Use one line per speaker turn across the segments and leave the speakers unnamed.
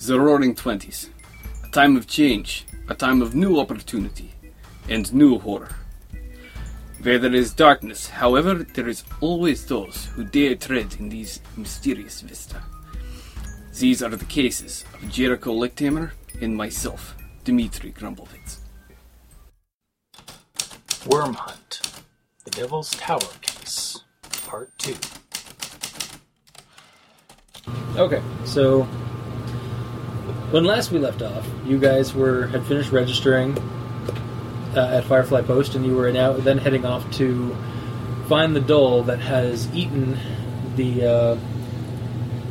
the Roaring Twenties. A time of change, a time of new opportunity, and new horror. Where there is darkness, however, there is always those who dare tread in these mysterious vista. These are the cases of Jericho Lichthammer and myself, Dmitri Grumblovitz.
Worm Hunt The Devil's Tower Case, Part 2.
Okay, so when last we left off, you guys were had finished registering uh, at Firefly Post, and you were now then heading off to find the doll that has eaten the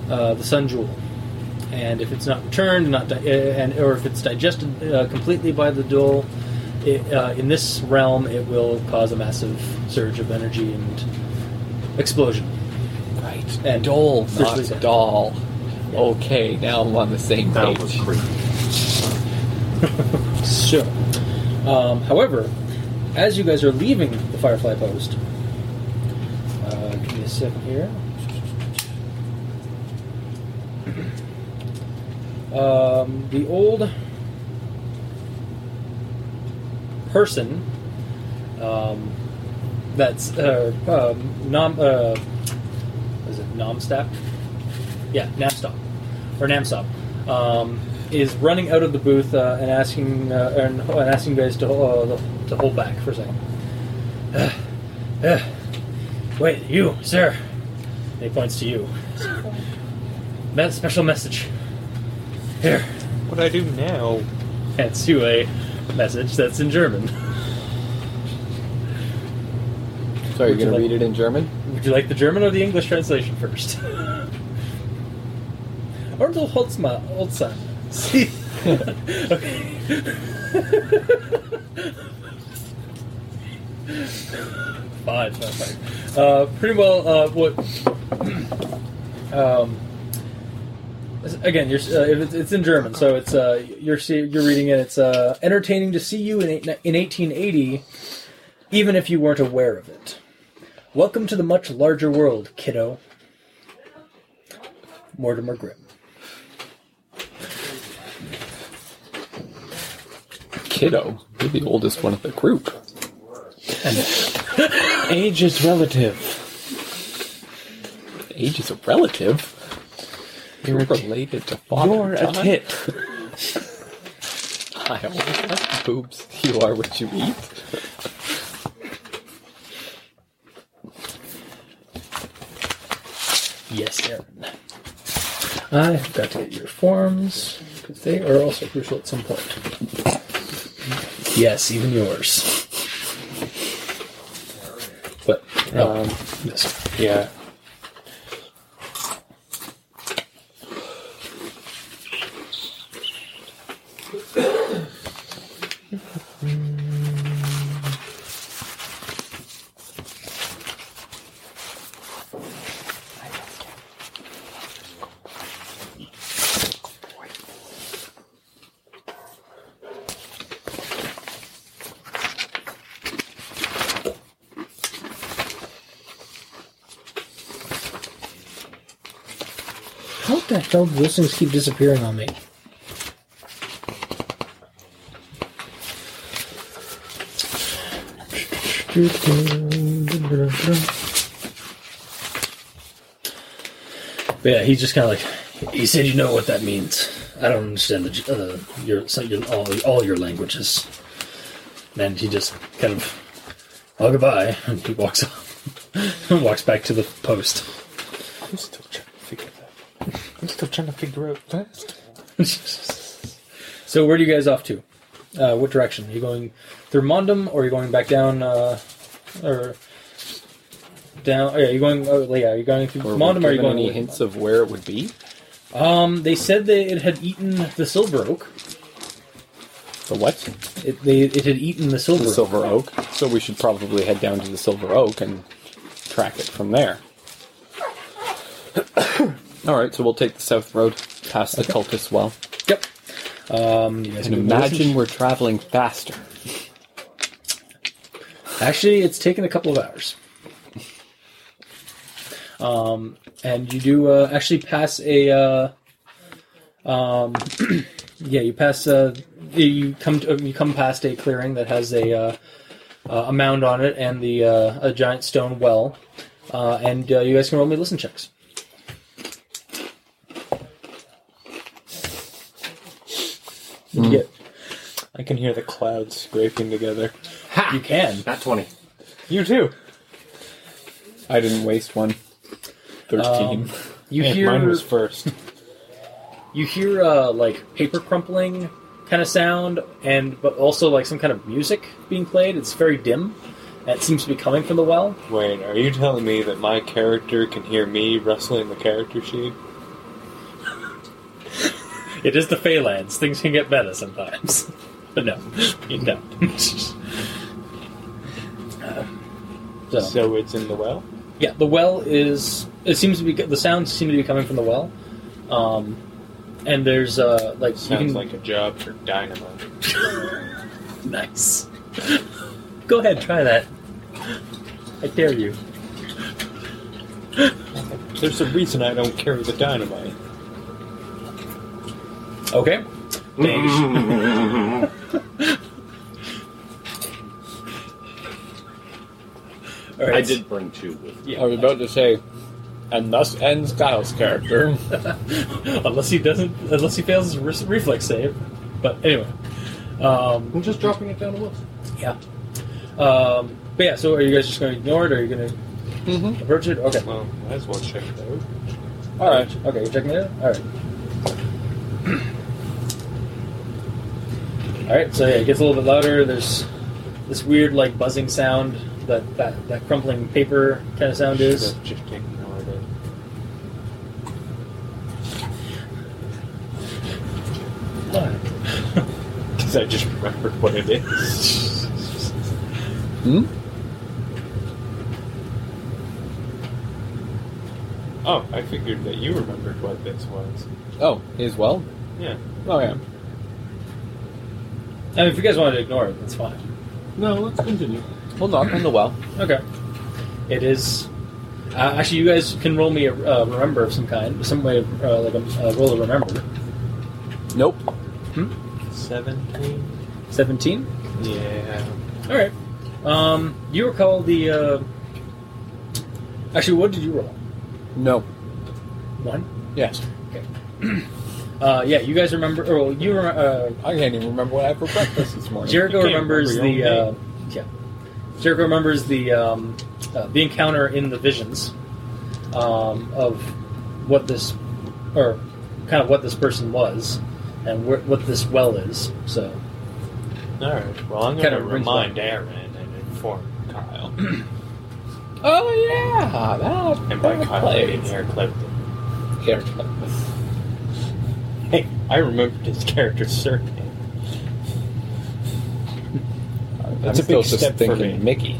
uh, uh, the Sun Jewel. And if it's not returned, not di- uh, and or if it's digested uh, completely by the doll, it, uh, in this realm, it will cause a massive surge of energy and explosion.
Right.
And
doll,
officially
not
said.
doll.
Yeah.
Okay, now I'm on the same page.
So, um, however, as you guys are leaving the Firefly Post, uh, give me a second here. Um, the old person um, that's uh, um, nom, uh, is it Nomstap? Yeah, Namstop or Namstop um, is running out of the booth uh, and asking uh, and, and asking you guys to uh, to hold back for a second. Uh, wait, you, sir. And he points to you. That special message. Here,
What I do now?
hands you a message that's in German.
So
Would
are you
you
going to
like-
read it in German?
Would you like the German or the English translation first? Arnold Holtzma, Holtzman. See? okay. fine, fine, fine. Uh, pretty well, uh, what. um, Again, you're, uh, if it's, it's in German, so it's uh, you're see, you're reading it. It's uh, entertaining to see you in, eight- in 1880, even if you weren't aware of it. Welcome to the much larger world, kiddo. Mortimer Grimm.
Kiddo, you're the oldest one of the group.
Age is relative.
Age is a relative. You're related to father.
You're a
John.
tit.
I always have boobs. You are what you eat.
Yes, Aaron. I've got to get your forms because they are also crucial at some point. Yes, even yours. But no,
Um,
Oh, yes.
yeah.
how the hell do those things keep disappearing on me? But yeah, he's just kind of like, he said, you know what that means. I don't understand the, uh, your, so your all, all your languages. And he just kind of, oh, goodbye. And he walks off and walks back to the post.
I'm still trying to figure that. I'm still trying to figure out that.
so where do you guys off to? Uh, what direction? Are you going through Mondum or are you going back down, uh, or down, are you going, oh, yeah, are you going through
Were we
Mondum or are you
given
going
any
away?
hints of where it would be?
Um, they said that it had eaten the silver oak.
The what?
It, they, it had eaten the silver.
The
oak.
Silver Oak. So we should probably head down to the Silver Oak and track it from there. All right, so we'll take the south road past the cultist well,
Yep. Um, you guys
and
can go listen.
imagine we're traveling faster.
Actually, it's taken a couple of hours. Um, and you do uh, actually pass a uh, yeah, you pass. Uh, you come to, you come past a clearing that has a uh, uh, a mound on it and the uh, a giant stone well, uh, and uh, you guys can roll me listen checks. You, get,
I can hear the clouds scraping together.
you can.
Not 20.
You too. I didn't waste one. Thirteen.
You
Man,
hear
Mine was first.
you hear uh, like paper crumpling kind of sound and but also like some kind of music being played it's very dim that seems to be coming from the well
Wait, are you telling me that my character can hear me rustling the character sheet?
it is the phalanx things can get better sometimes but no you don't so,
So it's in the well?
yeah the well is it seems to be the sounds seem to be coming from the well um, and there's uh like you
Sounds
can-
like a job for Dynamo.
Nice. Go ahead, try that. I dare you.
There's a reason I don't carry the dynamite.
Okay. All right.
I did bring two with me.
Yeah.
I was about to say, and thus ends Kyle's character.
unless he doesn't, unless he fails his re- reflex save. But anyway, um,
I'm just dropping it down the woods.
yeah. Um, but yeah. So, are you guys just going to ignore it, or are you going to approach it? Okay.
well, might as well check it out.
All right. Okay, you're checking it out? All right. All right, so yeah, it gets a little bit louder. There's this weird, like, buzzing sound that that, that crumpling paper kind of sound is.
Should've just ignored it. Because I just remembered what it is. hmm? Oh, I figured that you remembered what this was. Oh, as well? Yeah. Oh, yeah.
I mean, if you guys wanted to ignore it, that's fine.
No, let's continue.
Hold on, on the well.
Okay. It is. Uh, actually, you guys can roll me a uh, remember of some kind, some way, of, uh, like a uh, roll a remember.
Nope. Seventeen.
17?
Yeah.
All right. Um, you recall the. Uh... Actually, what did you roll?
No.
One.
Yes.
Uh, yeah, you guys remember. Or well, you re- uh,
I can't even remember what I had for breakfast this morning.
Jericho
You can't
remembers
remember
the.
your own
Uh, yeah, Jericho remembers the um, uh, the encounter in the visions um, of what this or kind of what this person was and where, what this well is. So
All right. Well, I'm
Kind
going
of
to
rings
remind Aaron and inform Kyle. oh yeah, that. And by
that
Kyle, I mean
plays.
Eric Clapton. Eric Clapton. Hey, I remembered his character's surname. That's
I'm
a big
still just
step for me.
thinking Mickey.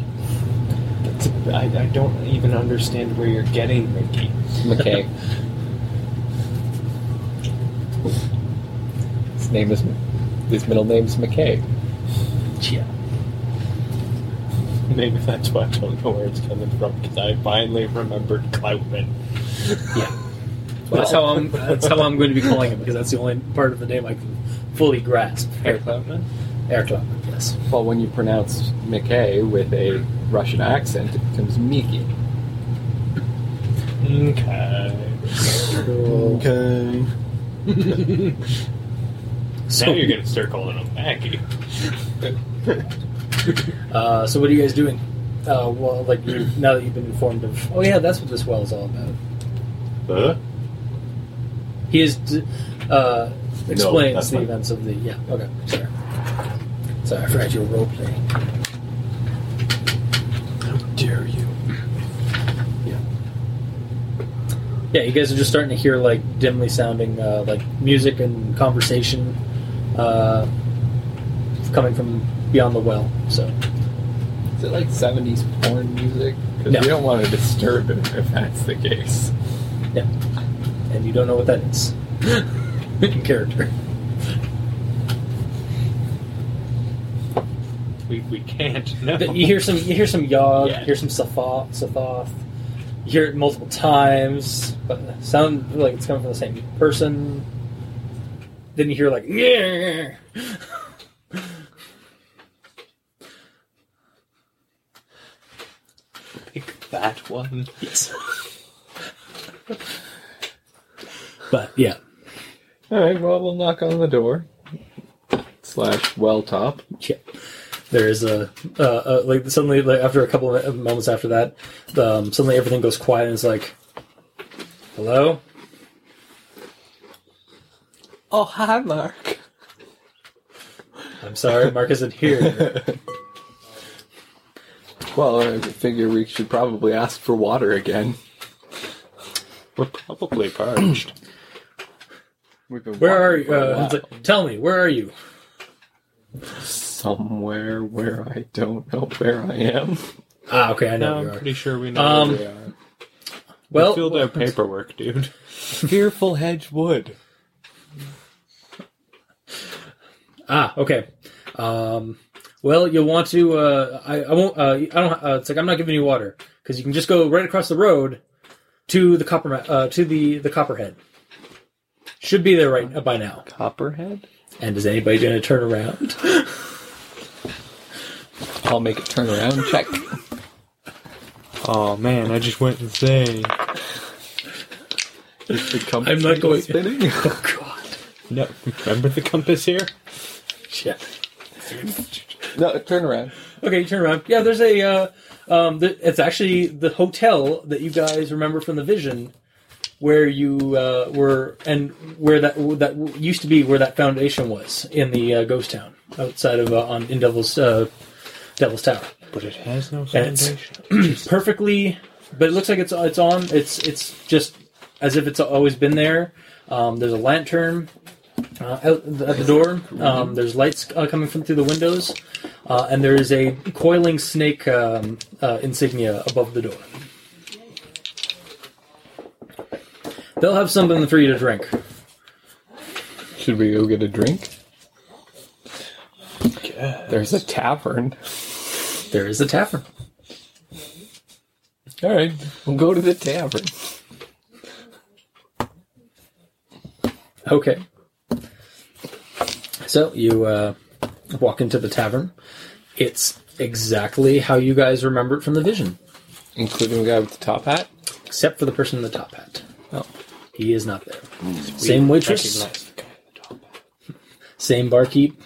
That's a, I, I don't even understand where you're getting Mickey.
McKay. His name is. His middle name's McKay.
yeah,
Maybe that's why I don't know where it's coming from because I finally remembered Cloutman.
that's how I'm. That's how I'm going to be calling him because that's the only part of the name I can fully grasp. Eric
Cloutman.
Cloud. Yes.
Well, when you pronounce McKay with a Russian accent, it becomes Mickey.
Okay.
Okay.
now you're gonna start calling him Mackie.
Uh, so what are you guys doing? Uh, well, like you, now that you've been informed of, oh yeah, that's what this well is all about.
Huh?
He is d- uh, explains
that's
the
fine.
events of the yeah. Okay, sorry. Sorry, I forgot you were role playing.
How dare you?
Yeah, you guys are just starting to hear like dimly sounding uh, like music and conversation uh, coming from beyond the well. So
Is it like 70s porn music? Because
No.
you don't want to disturb him if that's the case.
and you don't know what that is in character.
We, we can't. No.
But you hear some you hear some yog,
Yeah.
you hear some sathoth, sathoth. You hear it multiple times, but it sound like it's coming from the same person. Then you hear like, yeah.
Pick that one.
Yes. but yeah,
All right. Well, we'll knock on the door. Slash well top.
yeah. There is a uh, uh, like suddenly like after a couple of moments after that, um, suddenly everything goes quiet and it's like, hello.
Oh, hi, Mark.
I'm sorry, Mark isn't here.
Well, I figure we should probably ask for water again.
We're probably parched.
We've been
Where are
walking
you?
for a
Uh, it's
while.
like, Tell me, where are you?
Somewhere where I don't know where I am.
Ah, okay, I know
no,
where
I'm
you are.
pretty sure we know.
Um,
where we
Yeah.
Well,
filled out paperwork, dude.
Fearful Hedge Wood.
Ah, okay. Um, well, you'll want to. Uh, I, I won't. Uh, I don't. Uh, it's like I'm not giving you water because you can just go right across the road to the copper ma- uh, to the the copperhead. Should be there right uh, by now.
Copperhead?
And is anybody going to turn around?
I'll make a turnaround check.
Oh man, I just went insane.
Is the compass
I'm not going-
spinning?
oh God!
No, remember the compass here?
Yeah.
no, turn around.
Okay, you turn around. Yeah, there's a. Uh, um, th- it's actually the hotel that you guys remember from the vision, where you uh, were and where that that used to be where that foundation was in the uh, ghost town outside of uh, on in Devil's uh, Devil's Tower.
But it has no
And it's-
foundation.
Perfectly, but it looks like it's it's on. It's it's just as if it's always been there. Um, there's a lantern. Uh, out th- at the door, um, there's lights uh, coming from through the windows, uh, and there is a coiling snake um, uh, insignia above the door. They'll have something for you to drink.
Should we go get a drink?
Yeah.
There's a tavern.
There is a tavern.
All right, we'll go to the tavern.
Okay. So you uh, walk into the tavern. It's exactly how you guys remember it from the vision,
Including the guy with the top hat?
except for the person in the top hat.
Oh.
He is not there. Same waitress,
Recognize the guy at the top.
same barkeep,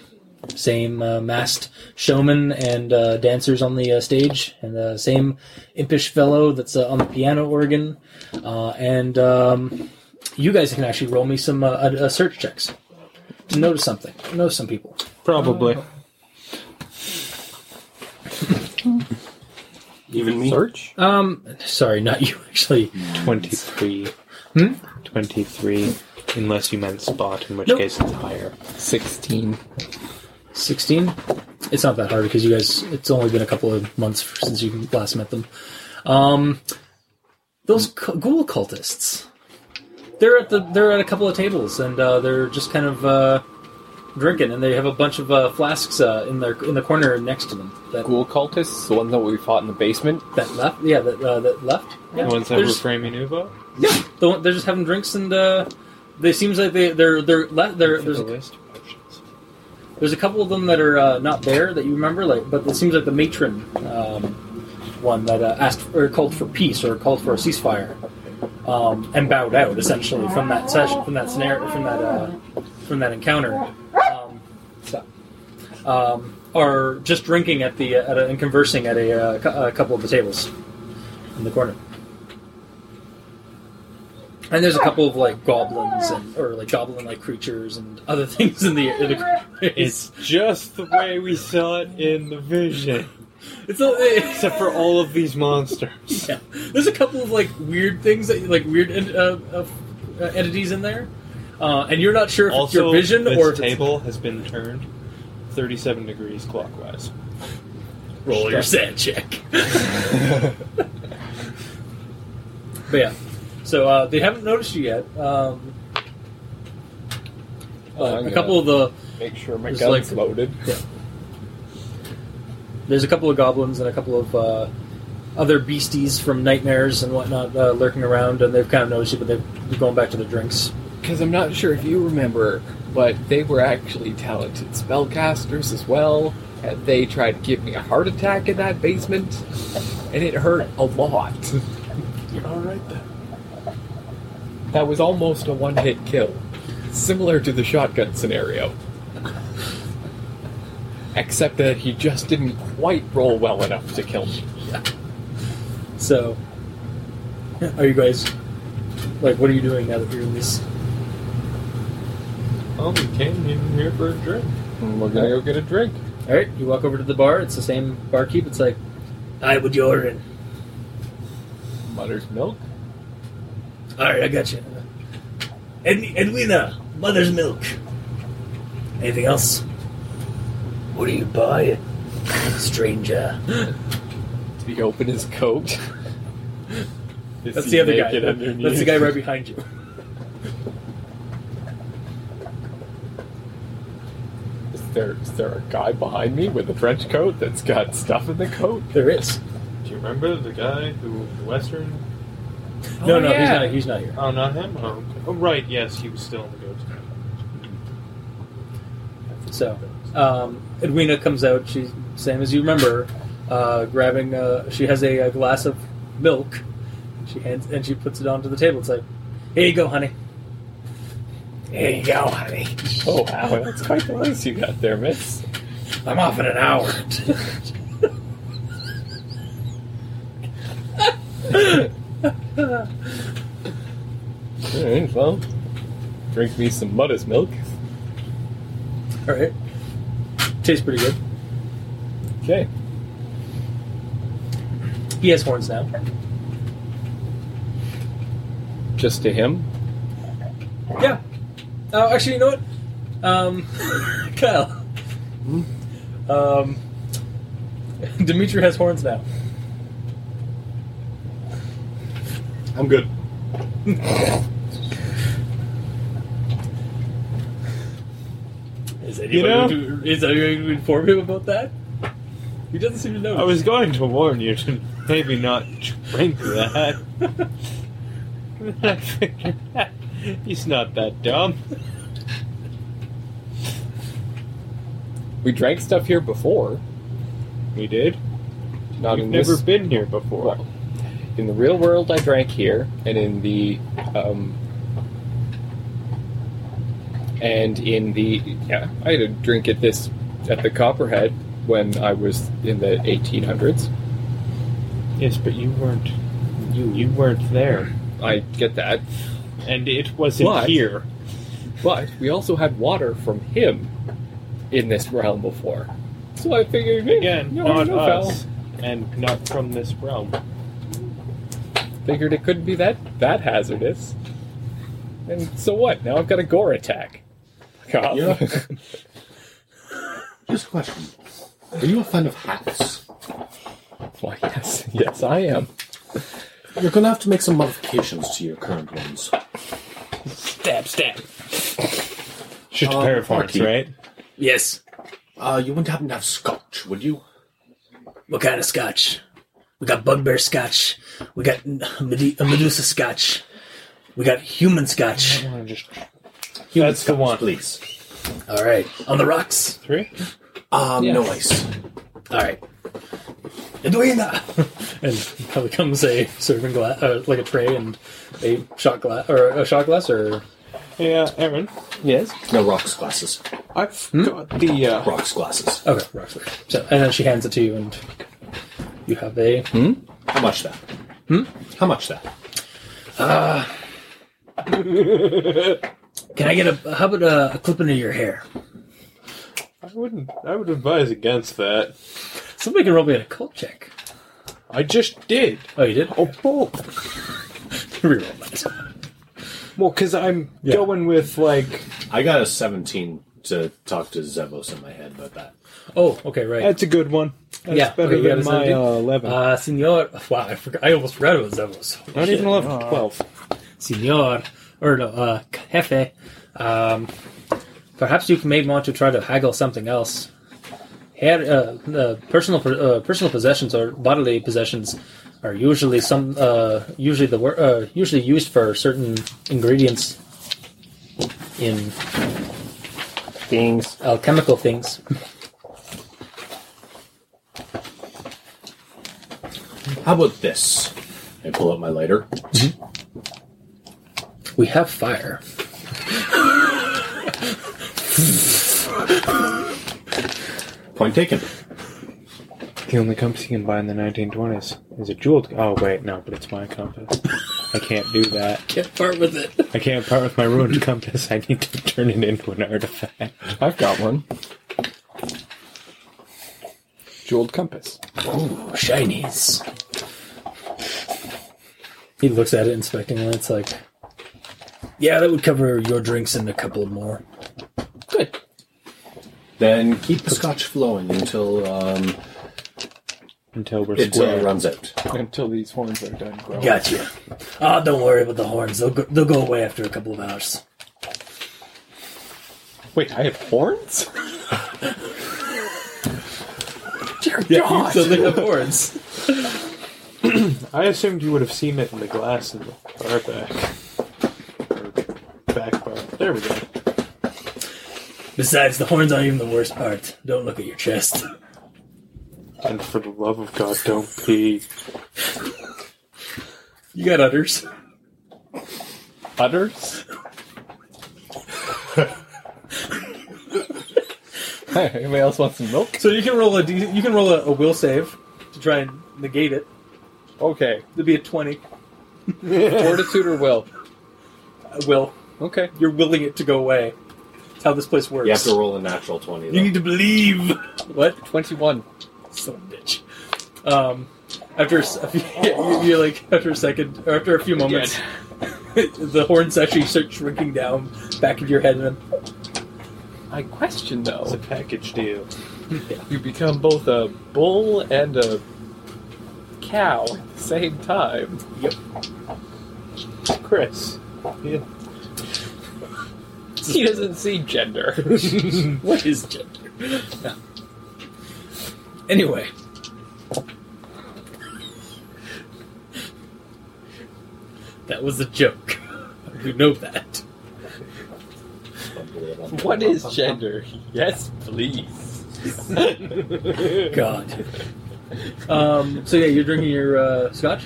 same uh, masked showman and uh, dancers on the uh, stage, and the same impish fellow that's uh, on the piano organ. Uh, and um, you guys can actually roll me some uh, uh, uh, search checks. to Notice something. Notice some people.
Probably.
Even me?
Search?
Um, sorry, not you actually.
23.
Hmm?
23. Unless you meant spot, in which
Nope.
case it's higher.
16.
Sixteen. It's not that hard because you guys. It's only been a couple of months since you last met them. Um, those cu- ghoul cultists. They're at the. They're at a couple of tables and uh, they're just kind of uh, drinking, and they have a bunch of uh, flasks uh, in their in the corner next to them. That
Ghoul cultists, the one that we fought in the basement.
that left. Yeah, that uh, that left. Yeah.
The ones that
They're
were
just-
framing Uvo?
yeah. The one- They're just having drinks and. Uh, they seems like they they're they're left. They're,
For
there's
the
a
list of options.
There's a couple of them that are uh, not there that you remember, like, but it seems like the matron um, one that uh, asked or called for peace or called for a ceasefire um, and bowed out essentially from that session, from that scenario, from that uh, from that encounter. Um, stop. Um, are just drinking at the at a, and conversing at a, uh, cou- a couple of the tables in the corner. And there's a couple of like goblins and or like goblin like creatures and other things in the, in the
It's just the way we saw it in the vision.
It's a,
Except for all of these monsters.
yeah. There's a couple of like weird things that like weird en- uh, uh, uh, entities in there, uh, and you're not sure if it's
Also,
your vision
this
or if it's
table has been turned 37 degrees clockwise.
roll your sand check. but yeah, so uh, they haven't noticed you yet. Um,
Oh, I'm
a couple of the
Make sure my
It's
gun's
like-
loaded.
there's a couple of goblins and a couple of uh, other beasties from nightmares and whatnot uh, lurking around, and they've kind of noticed you, but they're going back to their drinks.
because I'm not sure if you remember, but they were actually talented spellcasters as well. And they tried to give me a heart attack in that basement, and it hurt a lot.
You're all right then.
That was almost a one hit kill, similar to the shotgun scenario. Except that he just didn't quite roll well enough to kill me.
So, are you guys like? What are you doing now that you're in this?
Well, Oh, we came in here for a drink.
We're
Gonna
gonna
go get a drink.
All right, you walk over to the bar. It's the same barkeep. It's like, I would you order in?
Mother's milk.
All right, I got you.
Ed- Edwina, mother's milk. Anything else? What are you buying, stranger?
Did he open his coat?
Is
That's
he
the other guy.
naked underneath?
That's the guy right behind you.
Is there is there a guy behind me with a French coat that's got stuff in the coat?
There is.
Do you remember the guy who the Western?
No,
Oh,
no, he's
yeah.
not. He's not here.
Oh, not him. Oh, okay. oh right. Yes, he was still in the ghost.
So, um, Edwina comes out. She's same as you remember, uh, grabbing. Uh, she has a, a glass of milk. She hands and she puts it onto the table. It's like, here you go, honey.
Here you go, honey.
Oh wow, that's quite the lace you got there, miss.
I'm off in an hour.
Alright, well drink me some mother's milk.
All right, tastes pretty good.
Okay.
He has horns now.
Just to him.
Yeah. Uh, actually, you know what? Um, Kyle. Um, Dimitri has horns now.
I'm good.
Is
You know-
anybody going to, is anybody going to inform him about that? He doesn't seem to know.
I was going to warn you to maybe not drink that. I figured he's not that dumb.
We drank stuff here before.
We did.
Not
We've
in
never
this
been here before.
Well, in the real world I drank here, and in the um and in the yeah, I had a drink at this at the Copperhead when I was in the eighteen hundreds.
Yes, but you weren't. You you weren't there,
I get that.
and it wasn't
What?
here.
But we also had water from him in this realm before. So I figured eh,
Again,
no,
not
no foul.
us, and not from this realm.
Figured it couldn't be that that hazardous. And so what? Now I've got a gore attack. God.
Yeah. Just a question. Are you a fan of hats?
Why yes, yes I am.
You're going to have to make some modifications to your current ones.
Stab, stab.
Should
Uh,
pair of hearts,
Archie.
right?
Yes.
Uh, you wouldn't happen to have scotch, would you?
What kind of scotch? We got bugbear scotch. We got Medi- uh, Medusa scotch. We got human scotch.
That's the one.
Please.
All right. On the rocks.
Three.
Um, no ice.
All right. Edwina.
and out comes a serving glass, uh, like a tray and a shot glass, or a shot glass, or
Yeah, Aaron.
Yes.
No rocks glasses.
I've got the. Uh,
Rocks glasses.
okay, Roxbury. So, and then she hands it to you, and you have a
How much that? Hmm? How much that?
Can I get a? How about a, a clipping of your hair?
I wouldn't. I would advise against that.
somebody can roll me an occult check.
I just did.
Oh, you did
Oh, well,
reroll that.
because I'm going with like
I got a 17 to talk to Zevos in my head about that.
Oh, okay, right.
that's a good one. That's
Yeah,
better
okay, you
than
got a
my
17?
uh, eleven.
Uh, senor, wow, I forgot. I almost read about Zevos.
Not even eleven. Twelve.
Senor, or no, uh, jefe. Um, perhaps you may want to try to haggle something else. Hair, uh, uh, personal uh, personal possessions or bodily possessions are usually some uh, usually the wor- uh, usually used for certain ingredients.
in things, alchemical things.
How about this? I pull out my lighter.
We have fire.
Point taken.
The only compass you can buy in the 1920s is a jeweled. Oh wait, no, but it's my compass. I can't do that.
Can't part with it.
I can't part with my ruined compass. I need to turn it into an artifact.
I've got one. Jeweled compass.
Ooh, shinies.
He looks at it, inspecting it. It's like,
Yeah, that would cover your drinks and a couple more.
Then keep the scotch flowing until um,
Until we're
it uh,
square.
runs out.
Until these horns are done growing.
Gotcha. Oh, don't worry about the horns. They'll go, they'll go away after a couple of hours.
Wait, I have horns?
God! So they have horns.
I assumed you would have seen it in the glass in the far back. Or back bar. There we go.
Besides, the horns aren't even the worst part. Don't look at your chest.
And for the love of God, don't pee.
You got udders.
Udders?
Anybody else want some milk?
so you can roll a D, you can roll a, a will save to try and negate it.
Okay.
It'd be a twenty.
Fortitude or will.
A will.
Okay.
You're willing it to go away. That's how this place works.
You have to roll a natural 20. Though.
You need to believe. What?
21.
Son of a bitch. Um, after a, s- a few, you- you're like after a second or after a few moments, the horns actually start shrinking down back of your head, and then
I question
It's a
though.
package deal.
You become both a bull and a cow at the same time.
Chris. Yeah.
He doesn't see gender.
What is gender? anyway, that was a joke. You know that.
what is gender? Yes, please.
God.
um, so yeah, you're drinking your uh, scotch.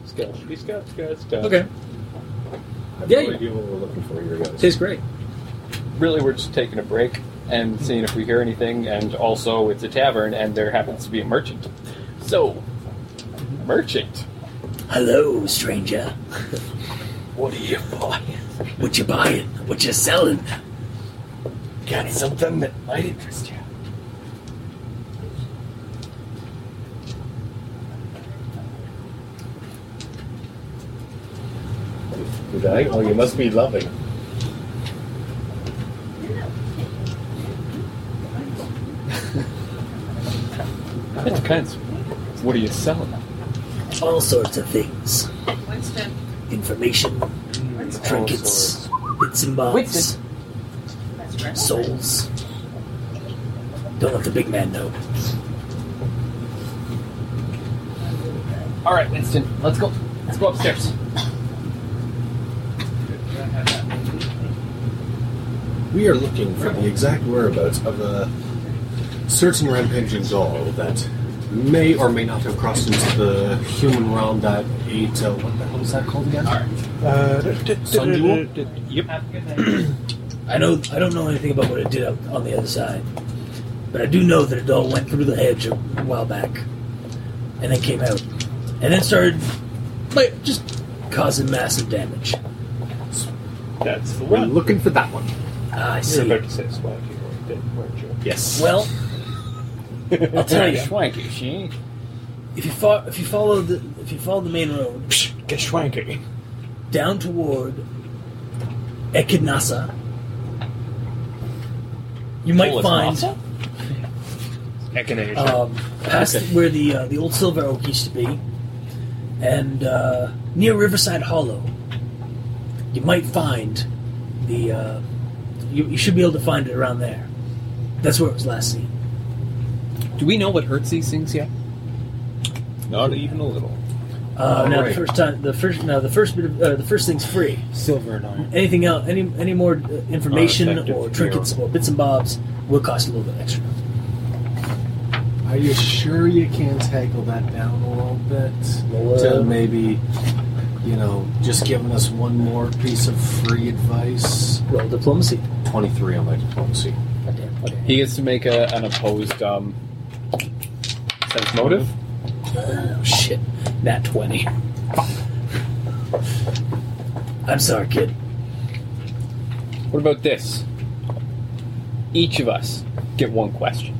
Let's go. Let's go. Let's go. Let's go.
Okay,
I have
Yeah,
no
you-
idea what we're looking for here, guys.
tastes great.
really we're just taking a break and seeing if we hear anything and also it's a tavern and there happens to be a merchant
So, merchant.
Hello, stranger.
What are you buying?
What you buying? What you selling?
Got something that might interest you.
Did I? Oh, you must be loving.
it depends what are you selling
All sorts of things. Information,
Mm,
trinkets, bits and bobs, souls. Don't let the big man know.
all right winston let's go let's go upstairs
We are looking for the exact whereabouts of a certain rampaging doll that may or may not have crossed into the human realm that ate. Uh, what the hell is that called again? Sun Jewel?
Yep.
I know I don't know anything about what it did out on the other side, but I do know that it all went through the hedge a while back, and then came out, and then started like just causing massive damage.
That's the
We're
one.
looking for that one.
Ah, I
You were
see.
about to say swanky, weren't you? weren't you?
Yes.
Well, I'll tell you.
swanky she
If you fo- if you follow the if you follow the main road
Get swanky.
down toward Echidnasa, you might find um, past where the uh, the old silver oak used to be, and uh, near Riverside Hollow, you might find the uh, you, you should be able to find it around there. That's where it was last seen.
Do we know what hurts these things yet?
not even a little
Uh,
Oh,
now
right.
the first time, the first now the first bit of uh, the first thing's free.
Silver and iron.
Anything else, any any more uh, information
effective
or trinkets or bits and bobs will cost a little bit extra.
Are you sure you can't tackle that down a little bit?
Well,
to
uh,
maybe, you know, just giving us one more piece of free advice.
Roll diplomacy.
23 on my diplomacy.
He gets to make a, an opposed um, sense motive.
Oh, shit, nat twenty. I'm sorry, kid.
What about this? Each of us get one question.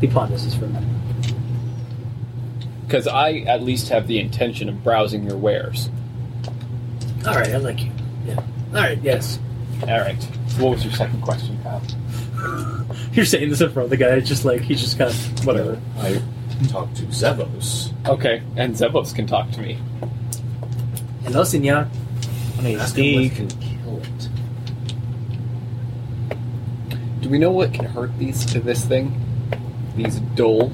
He ponders this for a minute.
Because I at least have the intention of browsing your wares.
All right, I like you. Yeah. All right. Yes.
All right. What was your second question, Kyle?
You're saying this in front of the guy. It's just like he's just kind of whatever.
I talked to Zevos.
Okay, and Zevos can talk to me.
Hello, senor.
I need
Ask him
Steve.
what can kill it.
Do we know what can hurt these to this thing? These dull.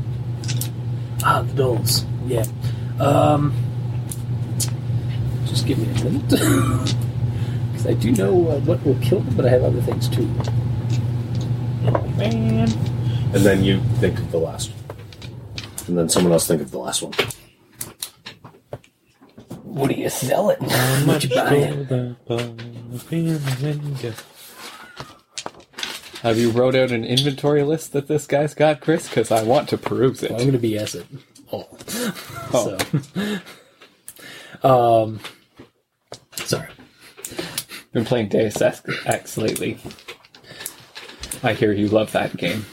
Ah, the dolls. Yeah. Um, just give me a minute. Because I do know uh, what will kill them, but I have other things too.
Man.
And then you think of the last one. And then someone else think of the last one.
What are you selling?
How
What
much
you buying?
gold above in the
Have you wrote out an inventory list that this guy's got, Chris? Because I want to peruse
I'm
it.
going to BS it all.
Oh.
So, um, sorry.
Been playing Deus Ex Ex lately. I hear you love that game.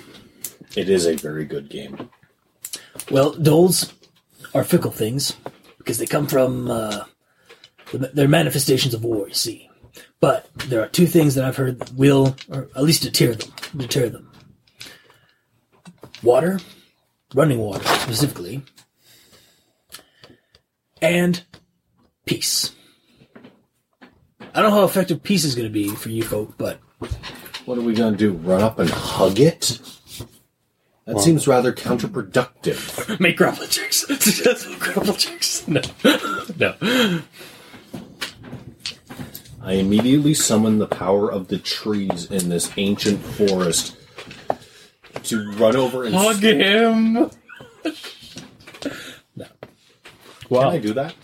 It is a very good game.
Well, dolls are fickle things because they come from uh, the- they're manifestations of war. You see, but there are two things that I've heard that will, or at least deter them, deter them. Water, running water specifically, and peace. I don't know how effective peace is going to be for you folk, but
What are we going to do? Run up and hug it? That seems rather counterproductive.
make grapple checks. Successful grapple checks. No, no.
I immediately summon the power of the trees in this ancient forest to run over and
Hug him!
Can
Well,
I do that?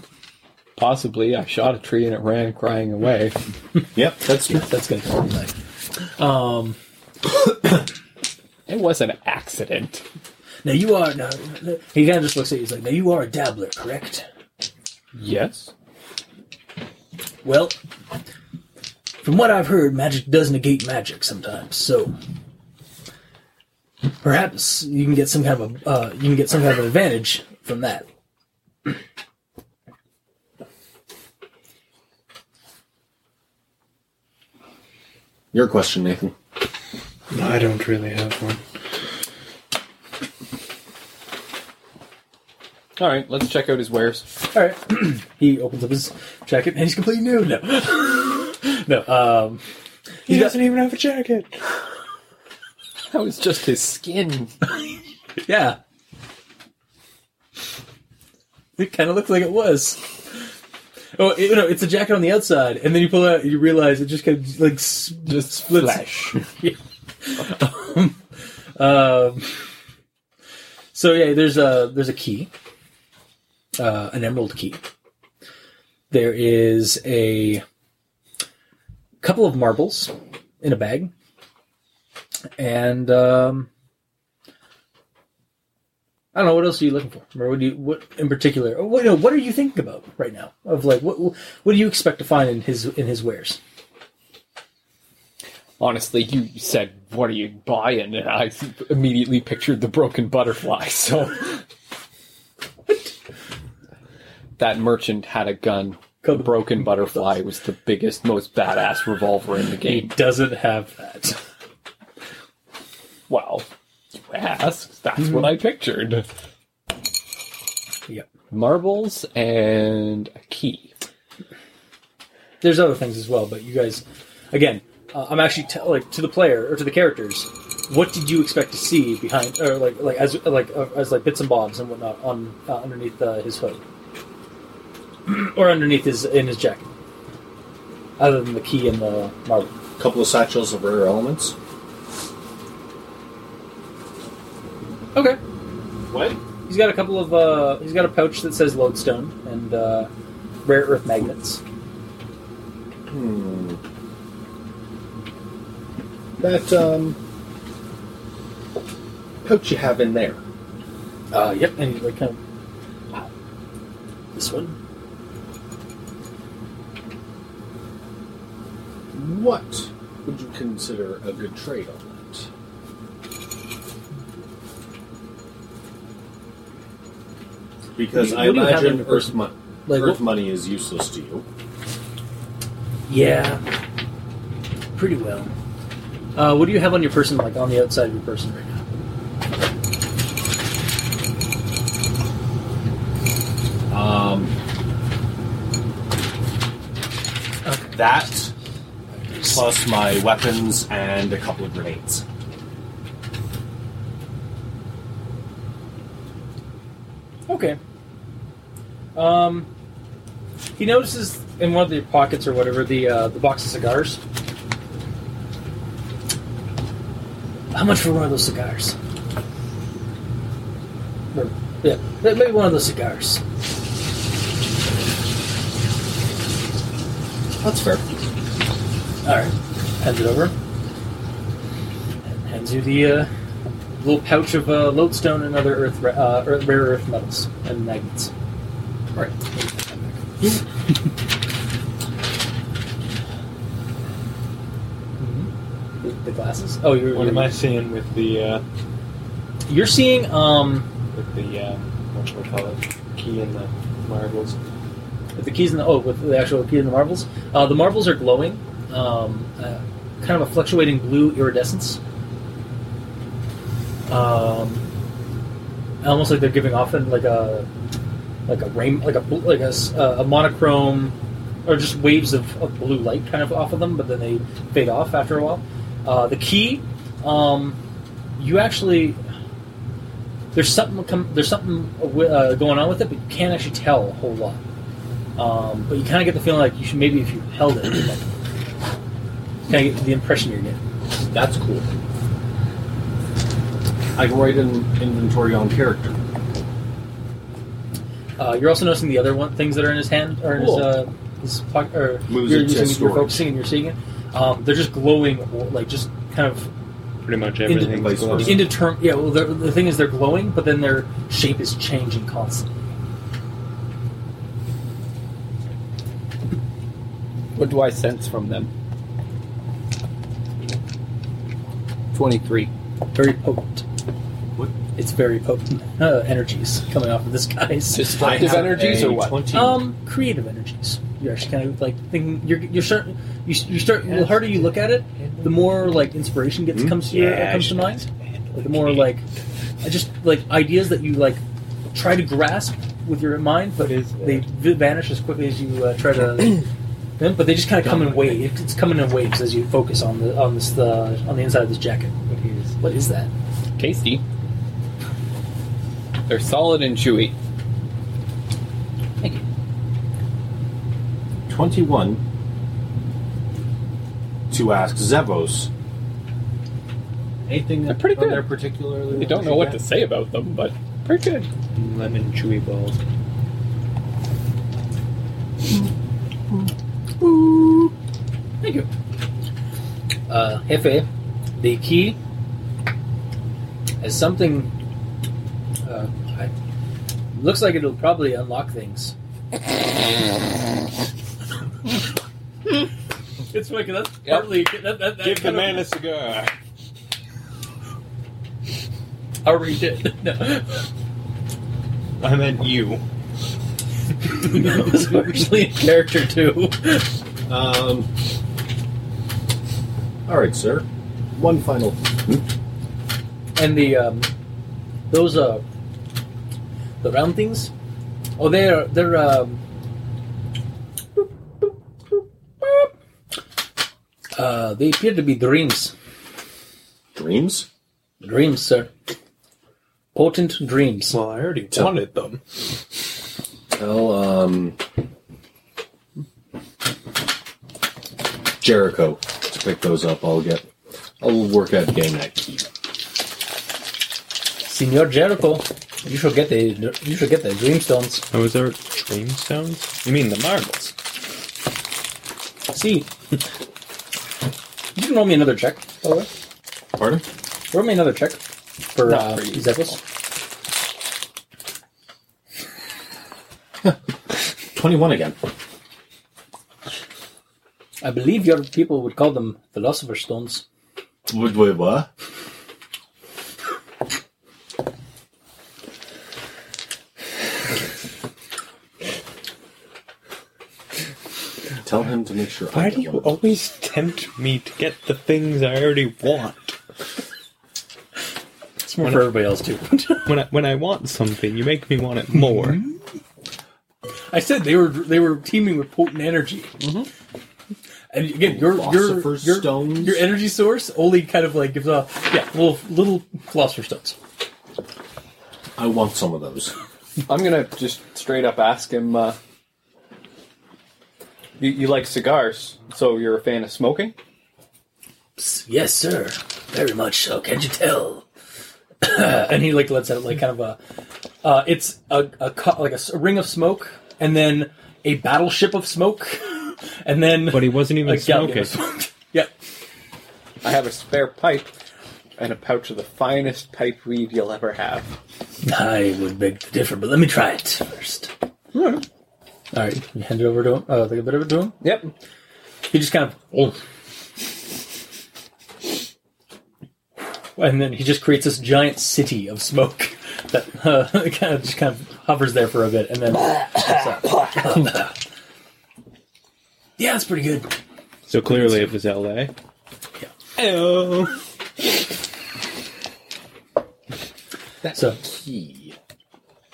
possibly I shot a tree and it ran crying away.
Yep, that's true.
That's going to kill me.
It was an accident.
Now you are now. He kind of just looks at you. He's like, "Now you are a dabbler, correct?"
Yes.
Well, from what I've heard, magic does negate magic sometimes. So perhaps you can get some kind of a uh, you can get some kind of advantage from that.
Your question, Nathan.
I don't really have one.
All right, let's check out his wares.
All right. he opens up his jacket and he's completely nude. No, no. Um,
He
got-
doesn't even have a jacket.
That was just his skin.
yeah. It kind of looks like it was. Oh, you know, it's a jacket on the outside, and then you pull it out, and you realize it just kind of like s- just splits.
Flesh.
Um, so yeah, there's a there's a key, uh, an emerald key. There is a couple of marbles in a bag, and um, I don't know what else are you looking for, or what do you what in particular? Or what, no, what are you thinking about right now? Of like what what do you expect to find in his in his wares?
Honestly, you said, "What are you buying?" and I immediately pictured the broken butterfly. So that merchant had a gun. The
Come-
broken butterfly was the biggest, most badass revolver in the
He
game.
doesn't have that.
Well, you asked. That's what I pictured.
Yep.
Marbles and a key.
there's other things as well, but you guys, again, uh, I'm actually t- like to the player or to the characters. what did you expect to see behind, or like like as like uh, as like bits and bobs and whatnot on uh, underneath uh, his hood, or underneath his in his jacket, other than the key and the marble?
couple of satchels of rare elements.
Okay,
What?
he's got a couple of uh, he's got a pouch that says lodestone and uh, rare earth magnets.
Hmm. That um, pouch you have in there.
Uh, yep, and he's like kind of
This one?
What would you consider a good trade on that? Because
What
I
do you have in-
imagine Earth, mon-
like
Earth money is useless to you.
Yeah. Pretty well.
Uh, what do you have on your person, like on the outside of your person right now?
Um, That plus my weapons and a couple of grenades.
Okay. Um, he notices in one of the pockets or whatever the uh, the box of cigars.
How much for one of those cigars? Or, yeah, may- maybe one of those cigars.
That's fair.
All right.
Hands it over. Hands you the uh, little pouch of uh, lodestone and other earth, uh, earth, rare earth metals and magnets.
All right.
The, the glasses. Oh, you're
What
you're,
am I seeing with the uh,
you're seeing um
with the uh, what should we call it? Key and the marbles.
with the keys in the oh with the actual key in the marbles. Uh, the marbles are glowing, um, uh, kind of a fluctuating blue iridescence, um, almost like they're giving off in like a like a rain like a bl- like a, s- uh, a monochrome or just waves of, of blue light kind of off of them, but then they fade off after a while. Uh, the key, um, you actually. There's something com- there's something uh, wi- uh, going on with it, but you can't actually tell a whole lot. Um, but you kind of get the feeling like you should maybe if you held it, like, kind of get the impression you're getting.
That's cool. I can write an inventory on character.
Uh, you're also noticing the other one things that are in his hand or in
Cool.
his, uh, his pocket or
Moves
you're,
into
using,
his
you're
storage.
focusing and you're seeing it. Um, they're just glowing, or, like just kind of
Pretty much
Into-
everything.
vice versa.
indeterm. Yeah, well, the, the thing is they're glowing, but then their shape is changing constantly.
What do I sense from them? 23.
Very potent.
What?
It's very potent uh, energies coming off of this guy's
Destructive energies or what?
Um, creative energies. You're actually kind of like thinking. You're you're start you, you start the harder you look at it, the more like inspiration gets comes to your,
Yeah, I
comes to
should-
mind. Like, the more like I just like ideas that you like try to grasp with your mind, but
What is
they v- vanish as quickly as you uh, try to. them, but they just kind of come in waves. It's coming in waves as you focus on the on this uh, on the inside of this jacket. What is that?
Tasty. They're solid and chewy.
21 to ask Zevos. Anything
They're pretty
on
good.
there particularly?
I don't know what to say about them, but pretty good.
Lemon chewy balls.
Thank you. Uh, Jefe, the key is something. Uh, I, looks like it'll probably unlock things. it's like that's partly that, that, that
Give the
kind of-
man a cigar.
I'll read it. No.
I meant you.
It's actually in character too.
Um, all right, sir. One final.
And the um, those uh, the round things. Oh, they're they're um, uh, they appear to be dreams.
Dreams?
Dreams, sir. Potent dreams.
Well, I already
So-
wanted them.
Tell um, Jericho to pick those up. I'll get. I'll work out game night.
Senor Jericho, you should get the you should get the dreamstones.
Oh, is there dream stones? You mean the marbles?
See, you can roll me another check. By the way,
Pardon?
roll me another check for uh, Zeppos.
21 again.
I believe your people would call them philosopher's stones.
Wait, wait, what? Tell him to make sure. I
Why
get
do you
one.
always tempt me to get the things I already want?
It's more for everybody else too.
When I, when I want something, you make me want it more.
I said they were they were teeming with potent energy. Mm-hmm. And again, your your,
Philosopher's
your
stones?
your energy source only kind of like gives off yeah little little philosopher stones.
I want some of those.
I'm gonna just straight up ask him. Uh, you, you like cigars, so you're a fan of smoking?
Yes, sir. Very much so. Can't you tell? and he like lets out like kind of a, uh, it's a, a cu- like a, s- a ring of smoke, and then a battleship of smoke, and then
But he wasn't even
a
smoking.
gallon of smoke. yeah.
I have a spare pipe and a pouch of the finest pipe weed you'll ever have.
I would beg to differ, but let me try it first.
All right, you hand it over to him. Uh, like a bit of it to him.
Yep.
He just kind of. oh. And then he just creates this giant city of smoke that uh, kind of just kind of hovers there for a bit, and then
Yeah, that's pretty good.
So clearly it was L.A. Oh,
so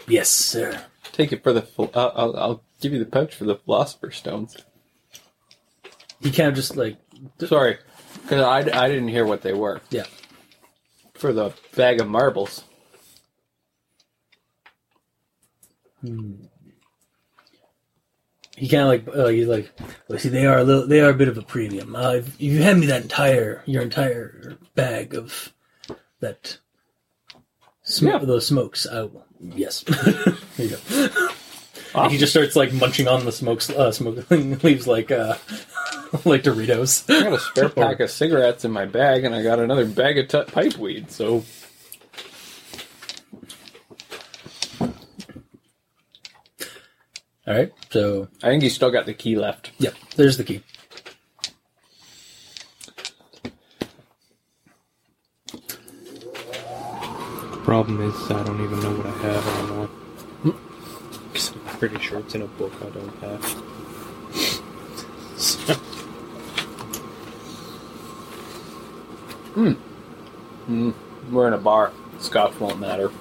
Yes, sir.
Take it for the. ph- Uh, I'll, I'll give you the pouch for the philosopher's stones.
he kind of just like
Sorry, because I, I didn't hear what they were.
yeah.
For the bag of marbles.
He kind of like uh, he's like
Well, "Oh, see, they are a little, they are a bit of a premium. Uh, if you hand me that entire your entire bag of that sm-
Yeah.
those smokes, I will. Yes. there you go. And he just starts like munching on the smokes, uh, smoking leaves like uh, like Doritos.
I got a spare pack of cigarettes in my bag, and I got another bag of t- pipe weed. So
all right. So
I think he's still got the key left.
yeah, there's the key.
problem is I don't even know what I have anymore. Because I'm pretty sure it's in a book I don't have. So-
We're in a bar. Scotch won't matter.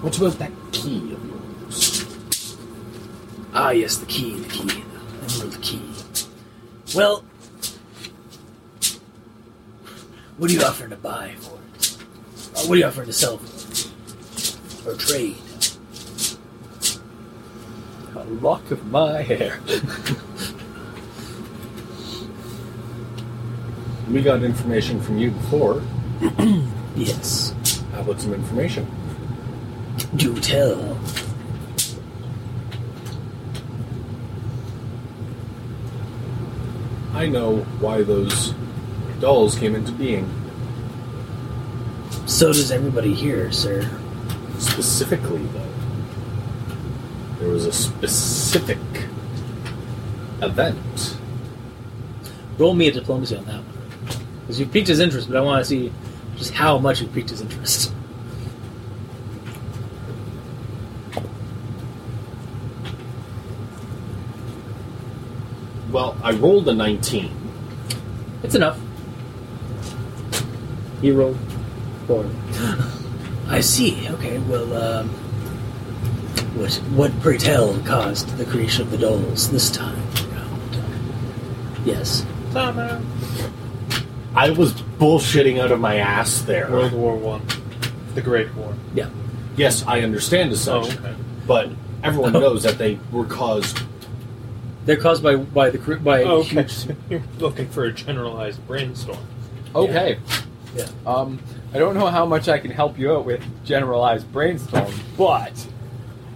What about that key of yours?
Ah, yes, the key, the key, the emerald key. Well, what are you offering to buy for it? Uh, what are you offering to sell for it? Or trade?
A lock of my hair.
We got information from you before.
Yes.
How about some information?
Do tell.
I know why those dolls came into being.
So does everybody here, sir.
Specifically, though, there was a specific event.
Roll me a diplomacy on that one because you piqued his interest, but I want to see just how much you piqued his interest.
Well, I rolled a 19.
It's enough.
He rolled four.
I see. Okay, well, um, what what pray tell caused the creation of the dolls this time? Around? Yes.
I was bullshitting out of my
World
ass there.
War One, the Great War.
Yes, I understand as such, but everyone knows that they were caused.
They're caused by by the cre- by
Oh, Okay,
huge
you're looking for a generalized brainstorm.
Okay.
Yeah.
Um, I don't know how much I can help you out with generalized brainstorm, but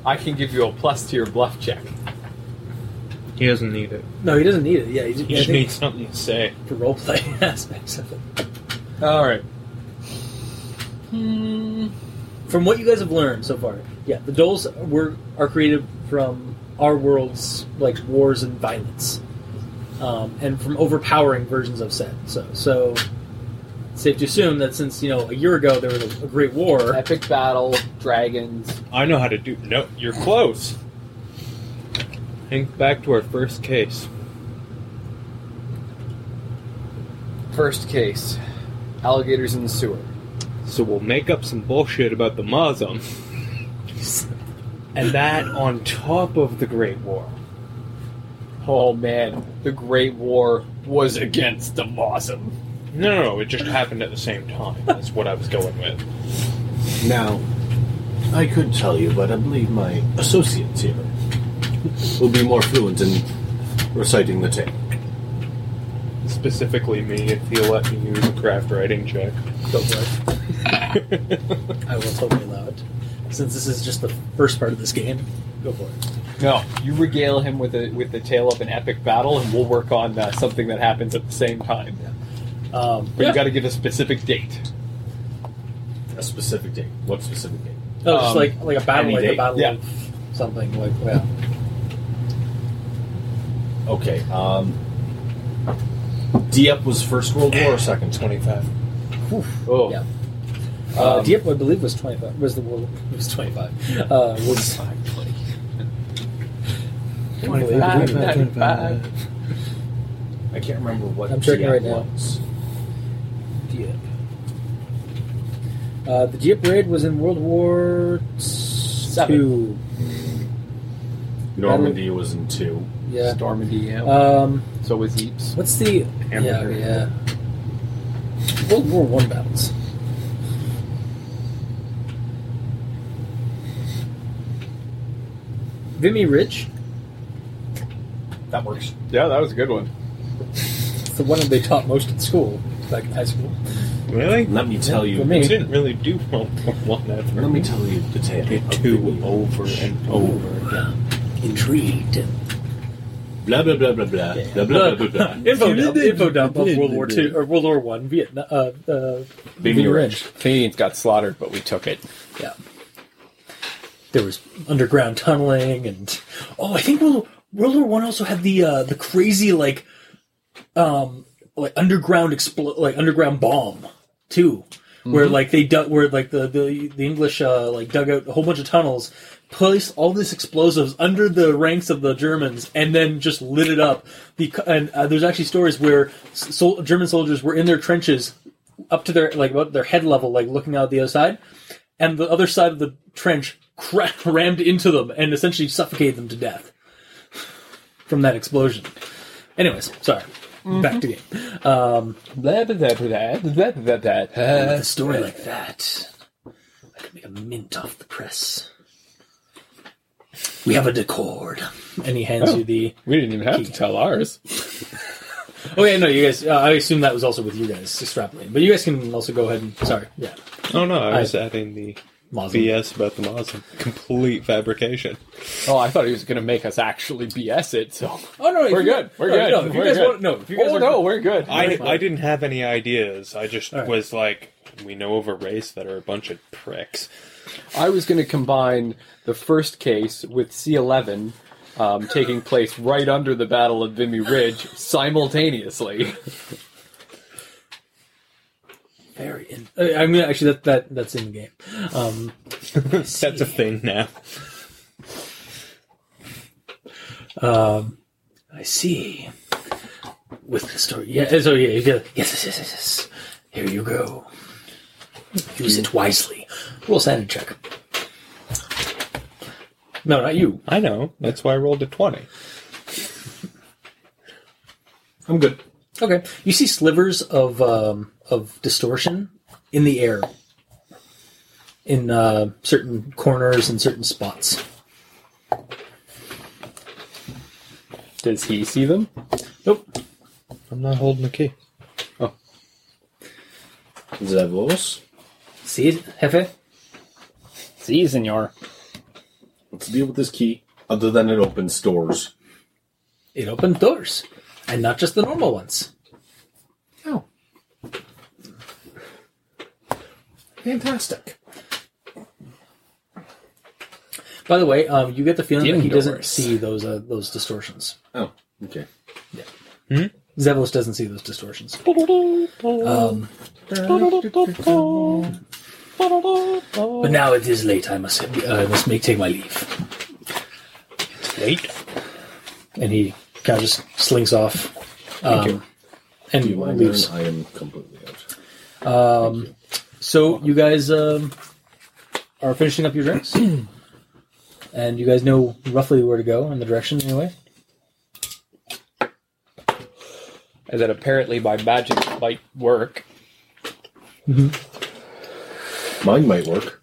I can give you a plus to your bluff check.
He doesn't need it.
No, he doesn't need it. Yeah, he,
He
I
just
think
needs something to say.
for role playing aspects of it.
All right.
From what you guys have learned so far, yeah, the dolls were are created from our world's like wars and violence, um, and from overpowering versions of said. So, so it's safe to assume that since you know a year ago there was a, a great war,
Epic battle, dragons.
I know how to do. No, you're close. Think back to our first case.
First case alligators in the sewer.
So we'll make up some bullshit about the Muslim. and that on top of the Great War.
Oh man, the Great War was against the Mossum.
No, no, no, it just happened at the same time. That's what I was going with.
Now, I could tell you, but I believe my associates here will be more fluent in reciting the tale.
Specifically me, if he'll let me use a craft writing check.
go for it. I will totally allow it, since this is just the first part of this game. Go for it.
No, you regale him with a with the tale of an epic battle, and we'll work on uh, something that happens at the same time.
Um,
But you got to give a specific date.
A specific date. What specific date?
Oh, just
Um,
like like a battle,
any
like a
date.
battle
Yeah.
of something, like yeah.
Okay. Um, Dieppe was First World War or Second?
25.
Oh,
Yeah. Uh,
Um,
Dieppe, I believe, was twenty five. Was the world? It was twenty five. Uh, was
Twenty-five, twenty-five.
I can't remember what
I'm checking
Dieppe
right now.
was.
Dieppe? Uh, the Dieppe raid was in World War Two.
Normandy was in two.
Yeah.
Normandy. Yeah.
Um,
so was Eeps.
what's the? Yeah, okay, yeah. World War One battles. Vimy Ridge.
That works.
Yeah, that was a good one.
It's the one that they taught most at school, back in high school.
Really?
Let me tell
For
you.
It
me.
didn't really do well for one ever.
Let me tell you the tale.
Did
of
two
the-
over and over again.
Intrigued.
Blah blah blah blah blah blah blah blah blah. blah.
info dump, info dump of World War Two or World War One, Vietnam. Uh, uh,
Vimy
Vimy
Ridge.
Canadians got slaughtered, but we took it.
Yeah, there was underground tunneling, and
Oh, I think World, World War One also had the uh, the crazy like, um, like underground expl- like underground bomb too, where like they dug where like the the, the English uh, like dug out a whole bunch of tunnels, placed all these explosives under the ranks of the Germans, and then just lit it up. The and uh, there's actually stories where s- sol- German soldiers were in their trenches up to their like about their head level, like looking out the other side, and the other side of the trench cra- rammed into them and essentially suffocated them to death from that explosion. Anyways, sorry.
Mm-hmm.
Back to game.
Blah blah blah blah blah blah blah.
With a story like that, I could make a mint off the press. We have a decord.
And he hands
Oh.
you the.
We didn't even have to tell ours.
Oh yeah, no, you guys. Uh, I assume that was also with you guys extrapolating, but you guys can also go ahead and. Sorry, yeah,
Oh no, I was adding the
Mazin.
BS about the Muslim. Complete fabrication.
Oh, I thought he was going to make us actually BS it. So
Oh no, if
We're
you-
good. We're
no,
good.
No, if you
We're
guys
good.
want, no, if you guys
oh
are-
no, we're good.
I, I didn't have any ideas. I just
All right.
was like, we know of a race that are a bunch of pricks.
I was going to combine the first case with C11 um, taking place right under the Battle of Vimy Ridge simultaneously.
very. In, uh, I mean, actually, that, that that's in the game. Um,
That's a thing now.
I see. With the story,
yeah. So yeah, you get
Yes, yes, yes, yes, yes. Here you go.
Use it wisely. Roll sanity check.
No, not you.
I know. That's why I rolled a 20.
I'm good.
Okay.
You see slivers of um, of distortion in the air, in uh, certain corners and certain spots.
Does he see them?
Nope.
I'm not holding the key.
Zavos.
See it, Hefe? See, you, senor.
Let's deal with this key. Other than it opens doors.
It opened doors, and not just the normal ones.
Fantastic.
By the way, um, you get the feeling
Dim
that he doesn't
doors.
see those uh, those distortions.
Oh, okay.
Zevos doesn't see those distortions. Um,
But now it is late. I must
uh,
I must make take my leave.
Late.
and he kind of just slinks off. Um, And
You mind Aaron?
leaves.
I am completely out.
So you guys um, are finishing up your drinks, and you guys know roughly where to go and the direction anyway.
And then apparently my magic might work.
Mine might work.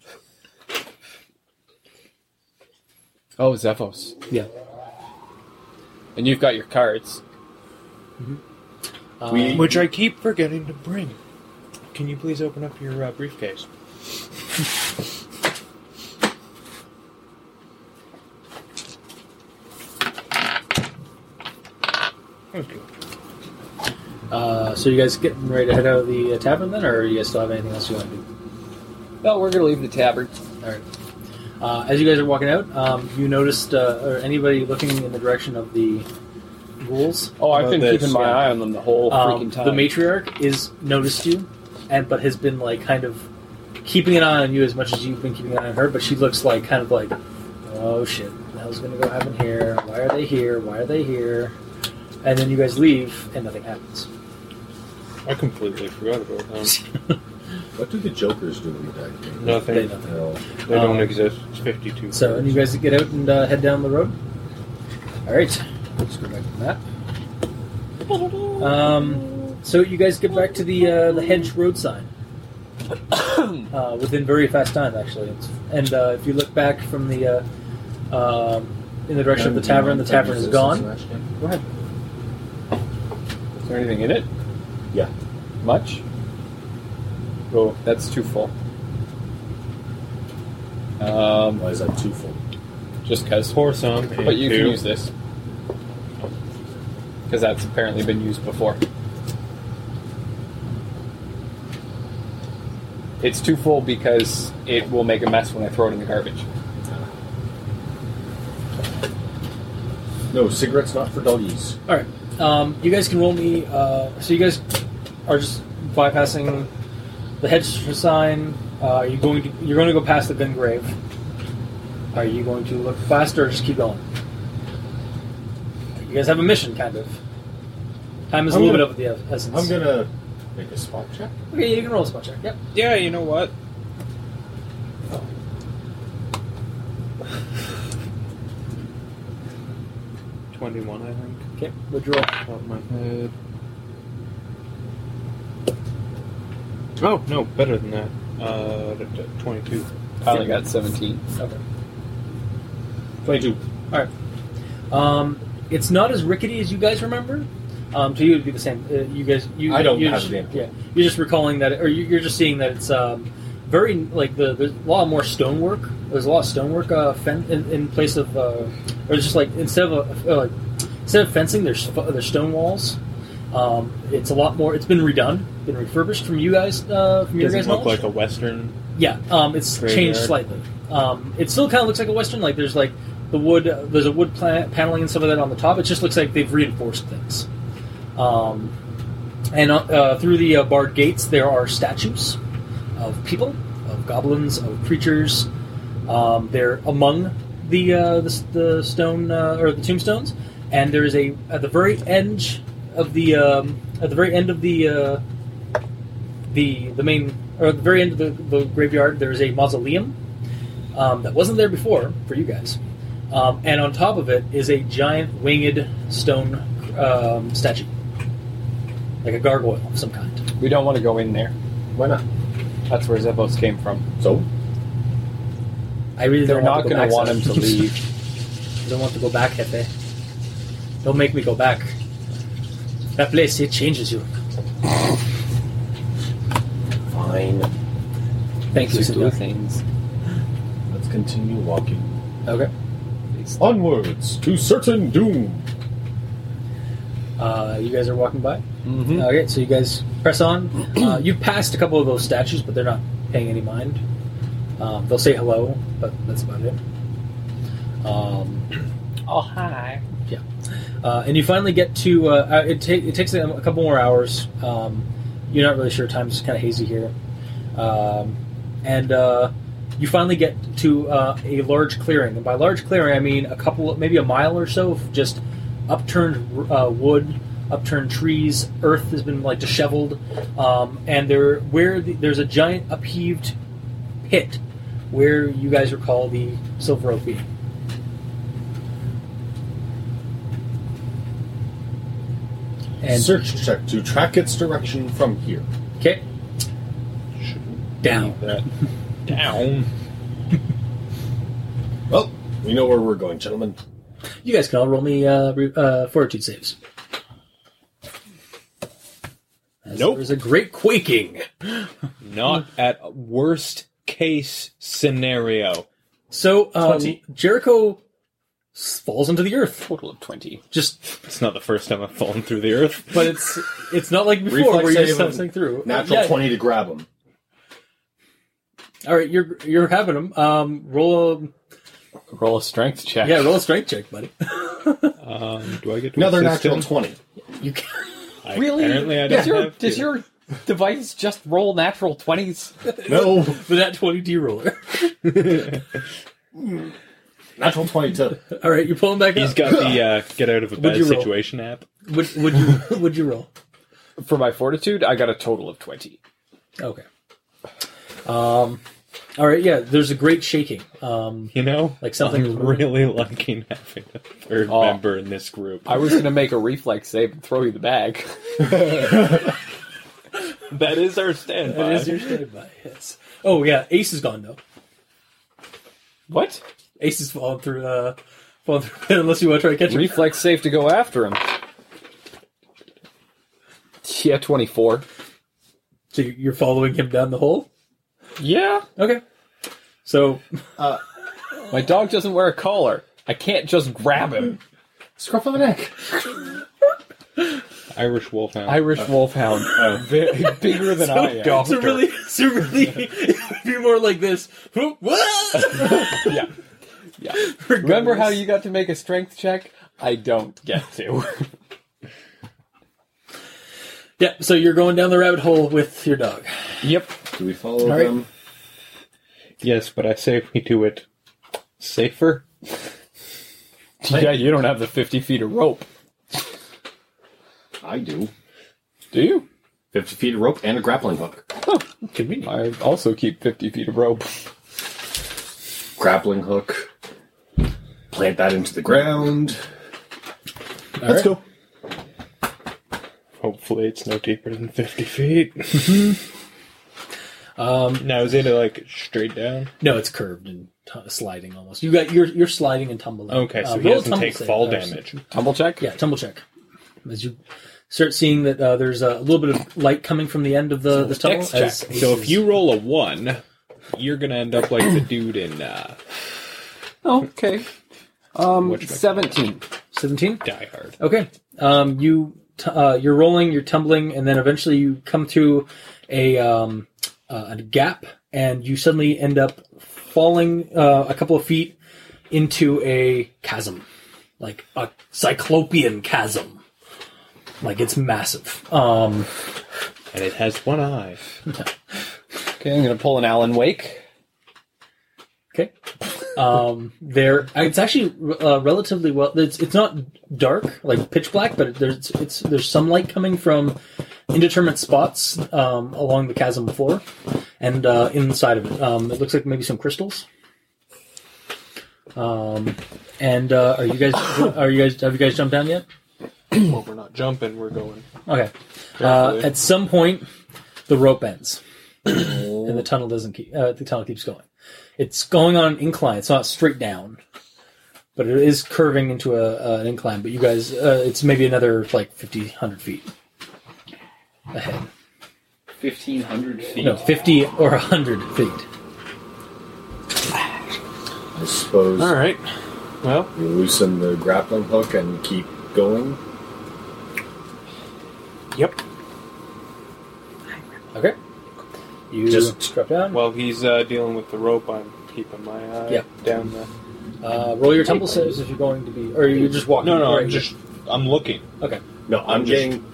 Oh, Zephos.
Yeah.
And you've got your cards.
we
Um,
Which I keep forgetting to bring. Can you please open up your uh, briefcase?
Uh, so you guys getting ready to head out of the uh, tavern then, or you guys still have anything else you want to do?
No, we're gonna leave the tavern.
All right. Uh, as you guys are walking out, um, you noticed, uh, or anybody looking in the direction of the ghouls,
Oh, I've been
About this,
keeping my
yeah.
eye on them the whole
um,
freaking time.
the matriarch is noticed you, and but has been like kind of keeping an eye on you as much as you've been keeping an eye on her. But she looks like kind of like, oh shit, what the hell's gonna go happen here? Why are they here? Why are they here? And then you guys leave, and nothing happens.
I completely forgot about them.
What do the Jokers do in the deck?
Nothing.
They,
They,
nothing.
No.
don't
um,
exist. It's 52.
So, and you guys get out and uh, head down the road. All right, let's go back to the map. Um, so you guys get back to the uh, the hedge road sign uh, within very fast time, actually. It's- And uh, if you look back from the uh, um, in the direction of the tavern, the tavern is gone. Go ahead.
Is there anything in it?
Yeah.
Much? Oh, that's too full. Um,
Why is that too full?
just
As
cause.
for some,
But you can
two.
use this. Because that's apparently been used before. It's too full because it will make a mess when I throw it in the garbage.
No, cigarettes not for doggies.
All right. Um, you guys can roll me. Uh, so you guys are just bypassing the hedge sign. Uh, are you going to? You're going to go past the gun grave. Are you going to look faster or just keep going? You guys have a mission, kind of. Time is a
I'm
little
gonna-
bit of the essence.
I'm gonna make a spot check.
Okay, you can roll a spot check. Yep.
Yeah, you know what? Twenty-one, I think.
Okay. Would you roll?
Top of my head. Oh no, better than that. Uh, d- d- twenty-two.
I only got 17.
Okay.
22.
All right. Um, it's not as rickety as you guys remember. Um, so you would be the same. Uh, you guys, you,
I don't
you're
have
just,
the info.
Yeah, you're just recalling that, or you, you're just seeing that it's um, very like the there's a lot more stonework. There's a lot of stonework uh, fen- in, in place of, uh, or it's just like instead of uh, uh, instead of fencing, there's f- there's stone walls. Um, it's a lot more. It's been redone, been refurbished from you guys. Uh, from your
Doesn't
guys'
look
knowledge.
like a western.
Yeah, um, it's
Graveyard.
changed slightly. Um, it still kind of looks like a western. Like there's like the wood, uh, there's a wood pla- paneling and stuff like that on the top. It just looks like they've reinforced things. Um, and uh, uh, through the uh, barred gates, there are statues of people, of goblins, of creatures. Um, they're among the uh, the, s- the stone uh, or the tombstones, and there is a at the very edge of the um, at the very end of the uh, the the main or at the very end of the, the graveyard, there's a mausoleum um, that wasn't there before for you guys. Um, and on top of it is a giant winged stone um, statue, like a gargoyle of some kind.
We don't want to go in there.
Why not?
That's where Zevos came from.
So?
I really
They're
don't
not
going to
want him to leave.
I don't want to go back, Hefe. Don't make me go back. That place, it changes you.
Fine.
Thank you,
To do
Senor.
things.
Let's continue walking.
Okay.
Onwards to certain doom.
Uh, you guys are walking by. Okay, so you guys press on. uh, you passed a couple of those statues, but they're not paying any mind. Um, they'll say hello, but that's about it. Um,
Oh, hi.
uh, and you finally get to. Uh, uh, it, ta- it takes them a couple more hours. Um, you're not really sure. Time's kind of hazy here. Um, and uh, you finally get to uh, a large clearing. And by large clearing, I mean a couple, maybe a mile or so of just upturned uh, wood, upturned trees. Earth has been like disheveled, um, and there where the, there's a giant upheaved pit where you guys recall the silver oak being. And
Search check to track its direction from here.
okay, down.
Down.
Well, we know where we're going, gentlemen.
You guys can all roll me uh, re- uh, fortitude saves. As
Nope.
There's a great quaking.
Not
Hmm.
at worst case scenario.
So um,
Twenty.
Jericho s- falls into the earth.
Total of 20.
Just,
It's not the first time I've fallen through the earth.
but it's it's not like before
Reflex
where you're
save
just
and
something through.
Natural
Yeah.
20 to grab him.
All right, you're you're having them. Um, roll
Roll a strength
a
check.
yeah, roll a strength check, buddy.
Um, do I get to
Another
assist
natural
him?
20.
You can,
I-
Really?
Apparently, I don't
does your,
have
does
to.
your device just roll natural 20s?
No.
with that twenty D roller.
Natural 20 to.
All right, you're pulling back
He's
up.
got the uh, get out of a bad
you roll?
situation app.
would, would you would you roll?
For my fortitude, I got a total of 20.
Okay. Um. All right. Yeah. There's a great shaking. Um.
You know,
Like something is
I'm
moving.
really liking having a third
Oh.
member in this group.
I was going to make a reflex save and throw you the bag.
that is our standby.
That is your standby, yes. Oh yeah, Ace is gone though.
What?
Ace is falling through. Uh, falling through. Unless you want to try to catch him.
Reflex save to go after him. Yeah, 24.
So you- you're following him down the hole.
Yeah.
Okay. So
My dog doesn't wear a collar. I can't just grab him.
Scruff of the neck.
Irish Wolfhound. Oh.
Irish wolfhound. Very bigger than I am.
so really, so really, it would be more like this. Whoop, what?
yeah. Yeah. Remember how you got to make a strength check? I don't get to.
Yeah. So you're going down the rabbit hole with your dog.
yep.
Do we follow
right.
them?
yes, but I say we do it safer.
Yeah, you don't have the 50 feet of rope,
I do.
do you?
50 feet of rope and a grappling hook.
Convenient.
I also keep 50 feet of rope.
Grappling hook. Plant that into the ground. Let's go.
Hopefully, it's no deeper than fifty feet. Mm-hmm. um, now is it like straight down?
No, it's curved and t- sliding almost. You got you're you're sliding and tumbling.
Okay, so
Uh,
he
roll a
doesn't
tumble
take
save,
fall
or-
damage.
Tumble check?
Yeah, tumble check. As you start seeing that uh, there's a little bit of light coming from the end of the, the tunnel.
Dex check.
as Ace
So if
is-
you roll a one, you're gonna end up like the dude in uh, Oh.
Okay. Um,
Whatchamacallit.
17.
17?
Die Hard.
Okay. Um, you t- uh, you're rolling, you're tumbling, and then eventually you come through a um, uh, a gap, and you suddenly end up falling uh, a couple of feet into a chasm, like a cyclopean chasm. Like it's massive. Um,
and it has one eye.
Okay, I'm going to pull an Alan Wake.
Okay. Um, there, it's actually uh, relatively well. It's it's not dark, like pitch black, but there's it's there's some light coming from indeterminate spots um, along the chasm floor, and uh, inside of it, um, it looks like maybe some crystals. Um, and uh, are you guys are you guys have you guys jumped down yet?
Well, we're not jumping. We're going.
Okay. Uh,
Carefully.
at some point, the rope ends,
Oh.
and the tunnel doesn't keep. Uh, the tunnel keeps going. It's going on an incline. It's not straight down, but it is curving into a, uh, an incline. But you guys, uh, it's maybe another like 50, 100 feet ahead.
Fifteen hundred feet.
No, fifty or hundred feet.
I suppose
All right. Well,
you loosen the grappling hook and keep going.
yep.
Okay. You
Just-
strap down.
While he's uh, dealing with the rope, I'm keeping my eye
Yep.
down the.
Uh, roll your temple saves if you're going to be, or you're just walking.
No, no.
right
I'm
here.
just. I'm looking.
okay.
No, I'm,
I'm just-
getting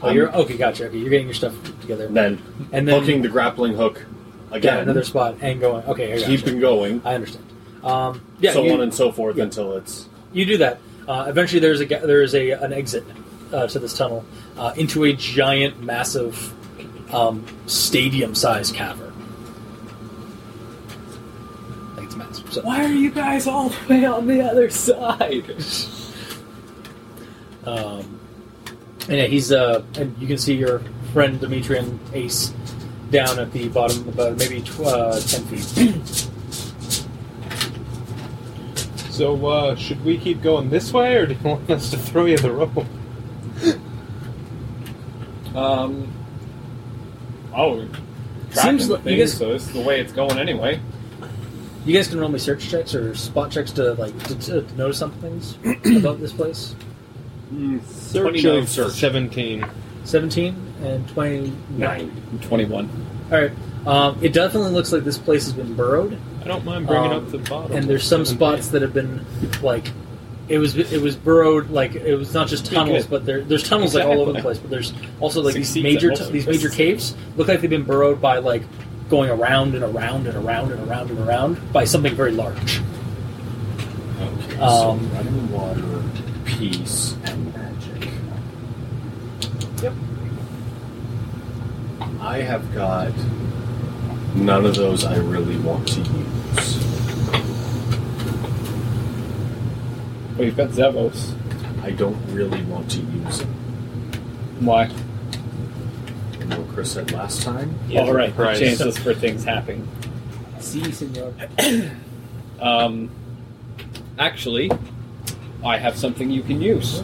Oh, you're okay. Gotcha. Okay, you're getting your stuff together,
then,
and then
hooking the grappling hook
yeah,
again,
another spot and going. Okay, I gotcha.
keeping going,
I understand. Um, yeah,
so
you,
on and so forth
yeah.
until it's
you do that. Uh, eventually, there's a ga- there is a an exit uh, to this tunnel uh, into a giant, massive, um, stadium-sized cavern. I think it's massive. So,
Why are you guys all the way on the other side?
Um, and yeah, he's uh, and you can see your friend Demetrian Ace down at the bottom, about maybe tw- uh, ten feet.
So, uh, should we keep going this way, or do you want us to throw you the rope?
Um. Oh, we're tracking
Seems
the
like you
thing,
guys-
so this is the way it's going anyway.
You guys can roll me search checks or spot checks to like to, to to notice some things about this place.
Search
29
of
search.
seventeen.
Seventeen and twenty nine.
Twenty-one.
All right. Um, it definitely looks like this place has been burrowed,
I don't mind bringing
Um,
up the bottom.
and there's some spots that have been like it was it was burrowed like it was not just tunnels, but there, there's tunnels like all over the place. But there's also like these
Succeeds
major
at all over
these
the place.
major caves look like they've been burrowed by like going around and around and around and around and around by something very large.
okay,
Um,
so running water, peace, and magic.
Yep.
I have got none of those I really want to use.
Well, you've got Zevos.
I don't really want to use them.
Why?
And what Chris said last time,
all right. the
Christ.
Chances for things happening.
See, senor.
Um, actually, I have something you can use.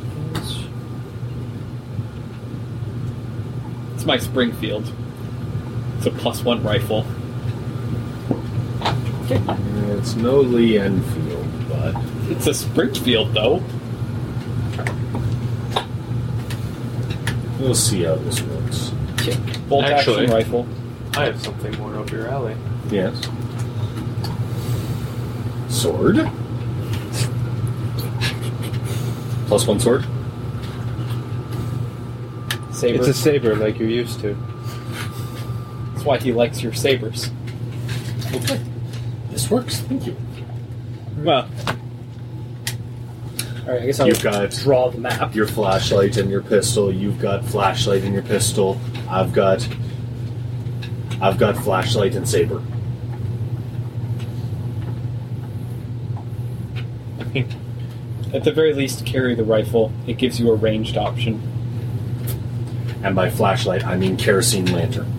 It's my Springfield. It's a plus one rifle.
it's no Lee Enfield, but
It's a Springfield, though.
we'll see how this works.
Bolt
Actually.
action rifle.
I have something more up your alley.
Yes. Sword. Plus one sword.
Saber.
It's a saber, like you're used to.
That's why he likes your sabers.
This works. Thank you.
Well,
All right, I guess I'll
You've got
draw the map.
your flashlight and your pistol. You've got flashlight and your pistol. I've got. I've got flashlight and saber.
at the very least, carry the rifle. It gives you a ranged option.
And by flashlight, I mean kerosene lantern.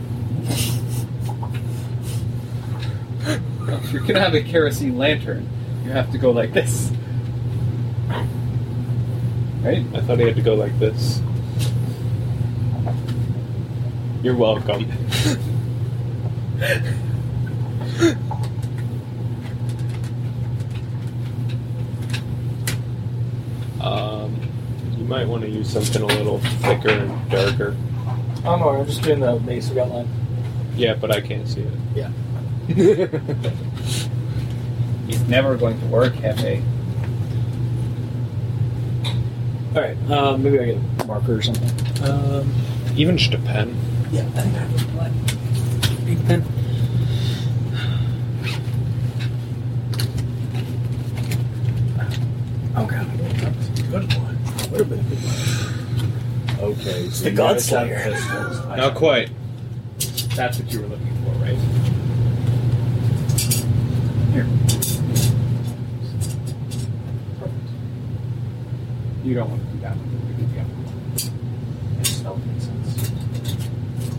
If you're gonna have a kerosene lantern, you have to go like this.
Right? I thought he had to go like this. You're welcome. um, you might want to use something a little thicker and darker.
I'm alright. I'm just doing the basic outline.
Yeah, but I can't see it.
He's never going to work, Hefe.
All right.
uh,
Um, maybe I get a marker or something. Um,
Even just a pen.
Yeah, I think I have a black
big pen.
good one. Would have been a good one.
Okay. It's
the Godslayer.
Not quite.
That's what you were looking for, right? Here. You don't want to do that one. You can do the other one.
Spell makes sense.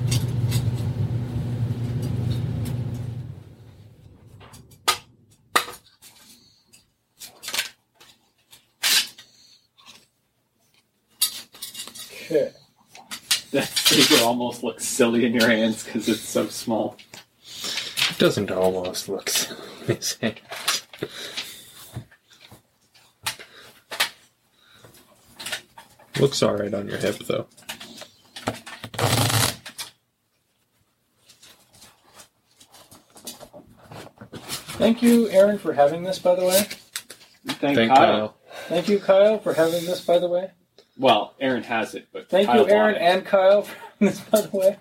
Okay. That figure almost looks silly in your hands because it's so small.
Doesn't almost look silly. is it? Looks alright on your hip, though.
Thank you, Aaron, for having this, by the way.
Thank, Kyle.
Thank Kyle.
Thank you, Kyle, for having this, by the way.
Well, Aaron has it, but
Thank
Kyle
you, Aaron
bought it.
and Kyle, for having this, by the way.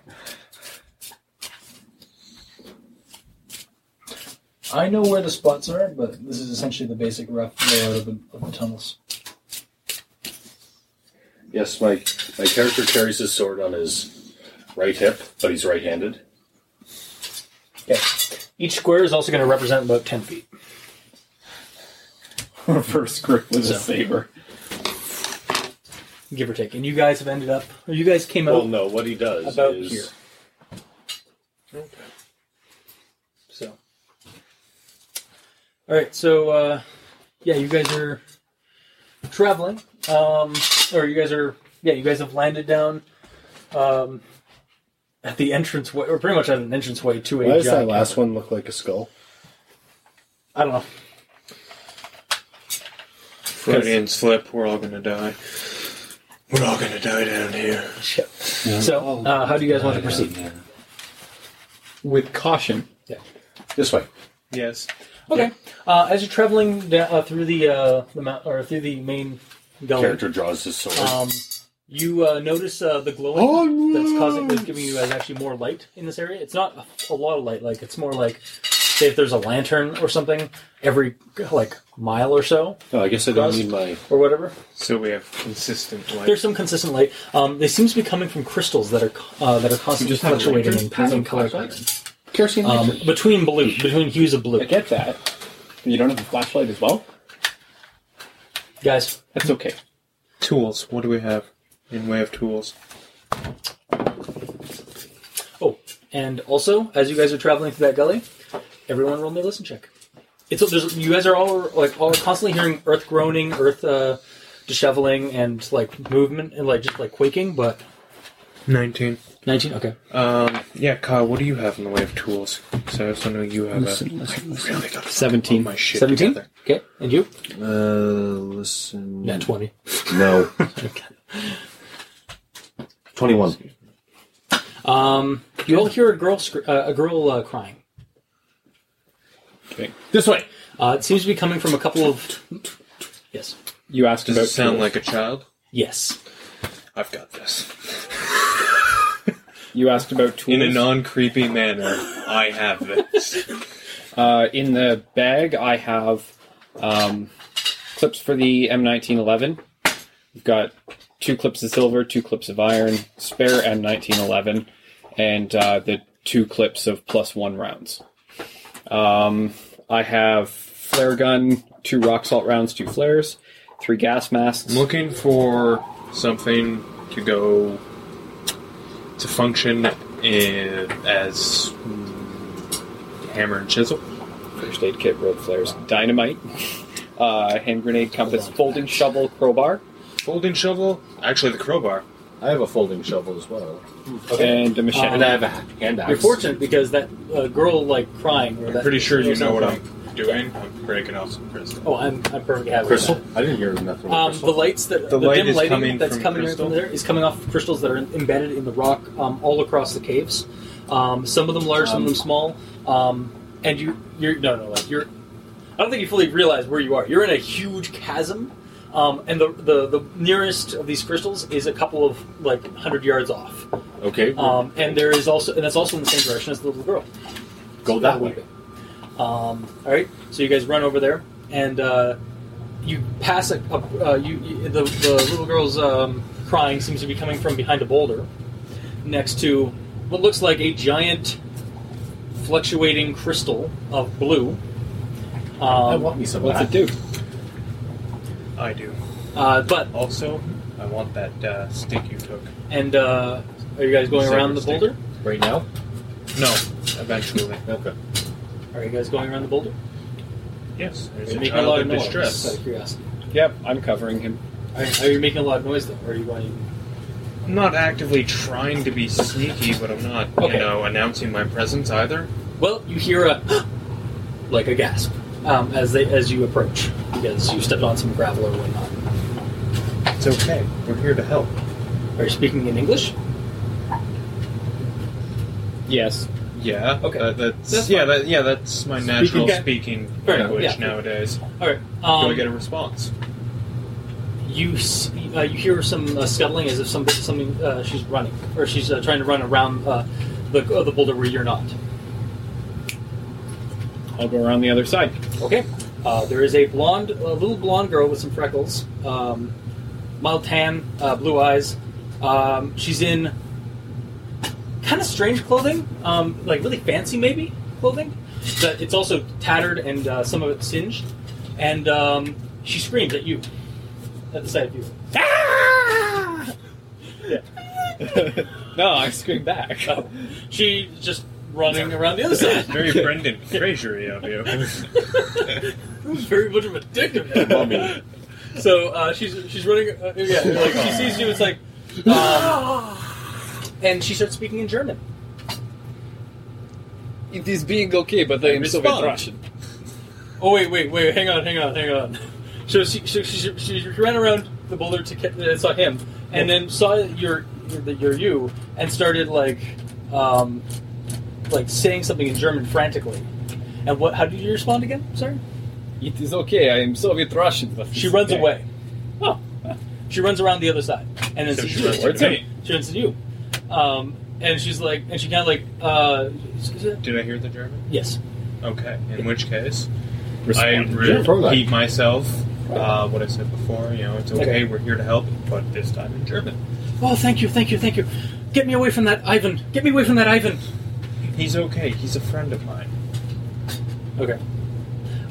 I know where the spots are, but this is essentially the basic rough layout of the, of the tunnels.
Yes, my my character carries his sword on his right hip, but he's right-handed.
Each square is also going to represent about 10 feet.
reverse grip with
So.
a saber.
Give or take. And you guys have ended up, or you guys came
Well,
out
no, what he does
about
is
here. So, all right. So, uh, yeah, you guys are traveling, um, or you guys are yeah, you guys have landed down um, at the entrance way, or pretty much at an entrance way to a.
Why does that
giant
last
cavern.
one look like a skull?
I don't know.
Freudian slip, we're all gonna die. We're all gonna die down here.
So,
Oh.
uh, how do you guys want to proceed?
With caution.
This way.
Yes.
Okay. Uh, as you're traveling da- uh, through the uh, the mount, or through the main
Oh.
gully,
Character draws his sword.
um, you uh, notice uh, the glowing that's causing that's giving you guys actually more light in this area. It's not a lot of light. Like it's more like say if there's a lantern or something every like mile or so
oh, I guess I don't need my.
or whatever.
So we have consistent light.
There's some consistent light. Um, they seems to be coming from crystals that are uh, that are constantly
just have a
fluctuating
lantern?
in, pa- in color pattern.
Kerosene
Um,
lantern.
between blue, between hues of
I
blue,
get that. You don't have a flashlight as well?
guys.
That's okay.
tools. What do we have in way of tools?
Oh, and also, as you guys are traveling through that gully, everyone roll me a listen check. It's there's, you guys are all like all constantly hearing earth groaning, earth uh, disheveling, and like movement and like just like quaking. But
Nineteen.
nineteen, okay.
Um. Yeah, Kyle. What do you have in the way of tools? So I also know you have a. Really got
Seventeen.
my shit
17?
together.
Okay, and you?
Uh, listen.
Nat twenty.
No. Twenty-one.
Um, you all hear a girl scr- uh, a girl uh, crying.
Okay.
This way. Uh, it seems to be coming from a couple of. Yes.
You asked
Does
about
it sound
tools.
like a child?
Yes.
I've got this.
you asked about tools.
In a non-creepy manner, I have this.
uh, in the bag, I have um, clips for the M1911. We've got two clips of silver, two clips of iron, spare M1911, and uh, the two clips of plus one rounds. Um, I have flare gun, two rock salt rounds, two flares, three gas masks.
I'm looking for something to go to function in, as mm, hammer and chisel.
First aid kit, road flares, dynamite, uh, hand grenade, compass, folding shovel, crowbar,
Folding shovel. Actually, the crowbar.
I have a folding shovel as well.
and a machete.
And I have a hand axe.
You're fortunate because that uh, girl like crying. Or
I'm
that-
pretty sure you
or
know what
something.
I'm doing. I'm breaking off some crystal.
Oh, I'm I'm perfectly happy. with
Crystal?
that.
I didn't hear nothing.
Um, the
crystal.
lights that
The
the,
light
dim
is
lighting
coming
that's
from
coming in
crystal?
from there is coming off of crystals that are embedded in the rock um, all across the caves. Um, some of them large, some of them small. Um, and you you're no no like you're. I don't think you fully realize where you are. You're in a huge chasm, um, and the, the the nearest of these crystals is a couple of like hundred yards off.
Okay.
Um, and there is also and that's also in the same direction as the little girl.
go that way.
Um, all right, so you guys run over there, and uh, you pass a, a uh, you, you the, the little girl's um, crying seems to be coming from behind a boulder next to what looks like a giant fluctuating crystal of blue
I
Um,
want me some of
What's
that.
it do?
I do.
uh, but
Also, I want that uh, stick you took.
and uh, are you guys going
Saber
around the
stick.
boulder?
Right now?
No, eventually.
Okay.
Are you guys going around the boulder?
yes. There's
You're
a
making a
child
lot of
in
noise. Out
distress.
of curiosity.
Yep, I'm covering him.
Are, are you making a lot of noise though? Or are you going?
I'm not actively trying to be sneaky, but I'm not,
Okay.
you know, announcing my presence either.
Well, you hear a like a gasp um, as they as you approach because you stepped on some gravel or whatnot.
It's okay. We're here to help.
Are you speaking in English?
Yes.
Yeah.
Okay.
that- that's,
That's
yeah. That, yeah. That's my natural
Okay.
speaking
Fair enough,
language
yeah.
nowadays.
All right.
Do
Um,
I get a response?
you s- uh, you hear some uh, scuttling as if somebody something uh, she's running or she's uh, trying to run around uh, the uh, the boulder where you're not.
I'll go around the other side.
Okay. Uh, there is a blonde, a little blonde girl with some freckles, um, mild tan, uh, blue eyes. Um, she's in kind of strange clothing, um, like really fancy maybe clothing, but it's also tattered and uh, some of it singed. And um, she screams at you, at the sight of you.
no, I scream back.
Oh. She just running around the other side.
Very Brendan Fraser of you.
very much of a dick of him. So uh, she's she's running. Uh, yeah, like she sees you. It's like, um, and she starts speaking in German.
It is being okay, but I am Soviet
respond.
Russian.
Oh wait, wait, wait! Hang on, hang on, hang on. So she she, she, she ran around the boulder to get, uh, saw him, and then saw your your, your you, and started like, um, like saying something in German frantically. And what? How did you respond again? Sorry.
It is okay, I am Soviet Russian. but
She
it's
runs
okay.
away. Oh. She runs around the other side, and then
So
sees
she
you.
runs towards me.
She runs to you, um, and she's like, and she kind of like, uh, excuse me?
Did I hear the German?
yes,
Okay. In which case,
Respond.
I
German.
repeat myself. Uh, what I said before. You know, it's okay. We're here to help, but this time in German.
oh, thank you, thank you, thank you. Get me away from that Ivan. Get me away from that Ivan.
He's okay. He's a friend of mine.
Okay.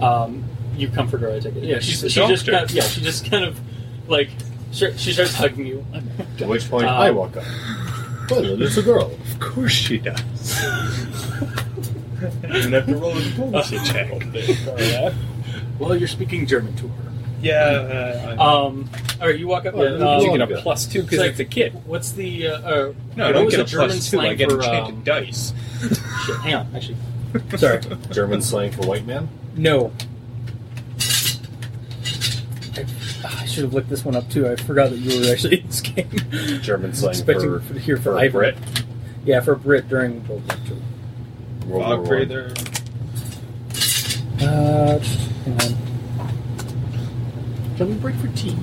Um, you comfort her, I take it. Yeah, she's,
The
she just
doctor.
kind of, yeah, she just kind of like she she starts hugging you.
At which point,
Um,
I walk up. Well, it's a girl.
Of course she does. Even have to roll a diplomacy check.
Well, you're speaking German to her.
Yeah. Uh, I-
Um, all right, you walk up.
Oh,
yeah,
you
um,
can
A plus two because
It's like-
it's a kid.
What's the uh, uh,
no, I
what
don't
was
get a
the German
plus two. I
slang
get
for,
enchanted
um,
dice.
Shit, hang on, actually.
Sorry. German slang for white man?
No. I, ah, I should have looked this one up too. I forgot that you were actually in this game.
German
I was
slang
expecting
for,
f- here for,
for
Ivan.
Brit.
Yeah, for Brit during World War II.
World War
Fog
One.
breather.
Uh, hang on. Shall we break for tea?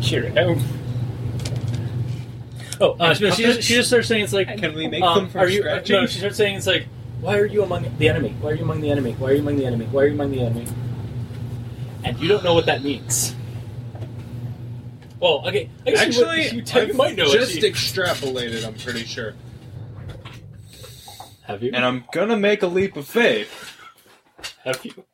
Cheerio.
Oh, uh, she, she, just, she just starts saying it's like.
Can we make
um,
them from
are you?
scratch?
No, she starts saying it's like, why are you among the enemy? Why are you among the enemy? Why are you among the enemy? Why are you among the enemy? And you don't know what that means. Well, okay. I guess you,
Actually,
would- you, tell- you
I've
might know.
just
actually.
extrapolated. I'm pretty sure,
Have you?
and I'm gonna make a leap of faith.
Have you?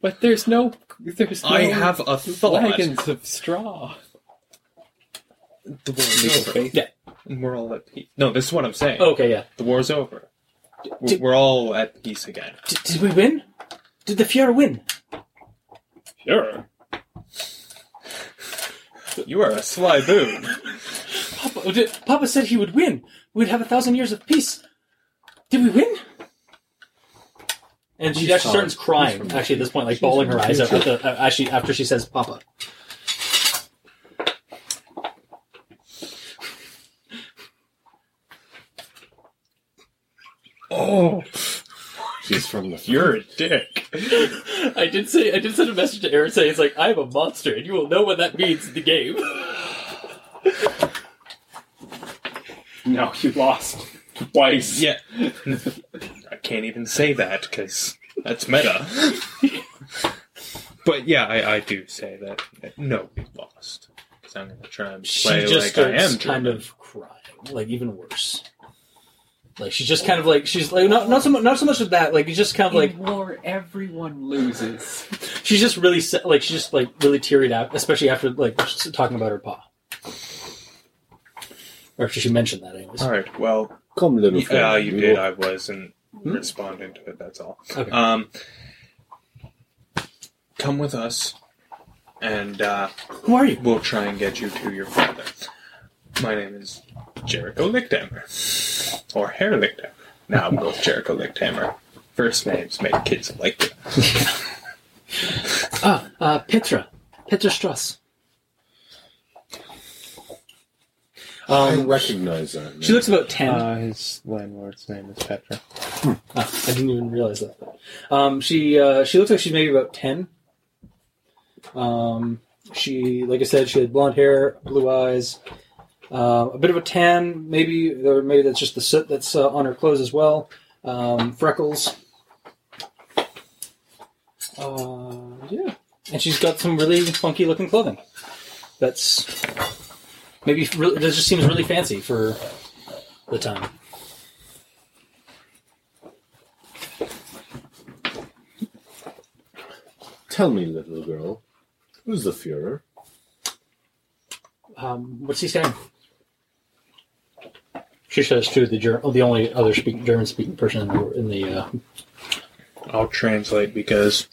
But there's no. There's no
I have a thought.
wagons of straw.
The war is over,
Yeah.
and we're all at peace. No, this is what I'm saying.
Okay. Yeah.
The war's over. We're-
Did-
We're all at peace again.
D- did we win? Did the Fuhrer win?
Sure.
You are a sly boon.
Papa, oh, did- Papa said he would win. We'd have a thousand years of peace. Did we win? And she actually starts crying. Actually, at this point, like bawling her eyes out. at the- uh, Actually, after she says "Papa,"
She's from the future.
You're a dick.
I did say I did send a message to Aaron saying it's like I'm a monster, and you will know what that means in the game.
No, you lost twice.
Yeah. I can't even say that because that's meta. but yeah, I, I do say that, that no, we lost. Because I'm going to try and
She
play
just
like I
starts
am.
kind
German.
of crying, like even worse. Like she's just kind of like she's like not not so much not so much of that. Like it's just kind of like
In war, everyone loses.
she's just really se- like she's just like really teary out, especially after like s- talking about her paw. Or she should mention that anyways.
All right. Well,
Come, little
Yeah,
friend,
you Hmm?
we
did.
will-
I wasn't responding to it. That's all.
Okay.
Um, come with us, and uh,
who are you?
We'll try and get you to your father. My name is Jericho Lichthammer, or Hair Lichthammer. Now I'm both Jericho Lichthammer. First names make kids like it.
Ah, uh, Petra, Petra Strauss.
I recognize that.
She looks about ten.
Uh, his landlord's name is Petra.
Ah, I didn't even realize that. Um, she uh, she looks like she's maybe about ten. Um, she, like I said, she had blonde hair, blue eyes, uh, a bit of a tan, maybe, or maybe that's just the soot that's uh, on her clothes as well. Um, freckles. Uh, yeah, and she's got some really funky looking clothing. That's maybe really, that just seems really fancy for the time.
Tell me, little girl, who's the Fuhrer?
Um, what's he saying? She says to the Ger- oh, the only other speak- German speaking person in the, in the uh,
I'll translate because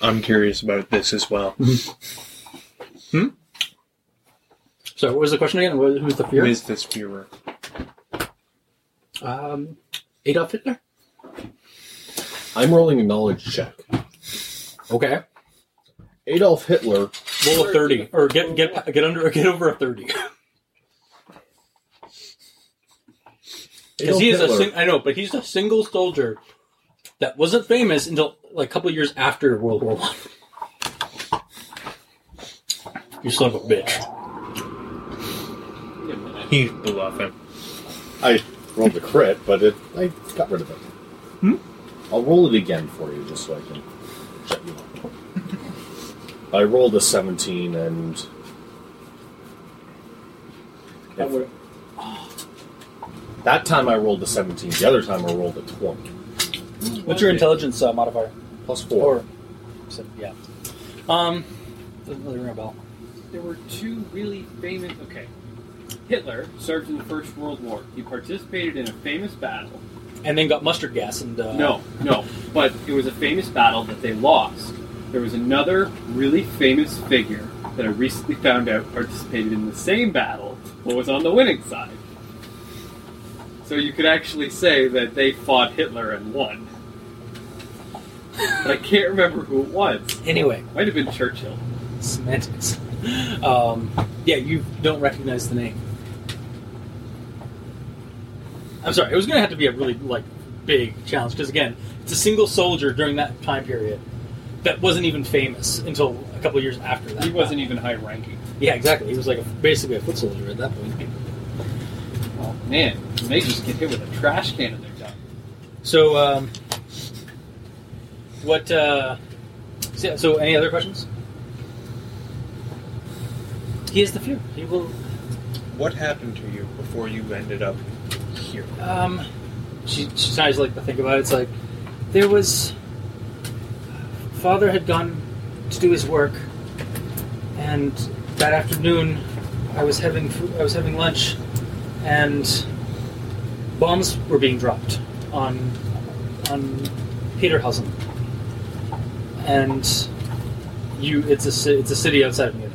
I'm curious about this as well.
so what was the question again? Who- Who's the
Who
fear?
is this viewer?
um, Adolf Hitler.
I'm rolling a knowledge check.
Okay,
Adolf Hitler.
roll a thirty or get get get under get over a thirty. Because
Adolf
he is a
Hitler.
sing- I know, but he's a single soldier that wasn't famous until like a couple of years after World War One. You son of a bitch.
He's bluffing.
I rolled a crit, but it, I got rid of it. Hmm? I'll roll it again for you, just so I can shut you up. I rolled a 17, and
That
that time I rolled a 17. The other time I rolled a 20.
What's your intelligence uh, modifier?
Plus 4.
Or, so, yeah. Um, doesn't really ring a bell.
There were two really famous. Okay. Hitler served in the First World War. He participated in a famous battle.
And then got mustard gas and uh,
No, no. But it was a famous battle that they lost. There was another really famous figure that I recently found out participated in the same battle, but was on the winning side. So you could actually say that they fought Hitler and won. But I can't remember who it was.
Anyway,
Might have been Churchill.
semantics. Um, yeah, you don't recognize the name. I'm sorry. It was going to have to be a really like big challenge because again, it's a single soldier during that time period that wasn't even famous until a couple years after that.
He wasn't even high ranking.
Yeah, exactly. He was like a, basically a foot soldier at that point.
Oh man, they just get hit with a trash can and they're done.
So, um, what? Uh, so, so any other questions? He is the fear. He will.
What happened to you before you ended up here?
Um, she she tries like to think about it. It's like there was. Father had gone to do his work, and that afternoon, I was having fo- I was having lunch, and bombs were being dropped on on Peterhausen, and you it's a ci- it's a city outside of Munich.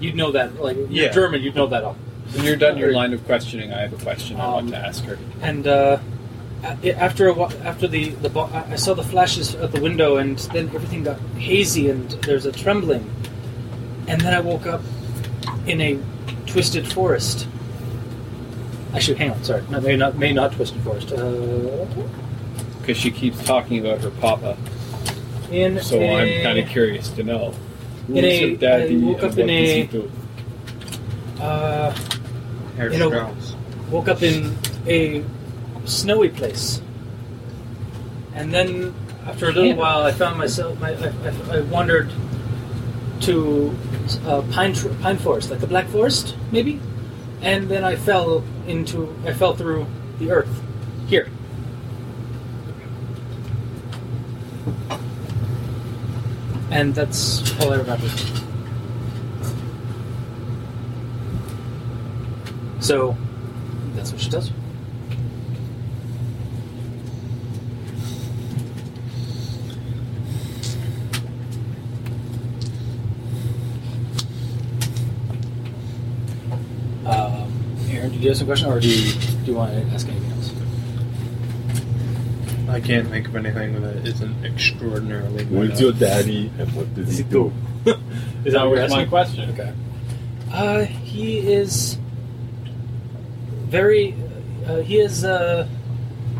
You'd know that, like you're
Yeah.
German, you'd know that all.
When you're done your line of questioning, I have a question I
Um,
want to ask her.
and uh, a- after a while, after the the bo- I I saw the flashes at the window, and then everything got hazy, and there's a trembling, and then I woke up in a twisted forest. Actually, hang on, sorry, no, maybe not, maybe not twisted forest. Uh,
Because she keeps talking about her papa,
in
so
a,
I'm kind of curious to know.
In
Who's
a-
your daddy
I woke
and
up in
what does he
a-
do?
uh,
Hair
You know-
Strauss.
woke up in a snowy place. And then, after a little while, I found myself, my, I, I, I wandered to uh, pine, tr- pine forest, like the Black Forest, maybe? And then I fell into, I fell through the earth. Here. And that's all I remember. So, that's what she does. Um, Aaron, did you have some question, or do you, do you want to ask anything else?
I can't think of anything that isn't extraordinarily.
Where's your daddy and what does he do?
Is that what you're asking?
question.
Okay. Uh, he is very. Uh, he is. Uh,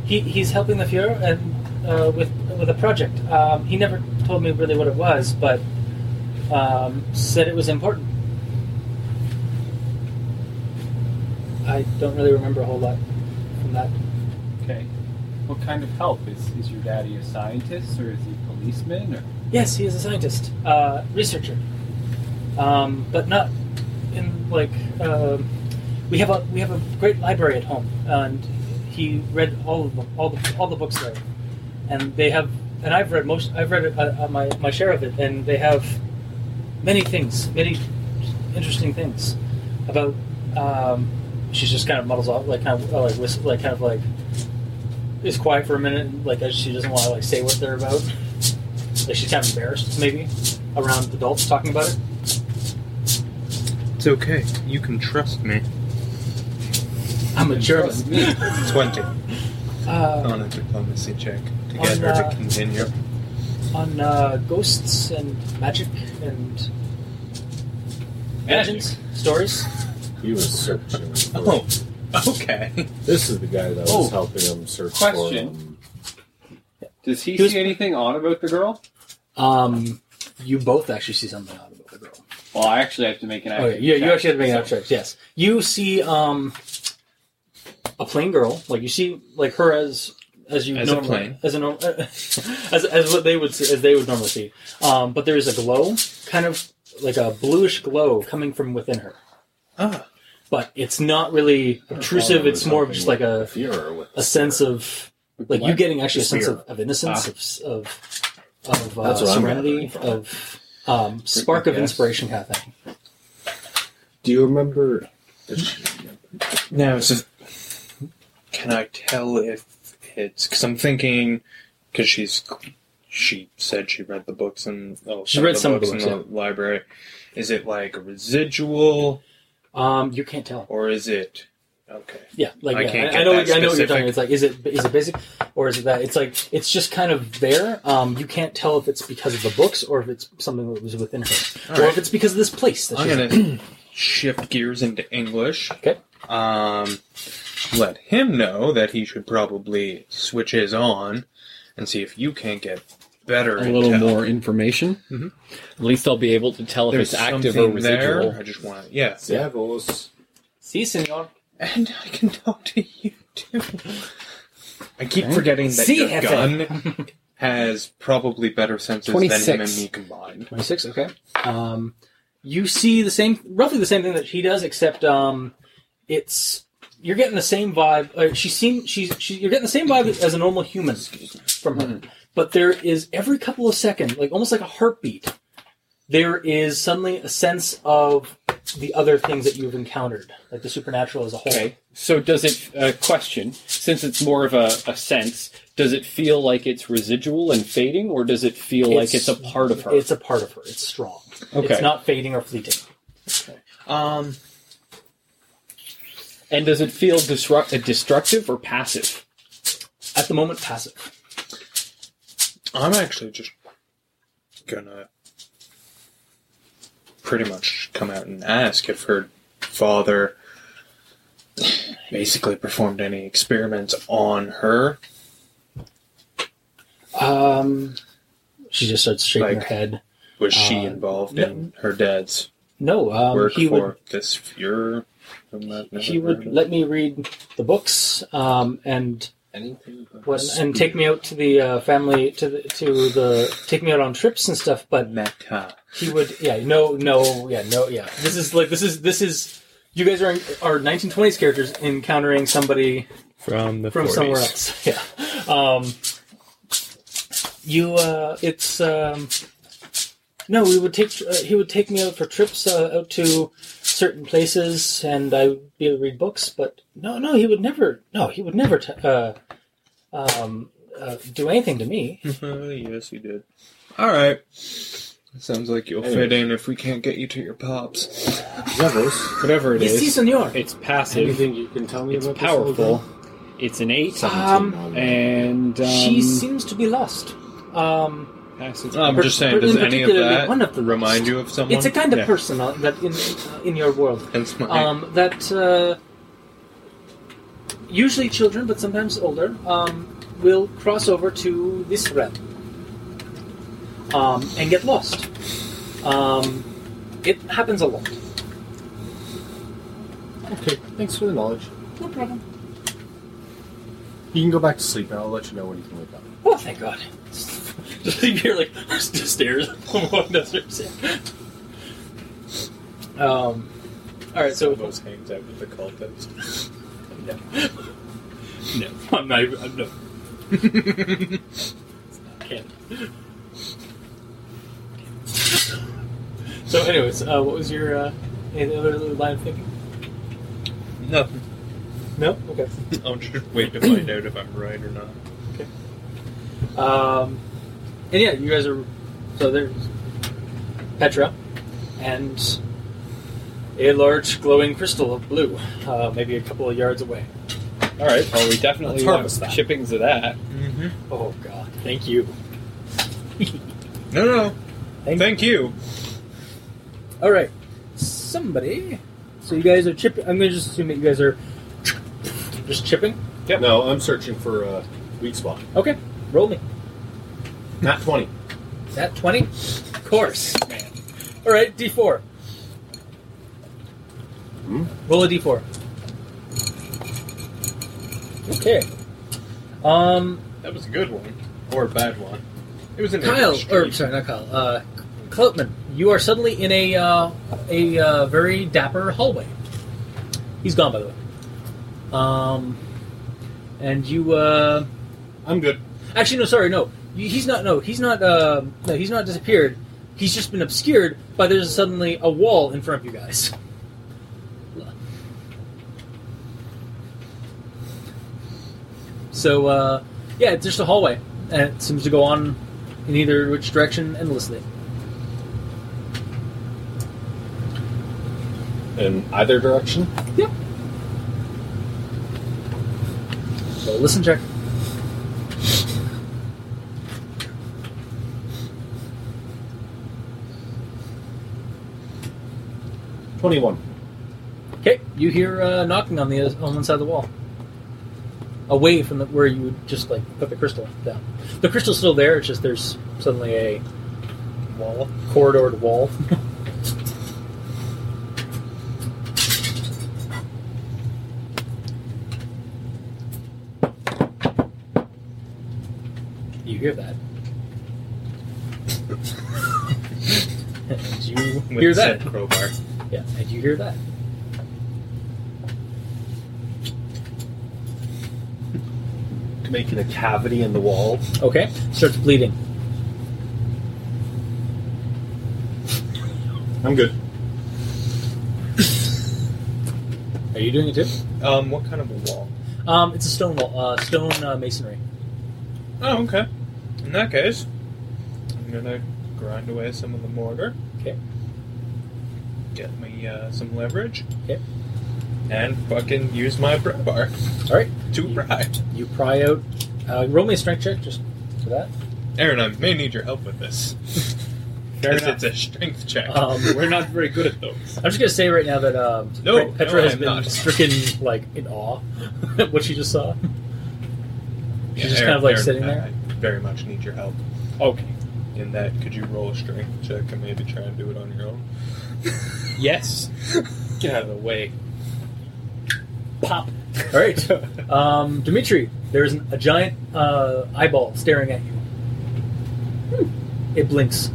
he, he's helping the Fuhrer and uh, with with a project. Um, he never told me really what it was, but um, said it was important. I don't really remember a whole lot from that.
Okay. What kind of help is is your daddy a scientist or is he a policeman or?
Yes, he is a scientist, uh, researcher, um, but not in like um we have a we have a great library at home, and he read all of them, all the all the books there, and they have and I've read most I've read uh, uh, my my share of it, and they have many things, many interesting things about. Um, she's just kind of muddles off, like kind of uh, like whist- like kind of like is quiet for a minute, and, like she doesn't want to like say what they're about. Like she's kind of embarrassed, maybe, around adults talking about it.
It's okay. You can trust me.
I'm a German.
Twenty
Uh,
on a diplomacy check to
On,
get her
uh,
to continue.
on uh, ghosts and magic and legends, stories.
He was searching. For
Oh, okay.
This is the guy that was
Oh.
helping him search
Question.
for him.
Does he,
He was-
see anything odd about the girl?
Um, you both actually see something odd about the girl.
Well, I actually have to make an action.
Okay, yeah, you
check.
actually have to make an
So-
abstract. Yes, you see um, a plain girl. Like you see, like her as as you
As a
normally-
plain.
as a norm, as as what they would see, as they would normally see. Um, but there is a glow, kind of like a bluish glow coming from within her.
Ah.
But it's not really
Oh,
obtrusive. It's more of just like a
Fear with
a sense of like you getting actually a sense of, of innocence of of, of uh,
That's what I'm
serenity
gathering from
of um, spark of
Yes.
inspiration kind of thing.
Do you remember?
Now, it's just, can I tell if it's because I'm thinking because she's she said she read the books and oh,
She read
the
some
books
books,
in the library. Is it like a residual
Um, you can't tell.
or is it okay?
Yeah, like
I
yeah,
can't
I,
get
I know,
that
I know what you're
specific.
talking. about. It's like, is it is it basic or is it that? It's like it's just kind of there. Um, you can't tell if it's because of the books or if it's something that was within her,
All
or
right.
if it's because of this place. That
I'm
she's-
gonna shift gears into English.
Okay.
Um, let him know that he should probably switch his on and see if you can't get better.
A little
intel.
more information.
Mm-hmm.
Mhm.
At least I'll be able to tell if
There's
it's active or
something there.
residual.
I just want yeah.
Davos.
See, senor.
And I can talk to you too. I keep forgetting that
See,
your
Hefe.
gun has probably better senses than him
26.
and me combined.
Twenty six. Okay. Um, you see the same, roughly the same thing that he does, except um, it's you're getting the same vibe. Uh, she seems she's she, you're getting the same vibe as a normal human from her, but there is every couple of seconds, like almost like a heartbeat. There is suddenly a sense of the other things that you've encountered, like the supernatural as a whole.
Okay. So does it? Uh, question. Since it's more of a, a sense, does it feel like it's residual and fading, or does it feel like it's a part of her?
It's a part of her. It's strong.
Okay.
It's not fading or fleeting.
Um,
and does it feel disrupt- uh, destructive or passive?
At the moment, passive.
I'm actually just gonna pretty much come out and ask if her father basically performed any experiments on her.
Um, she just starts shaking
Like-
her head.
Was she
Uh,
involved
no.
in her dad's
No, um,
work
he
for
would
this Fuhrer? I'm not-
he would let me read the books um, and
Anything? but-
what, and take me out to the uh, family to the, to the take me out on trips and stuff. But
Mecca.
he would yeah no no yeah no yeah this is like this is this is you guys are are 1920s characters encountering somebody
From the
from
40s.
somewhere else. Yeah. Um,
You, uh, it's, um, no, we would take, uh, he would take me out for trips uh, out to certain places and I would be able to read books, but no, no, he would never, no, he would never, t- uh, um, uh, do anything to me.
yes, you did. All right. Sounds like you'll
Anyway.
fit in if we can't get you to your pops.
Levels.
Whatever it is.
senor.
It's passive.
Anything you can tell me
it's
about this little
powerful.
girl?
It's an eight.
Um,
and um,
she seems to be lost. Um,
passive.
I'm
per-
just saying,
per-
does
in
any of
particularly
that
one of them
remind you of someone?
It's a kind of
Yeah.
person uh, that in uh, in your world
Hence my-
um, that uh, usually children, but sometimes older, um, will cross over to this realm um, and get lost. Um, it happens a lot.
Okay, thanks for the knowledge.
No problem.
You can go back to sleep, and I'll let you know when you can wake up.
Oh, thank God.
just leave here like just stairs.
Um, all right, so
Most hangs out with the cultists.
no, I'm not even. I'm not. Can't.
so, anyways, uh, what was your uh, any other little line of thinking?
Nothing.
No. Okay.
I'll just wait to find out if I'm right or not.
Um, and yeah, you guys are so there's Petra and a large glowing crystal of blue, uh, maybe a couple of yards away.
All right. Well, we definitely
Let's
want
harvest that.
chippings of that.
Mm-hmm.
Oh God! Thank you.
No, no. Thank, you.
All right.
Somebody. So you guys are chipping. I'm gonna just assume that you guys are just chipping.
No, I'm searching for a weak spot.
Okay, roll me.
Not 20.
That twenty. Of course. All right, D4.
Hmm?
Roll a D4. Okay. Um,
That was a good one. Or a bad one. It was an
Kyle,
average
or
streak.
sorry, not Kyle. Uh, Cloutman, you are suddenly in a uh, a uh, very dapper hallway. He's gone, by the way. Um, and you. Uh,
I'm good.
Actually, no, sorry, no. You- He's not. No, he's not. Um, no, he's not disappeared. He's just been obscured by there's suddenly a wall in front of you guys. So uh, yeah, it's just a hallway, and it seems to go on in either which direction endlessly.
In either direction?
Yep. So listen, check.
Twenty-one.
Okay, you hear uh, knocking on the on one side of the wall, away from the, where you would just like put the crystal down. The crystal's still there. It's just there's suddenly a wall, corridor to wall. you hear that? and you
With
hear
the
that?
same crowbar.
Yeah, and you hear that.
Making a cavity in the wall.
Okay, starts bleeding.
I'm good.
Are you doing it too?
Um, what kind of a wall?
Um, it's a stone wall, uh, stone uh, masonry.
Oh, okay. In that case, I'm gonna grind away some of the mortar.
Okay.
Get me uh, some leverage.
Okay.
And fucking use my crowbar
All right,
to pry.
you pry out. Uh, roll me a strength check just for that.
Aaron, I may need your help with this.
Fair
Because
enough.
it's a strength check.
Um,
We're not very good at those.
I'm just gonna say right now that um,
No,
Pet- Petra
no,
has
I'm
been
not.
stricken like in awe at what she just saw. She's
Yeah,
just
Aaron-
kind of like
Aaron,
sitting
I-
there.
I very much need your help
Okay.
in that. Could you roll a strength check and maybe try and do it on your own?
Yes. Get out of the way.
Pop. All right, um, Dimitri, there's an, a giant uh, eyeball staring at you. It blinks.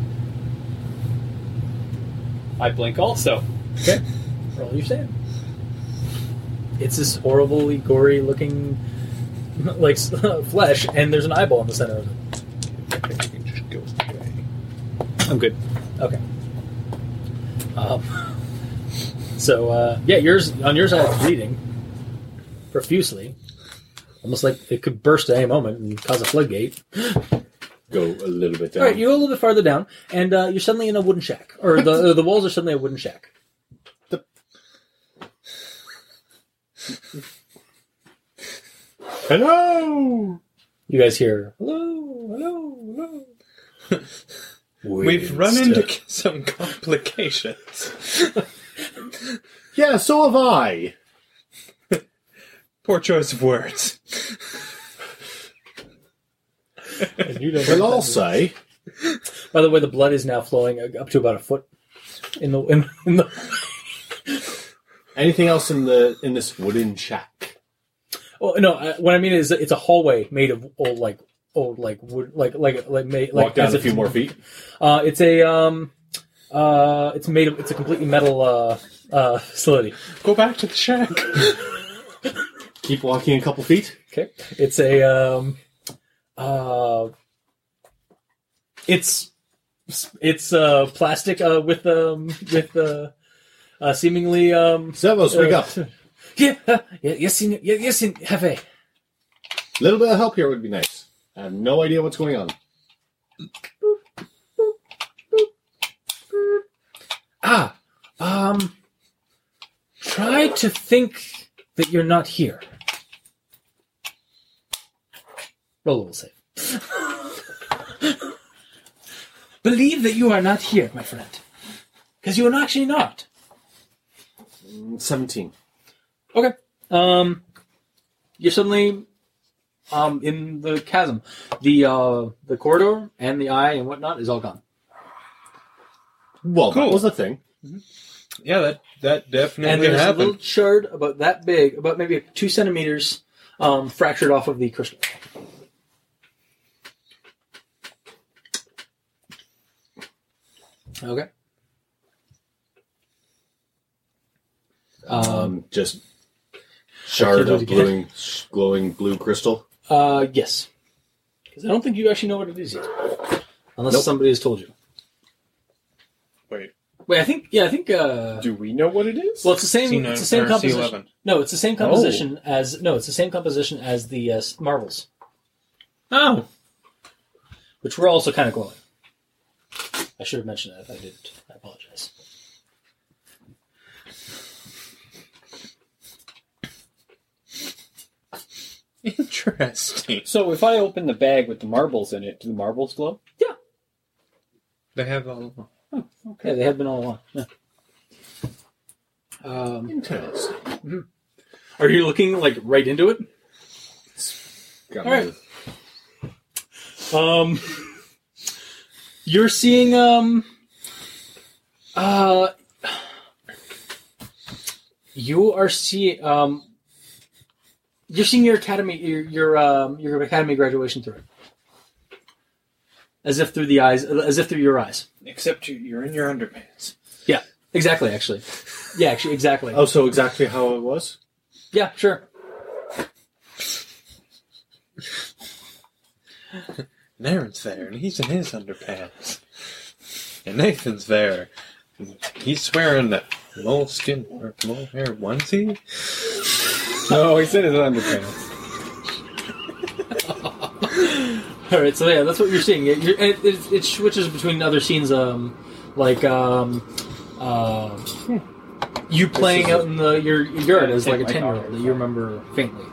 I blink also.
Roll your stand. it's this horribly gory looking like flesh, and there's an eyeball in the center of it. I'm good. Okay. Um, so uh, yeah, yours on yours I was bleeding profusely, almost like it could burst at any moment and cause a floodgate.
Go a little bit down.
All right, you go a little bit farther down, and uh, you're suddenly in a wooden shack, or the the walls are suddenly a wooden shack.
Hello!
You guys hear
Hello, hello, hello.
Wait
We've
a
run
sec.
into c- some complications.
Yeah, so have I.
Poor choice of words.
Well, I'll say.
By the way, the blood is now flowing up to about a foot in the in, in the
Anything else in the in this wooden shack?
Well, oh, no, I, what I mean is it's a hallway made of old like old like wood like like like made like
Walk down
as
a
if-
few more feet.
Uh, it's a um uh it's made of it's a completely metal uh uh facility.
Go back to the shack.
Keep walking a couple feet.
Okay. It's a um uh it's it's uh plastic uh with um with uh, uh seemingly um
Zevos, wake
uh,
up.
Yeah, uh, yeah, yes, sen- yeah, yes, sen- have a
A little bit of help here would be nice. I have no idea what's going on.
Ah, um, try to think that you're not here. Roll will save.
Believe that you are not here, my friend. Because you are not actually not.
Seventeen.
Okay. Um, you're suddenly um in the chasm, the uh the corridor and the eye and whatnot is all gone.
Well,
Cool.
that was the thing.
Mm-hmm. Yeah, that, that
and
definitely
there's a
happened.
little shard about that big, about maybe two centimeters, um, fractured off of the crystal. Okay. Um,
Um, just shard
do it
of
again.
glowing, glowing blue crystal.
uh, yes. Because I don't think you actually know what it is yet, unless
Nope.
somebody has told you.
Wait,
Wait, I think yeah, I think. Uh,
do we know what it is?
well, it's the same.
C9
it's the same
or
composition.
C11.
No, it's the same composition as no, it's the same composition as the uh, marbles,
Oh.
which were also kind of glowing. I should have mentioned that if I didn't. I apologize.
Interesting.
So if I open the bag with the marbles in it, do the marbles glow?
They have all.
Yeah, they have been all along. Yeah. Um,
Interesting.
are you looking like right into it?
Got
All right.
me.
Um, you're seeing um, uh, you are seeing um, you're seeing your academy your your um your academy graduation through it, as if through the eyes, as if through your eyes.
Except you, you're in your underpants.
Yeah, exactly. Actually, yeah, actually, exactly.
Oh, so exactly how it was.
Yeah, sure.
And Aaron's there, and he's in his underpants. And Nathan's there. and He's wearing a moleskin or mohair onesie.
No, he's in his underpants.
All right, so yeah, that's what you're seeing. It, you're, it, it, it switches between other scenes, um, like um, uh, you playing out in the your your yard as like a ten year old that you remember faintly.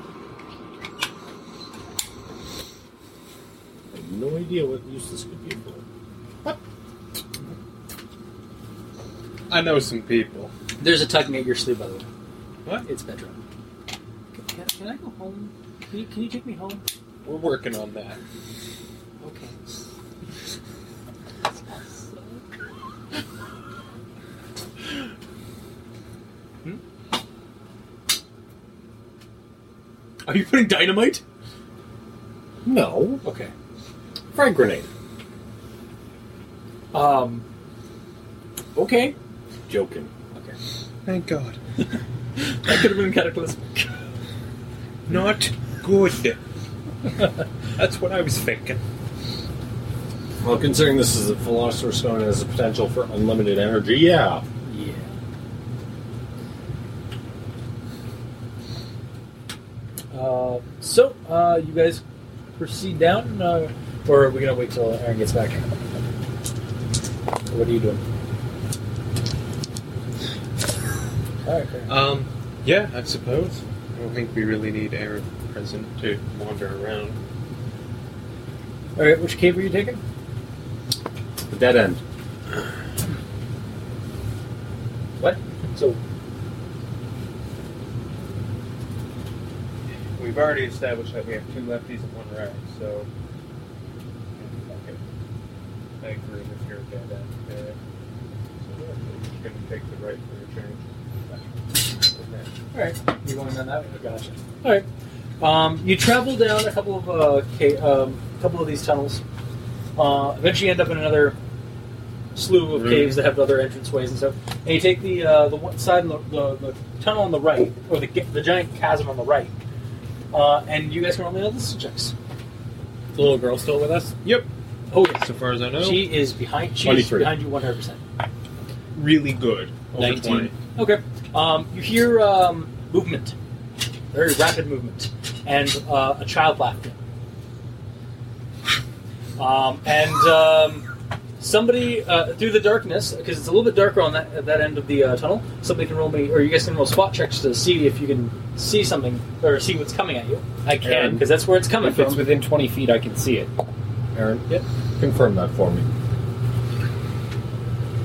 I have no idea what use this could be for.
I know some people.
There's a tugging at your sleeve, by the way.
What?
It's bedroom. Can, can I go home? Can you, can you take me home?
We're working on that.
Okay.
Are you putting dynamite?
No,
Okay.
frag grenade.
Um. Okay.
Joking.
Thank God.
That could have been cataclysmic.
Not good. That's what I was thinking.
Well, considering this is a Philosopher's Stone and has a potential for unlimited energy, yeah.
Yeah.
Uh, so, uh, you guys proceed down, uh, or are we going to wait till Aaron gets back? What are you doing? All right, fair enough.
Um, yeah, I suppose. I don't think we really need Aaron present to wander around.
All right, which cave are you taking?
The dead end.
What? So,
We've already established that we have two lefties and one right, so. I agree with your dad. uh, So we're going to take the right for a change. Okay.
all right, you're going down that way. Gotcha. All right. Um, you travel down a couple of uh, ca- um, couple of these tunnels. Uh, eventually, you end up in another slew of
Mm.
caves that have other entranceways and stuff. And you take the uh, the one side, the, the, the tunnel on the right, or the ga- the giant chasm on the right, uh, and you guys can roll me listen checks.
The little girl still with us?
Yep.
Oh yes,
So far as I know,
she is behind. She is
23.
behind you one hundred percent.
really good. Over
19.
20.
Okay. Um, you hear um, movement, very rapid movement, and uh, a child laughter. Um, and um, somebody uh, through the darkness, because it's a little bit darker on that at that end of the uh, tunnel. Somebody can roll me, or you guys can roll spot checks to see if you can see something or see what's coming at you.
I can.
Because that's where it's coming
if it's
from.
within 20 feet, I can see it.
Aaron,
Yep.
confirm that for me.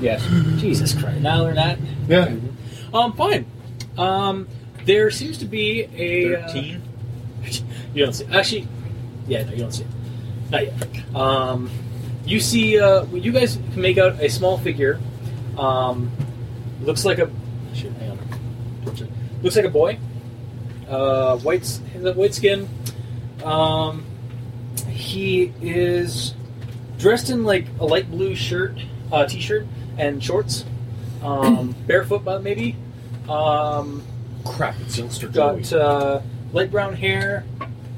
Yes.
Jesus Christ! Now they're not.
Yeah.
Um, fine. Um, there seems to be a uh, You don't see. Actually, yeah, no, you don't see it. Not yet. Um, you see, uh, well, you guys can make out a small figure. Um, looks like a. Shit, hang on. Shit. Looks like a boy. Uh, white, s- white skin. Um, he is dressed in like a light blue shirt, uh, t-shirt, and shorts. Um, barefoot, but maybe. Um,
Crap, it's youngster Joey.
got uh, light brown hair,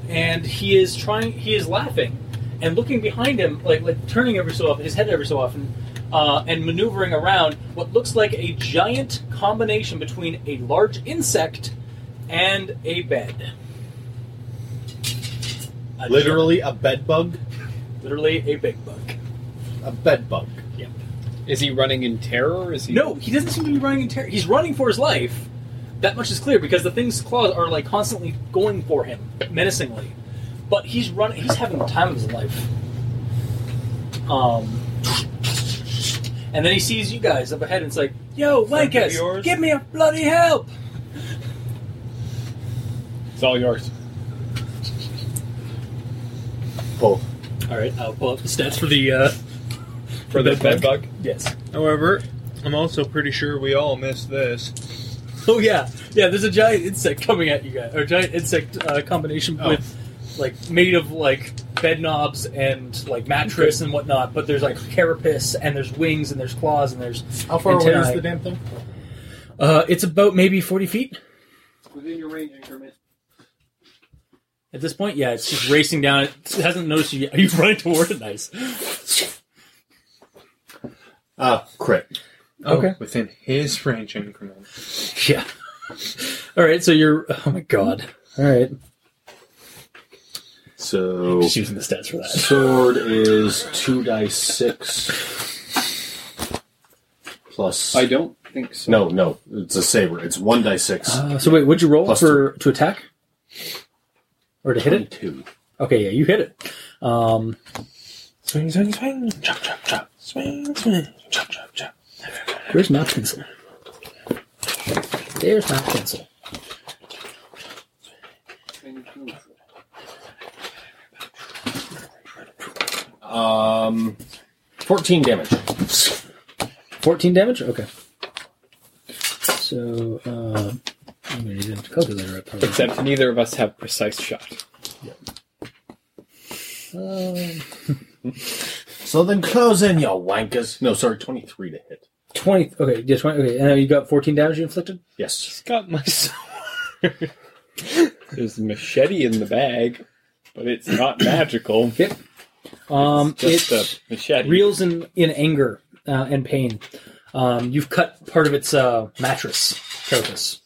and he is trying. He is laughing and looking behind him, like like turning every so often, his head every so often, uh, and maneuvering around what looks like a giant combination between a large insect and a bed. A
Literally a bed bug?
gi- literally a big bug.
A bed bug.
Is he running in terror? Is he?
No, he doesn't seem to be running in terror. He's running for his life. That much is clear because the thing's claws are like constantly going for him, menacingly. But he's running. He's having the time of his life. Um, and then he sees you guys up ahead, and it's like, "Yo,
Friend of
Wankus,
yours?
give me a bloody help!"
It's all yours.
Both.
All right, I'll pull up the stats for the uh,
For the bed bug.
yes.
However, I'm also pretty sure we all missed this.
Oh yeah, yeah. There's a giant insect coming at you guys, or a giant insect uh, combination
Oh.
with like made of like bed knobs and like mattress and whatnot. But there's like carapace and there's wings and there's claws and there's
How far away
antennae.
is the damn thing?
Uh, it's about maybe forty feet
Within your range increment.
at this point. Yeah, it's just racing down. It hasn't noticed you. yet. You've run toward it. Nice.
Ah, crit.
Okay.
Oh, Within his range increment.
Yeah. All right. So you're. Oh my god. All right.
So
Just using the stats for that.
sword is two dice six plus.
I don't think so.
no, no, it's a saber. It's one dice six.
Uh, so wait, what'd you roll
Plus
for to attack or to hit it?
Two.
Okay, yeah, you hit it. Um,
Swing, swing, swing. Chop, chop, chop. Swing, swing. Chop, chop, chop.
Where's my pencil? There's my pencil.
Um, fourteen damage.
14 damage? Okay. So, uh, I'm going to need a calculator. I probably.
Except neither of us have precise shot.
Um,
So then close in, you wankers. No, sorry, twenty-three to hit.
Twenty. Okay, yeah, twenty. Okay, and you got fourteen damage you inflicted.
Yes.
got my sword. There's a machete in the bag, but it's not magical.
Yep. Um,
Just
it
a machete.
reels in in anger uh, and pain. Um, you've cut part of its uh, mattress, carapace.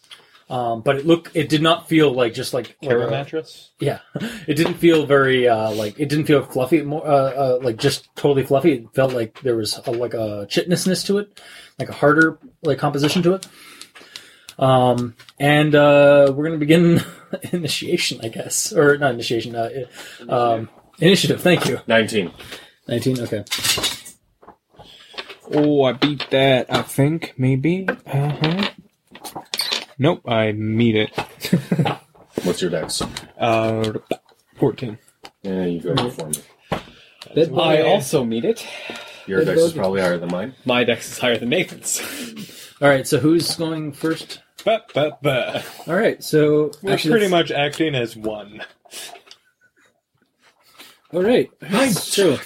Um, but it look it did not feel like just like like
Terra
a-
mattress.
Yeah, it didn't feel very uh, like it didn't feel fluffy. More uh, uh, like just totally fluffy. It felt like there was a, like a chitnessness to it, like a harder like composition to it. Um, and uh, we're gonna begin initiation, I guess, or not initiation. Uh, i- um, initiative. Thank you.
19.
Nineteen. Okay.
Oh, I beat that, I think, maybe. Uh
Uh-huh.
huh. Nope, I meet it.
What's your dex?
uh, 14.
Yeah, you go before me.
That
I also meet it.
Your dex is probably higher than mine.
My dex is higher than Nathan's.
All right. So who's going first?
But, but, but.
All right. So
We're
actually,
pretty
that's-
much acting as one.
All right. Nice. So, um,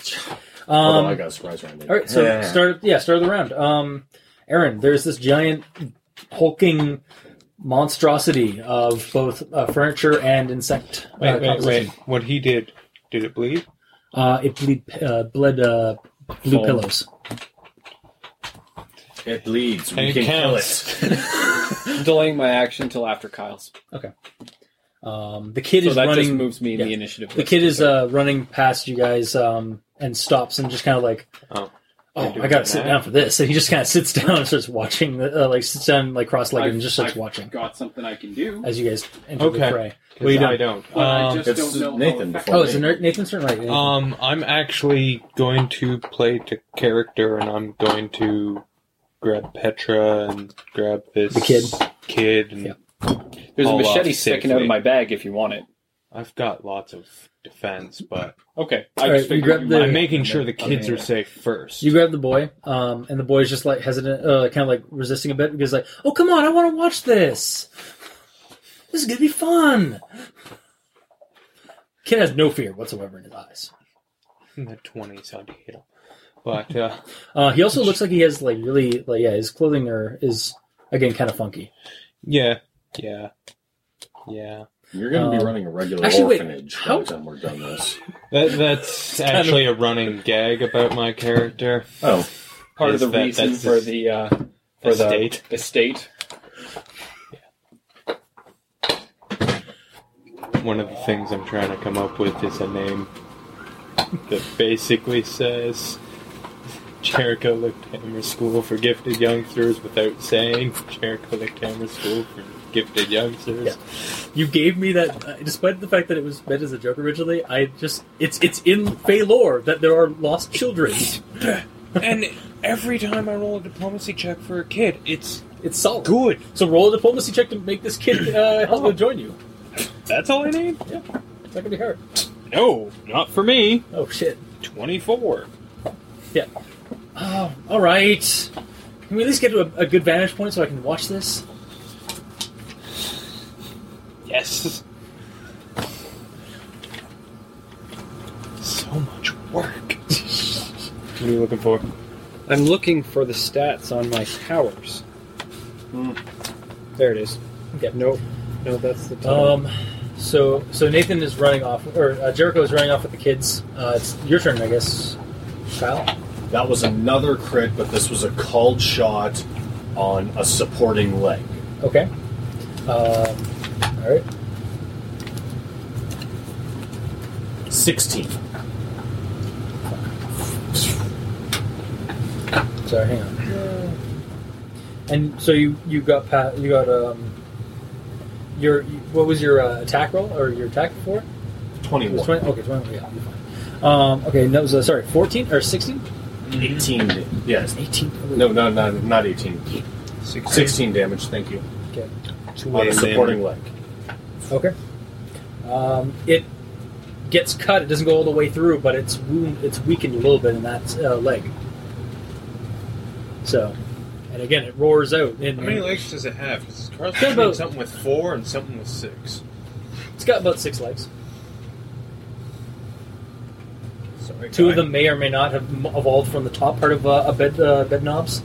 Although Oh, I got a surprise round. later.
All right, so
Yeah.
start. Yeah, start of the round. Um, Aaron, there's this giant hulking monstrosity of both uh, furniture and insect.
Wait,
uh,
wait, wait.
composition.
What he did, did it bleed?
Uh, it bleed, uh, bled uh, blue
Foam.
pillows.
It bleeds. We
It
can
counts.
kill it.
Delaying my action till after Kyle's.
Um, the kid
so
is
that
running.
just moves me in
yeah.
the initiative.
the
list.
kid is uh, running past you guys um, and stops and just kind of like,
Oh.
"Oh,
You're
I gotta
doing
sit
that?
down for this." And he just kind of sits down and starts watching. The, uh, like sits down like cross-legged and
I've-
just starts
I've
watching
Got something I can do.
as you guys enter the
Okay.
fray.
'Cause
What are you doing?
I don't.
Well, I
Um,
just
It's
don't know how
Nathan
effective-
before
Oh,
me.
it's a Ner- Nathan's turn, right? Nathan.
Um, I'm actually going to play to character, and I'm going to grab Petra and grab this
The kid.
kid, and
Yeah.
There's a
All off
machete sticking out
safely.
of my bag if you want it.
I've got lots of defense, but
Okay.
All
I
right,
just
you
figured
grab
you
the-
might-
I'm making sure the kids are safe first.
Oh, You grab the boy, um, and the boy's just like hesitant, uh, kind of like resisting a bit because, like, oh come on, I want to watch this. This is gonna be fun. Kid has no fear whatsoever in his eyes.
in the twenties on hit, but uh,
Uh, he also looks like he has like really like yeah, his clothing are is again kind of funky.
yeah, yeah, yeah.
You're going to be
Um,
running a regular
actually, wait,
orphanage
how-
by the time we're done this.
That, that's
kind of-
actually a running gag about my character.
Oh,
part of
Is
the
that-
reason
that's
for
his
the uh, for
estate?
the estate.
One of the things I'm trying to come up with is a name that basically says Jericho Lift Hammer School for Gifted Youngsters without saying Jericho Lift Hammer School for Gifted Youngsters.
Yeah. You gave me that, uh, despite the fact that it was meant as a joke originally. I just it's it's in Fey lore that there are lost children.
And every time I roll a diplomacy check for a kid, it's
It's solid.
good.
So roll a diplomacy check to make this kid uh, help join you.
That's all I need?
It's not gonna be hard.
No, not for me.
Oh shit.
24.
Oh, all right. Can we at least get to a, a good vantage point so I can watch this?
Yes. So much work.
What are you looking for?
I'm looking for the stats on my towers. There it is.
Okay.
Nope. No, that's the tower.
Um, so so Nathan is running off, or uh, Jericho is running off with the kids. Uh, it's your turn, I guess. Kyle.
that was another crit, but this was a called shot on a supporting leg.
Okay. Um, all right.
16.
Sorry, hang on. And so you you got pat you got um your what was your uh, attack roll or your attack for? It was
21.
20, okay, twenty. Yeah, you're fine. Um, okay, no, so, sorry, fourteen or sixteen?
18. da- Yes.
Eighteen.
No, no, not, not 18. 16. damage, thank you.
Okay.
On a supporting leg.
Okay. Um, it gets cut. It doesn't go all the way through, but it's wound. It's weakened a little bit in that uh, leg. So, and again, it roars out. And,
How many legs does it have? 'Cause it's crossed
Got
between
about-
something with four and something with six.
It's got about six legs.
Sorry,
Two of
guy.
them may or may not have m- evolved from the top part of uh, a bed uh, bed knobs.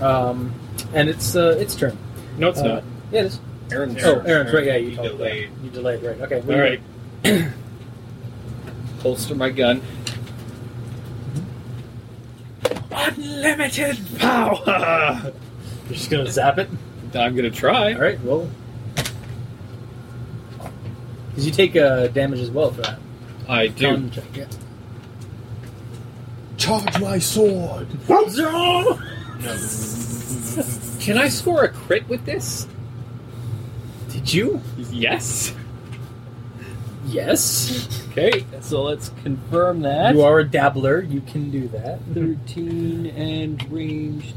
Um, and it's uh, its turn.
No, it's
Uh,
not.
Yeah, it is.
Aaron's-
oh, Aaron's right. Yeah, you,
You
told- yeah,
delayed.
you delayed. Right. Okay.
All right. Holster my gun.
Unlimited power. You're just gonna zap it.
I'm gonna try.
All right. Roll. Because you take uh, damage as well for that.
I do.
Con check, yeah.
Charge my sword!
Can I score a crit with this?
Did you?
Yes.
Yes.
Okay.
So let's confirm that. You are a dabbler. You can do that. 13 and ranged.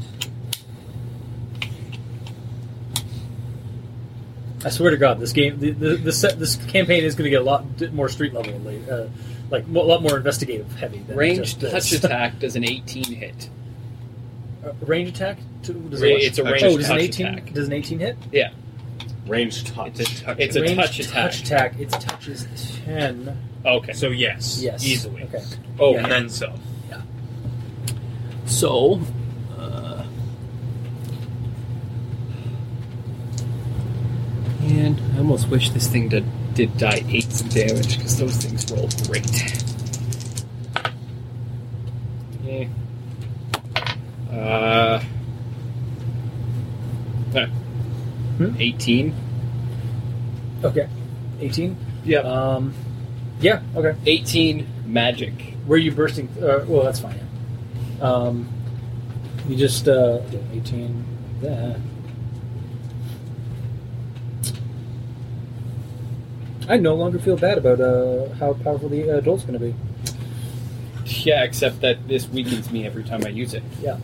I swear to God, this game, the, the, the set, this campaign is going to get a lot d- more street level, late, uh, like mo- a lot more investigative heavy. Than
Range
just this.
touch attack does an 18 hit.
Uh, range attack. To, does
Ra-
it-
it's a
oh,
ranged
does an
touch
18,
attack.
Does an 18 hit?
Yeah.
Range touch.
It's a touch, it's a
Range
touch attack.
Touch attack. Its touch is 10.
Okay.
So yes,
Yes.
easily.
Okay.
Oh,
Yeah.
and then self.
So, uh,
and I almost wish this thing did, did die 8 some damage because those things roll great. Yeah. Uh, uh, 18.
Okay. 18?
Yeah.
Um, yeah, okay.
18 magic.
Where are you bursting? Uh, well, that's fine. Yeah. Um, you just uh, 18. That. I no longer feel bad about uh, how powerful the uh, adult's going to be.
Yeah, except that this weakens me every time I use it.
Yeah.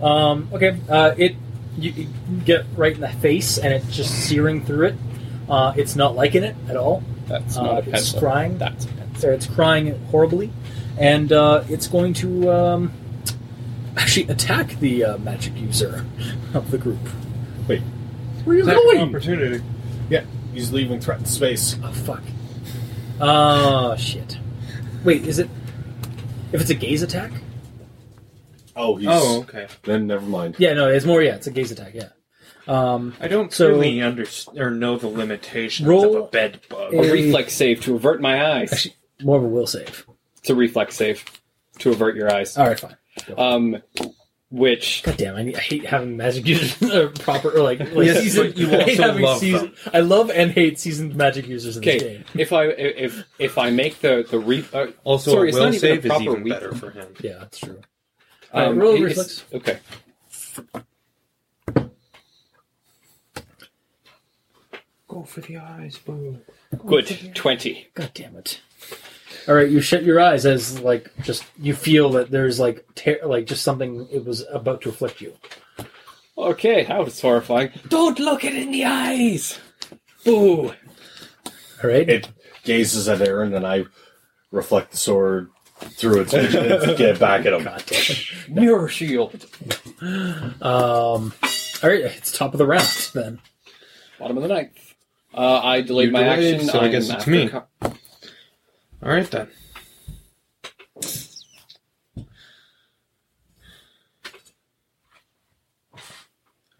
Um, okay. Uh, it you, you get right in the face, and it's just searing through it. Uh, it's not liking it at all.
That's
Uh,
not a
it's
pencil.
crying.
That's
So it's crying horribly, and uh, it's going to um, actually attack the uh, magic user of the group.
Wait.
Where are you
Attack of
going?
Opportunity. Yeah, he's leaving threatened space.
Oh fuck. Oh shit. Wait, is it? If it's a gaze attack?
Oh, he's.
Oh,
okay. Then never mind.
Yeah, no, it's more. Yeah, it's a gaze attack. Yeah. Um,
I don't
so
really understand or know the limitations of
Roll
a bed bug.
A reflex save to avert my eyes.
more of a will save.
It's a reflex save to avert your eyes.
All right, fine.
Um, which
God damn, I, need- I hate having magic users uh, proper or like, like
Yes,
seasoned.
but you
I hate
also
having
love
seasoned- I love and hate seasoned magic users in this
okay,
game.
if I if if I make the the re uh,
Also, a
sorry, it's
will
not even
save is
a proper
even
re-
better for him.
Yeah, that's true.
Um,
Uh, roll
it-
reflex.
it's- Okay.
Go for the eyes, boo.
Oh,
Good. Twenty.
God damn it. All right, you shut your eyes as like just you feel that there's like ter- like just something it was about to afflict you.
Okay, that was horrifying. Don't look it in the eyes. Boo.
All right.
It gazes at Aaron, and I reflect the sword through its vision and get back at him.
Mirror shield.
Um, all right, it's top of the round then.
Bottom of the ninth. Uh, I delayed
You
my
delayed,
action.
so I
I'm
guess it's
after
me.
co-
All right then.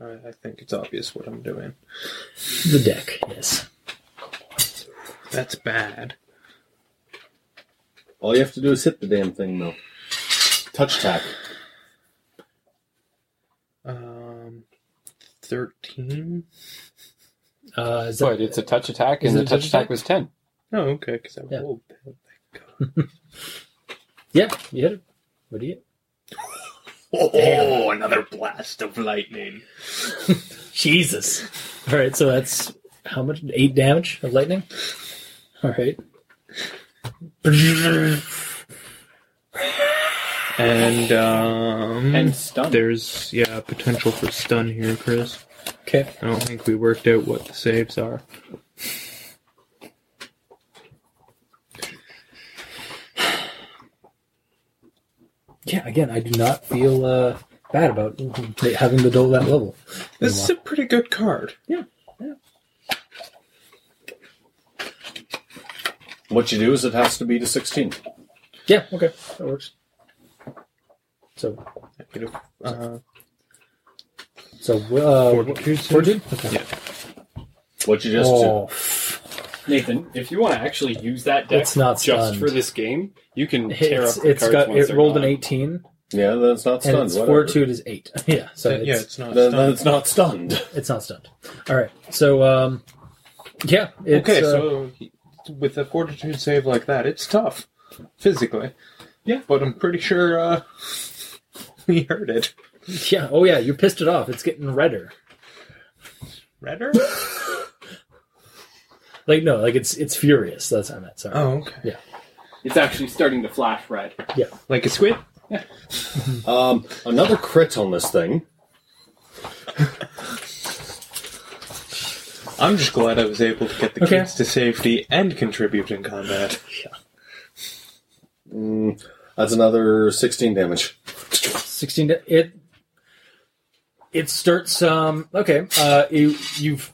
All right, I think it's obvious what I'm doing.
The deck, yes.
That's bad.
All you have to do is hit the damn thing, though. Touch attack.
Um, thirteen.
Uh, is
But it's a touch attack,
Is
and
it
the
a
touch
touch
attack
attack?
was 10.
Oh, okay, because I
Yeah.
rolled.
yeah, you hit it. What do you?
Oh, another blast of lightning.
Jesus. All right, so that's how much? Eight damage of lightning. All right.
And um,
And stun.
There's yeah potential for stun here, Chris.
Okay.
I don't think we worked out what the saves are.
Yeah. Again, I do not feel uh, bad about having the dole that level.
This is a pretty good card.
What you do is it has to be to 16.
Yeah. Okay, that works. So
I could have, uh,
So, uh, fortitude. fortitude? Okay.
What you just
Oh.
Nathan, if you want to actually use that deck
It's not
just
stunned.
for this game, you can tear
It's,
up the
it's
cards
got
once
it
they're
rolled
gone.
an eighteen.
Yeah, that's not
And
stunned,
its
whatever.
fortitude is eight. yeah, so
Then- yeah,
it's,
it's not Then- then stunned. it's not stunned.
It's not stunned. All right. So um, yeah. It's,
okay,
uh,
so with a fortitude save like that, it's tough physically. Yeah, but I'm pretty sure uh, we heard it.
yeah. Oh yeah. You pissed it off. It's getting redder.
Redder?
Like no. Like it's it's furious. That's what I meant. Sorry.
Oh, okay.
Yeah.
It's actually starting to flash red.
Yeah.
Like a squid?
um, another crit on this thing.
I'm just glad I was able to get the
Okay.
kids to safety and contribute in combat.
Mm, that's another 16 damage.
16 da- it it starts um okay uh you you f-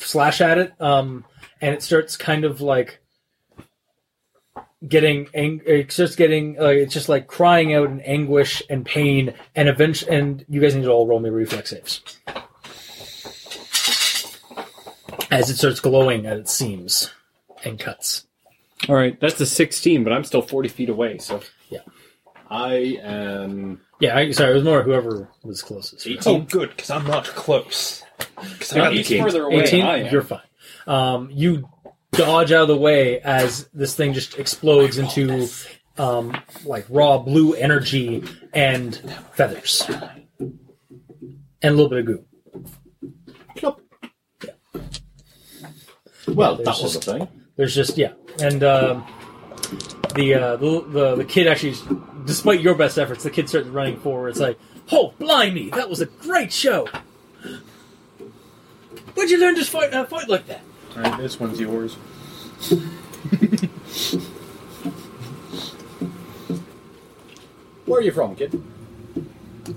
slash at it um and it starts kind of like getting ang- it's just getting uh, it's just like crying out in anguish and pain and eventually and you guys need to all roll me reflex saves as it starts glowing at its seams and cuts
All right, that's a 16, but I'm still 40 feet away, so.
Yeah.
I am.
yeah I, sorry it was more whoever was closest
Oh, good, because I'm not close. 'Cause I got the kids.
You're fine. Um, you dodge out of the way as this thing just explodes into um, like raw blue energy and feathers and a little bit of goo.
Well,
There's
that was a
just-
thing.
There's just yeah, and um, the, uh, the the the kid actually, despite your best efforts, the kid starts running forward. It's like, oh blimey, that was a great show. Where'd you learn to fight uh, fight like that?
Alright, this one's yours.
Where are you from, kid?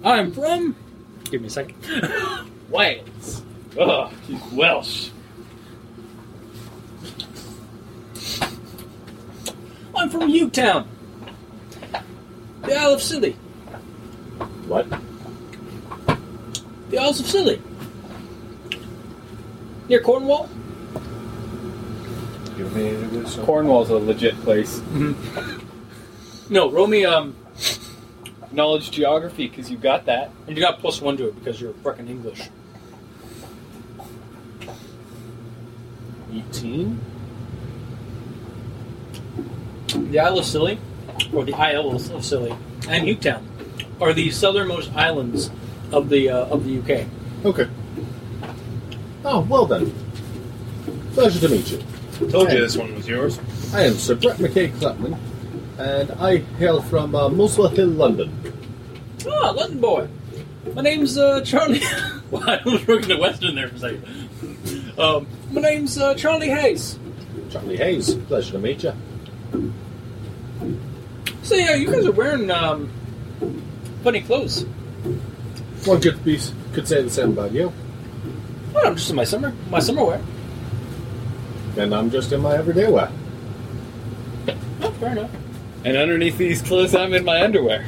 I'm from. Give me a second.
Wales. Ugh, he's Welsh.
I'm from Utown. The Isle of Scilly.
What?
The Isles of Scilly. Near Cornwall?
Cornwall's a legit place.
No, roll me um
Knowledge geography, because you got that.
and you got plus one to it because you're fucking English.
18?
The Isle of Scilly, or the Isle of Scilly, and Newtown are the southernmost islands of the uh, of the UK.
Okay. Oh, well then. Pleasure to meet you.
Told you this one was yours.
I am Sir Brett McKay Clapman, and I hail from uh, Muswell Hill, London.
Ah, London boy. My name's uh, Charlie. well, I was working the Western there for a second. Um, my name's uh, Charlie Hayes.
Charlie Hayes, pleasure to meet you.
So yeah, you guys are wearing um, funny clothes.
One could be could say the same about you.
Well, I'm just in my summer my summer wear.
And I'm just in my everyday wear.
Oh, fair enough.
And underneath these clothes, I'm in my underwear.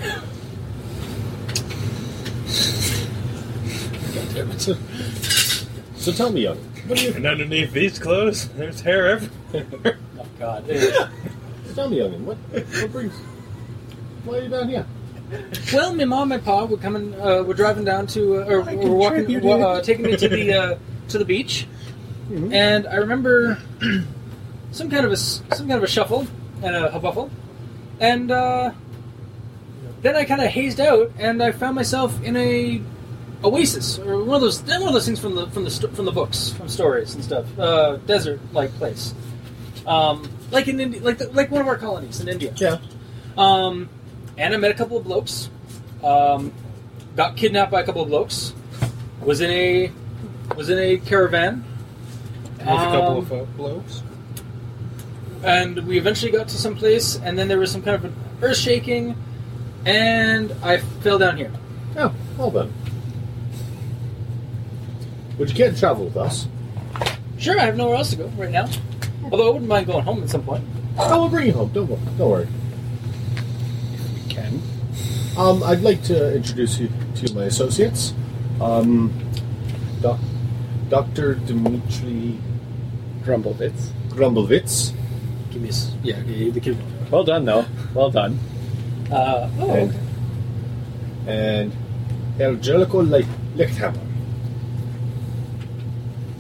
so, so tell me, young. What do you
And underneath these clothes, there's hair everywhere.
oh, God.
tell me, youngin? What, what brings? Why are you down here?
Well, my mom and pa were coming. Uh, were driving down to, uh, or
I
were walking,
contributed.
uh, taking me to the uh, to the beach,
Mhm.
and I remember some kind of a s- some kind of a shuffle and a huffle, and uh, then I kind of hazed out, and I found myself in a oasis or one of those one of those things from the from the sto- from the books from stories and stuff, uh, desert like place, um, like in India, like the, like one of our colonies in India.
Yeah.
Um, and I met a couple of blokes. Um, got kidnapped by a couple of blokes. Was in a was in a caravan.
With a couple
Um,
of uh, blows.
and we eventually got to some place, and then there was some kind of an earth shaking, and I fell down here.
Oh, well then. Would you care to travel with us?
Sure, I have nowhere else to go right now. Although I wouldn't mind going home at some point.
I will Oh, bring you home. Don't worry. Don't worry.
We can.
Um, I'd like to introduce you to my associates. Um, doc, Dr. Dmitri
Grumblevitz.
Grumblevitz.
Give me a, yeah, the kid.
Well done, though. Well done.
Uh, oh,
and, and Angelico Licht- Lichthammer.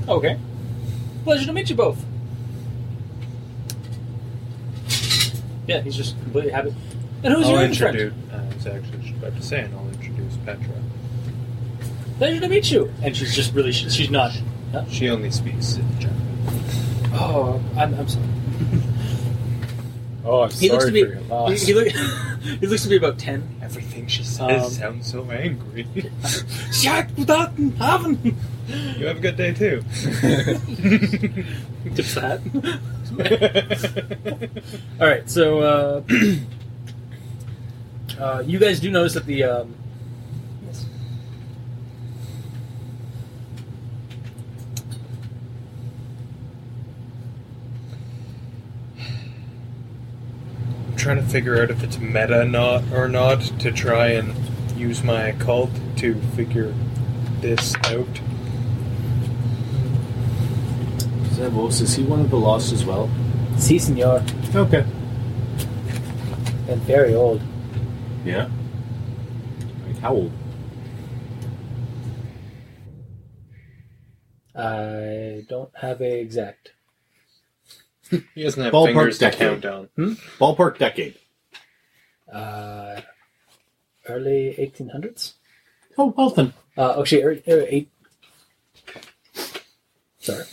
Okay. Pleasure to meet you both. Yeah, he's just completely happy. And who's
I'll
your
introduce,
friend?
Uh, it's actually just about to say, and I'll introduce Petra.
Pleasure to meet you. And she's just really, she- she's not.
She only speaks German.
Oh, I'm, I'm sorry.
Oh, I'm
He looks to
sorry
be.
for your loss.
He, Um, he look, he looks to be about ten.
Everything she
says
sounds so angry.
haven't.
you have a good day too.
Just that.
All right, so uh, uh, you guys do notice that the um,
I'm trying to figure out if it's meta not or not to try and use my occult to figure this out.
Zevos, is he one of the lost as well?
Si, senor,
Okay.
and very old.
Yeah. Like, how old?
I don't have a exact.
He doesn't have
Ballpark
fingers to
decade.
count down.
Ballpark decade.
Uh, early 1800s.
Oh, well then.
Uh, actually, er, er, eight. Sorry,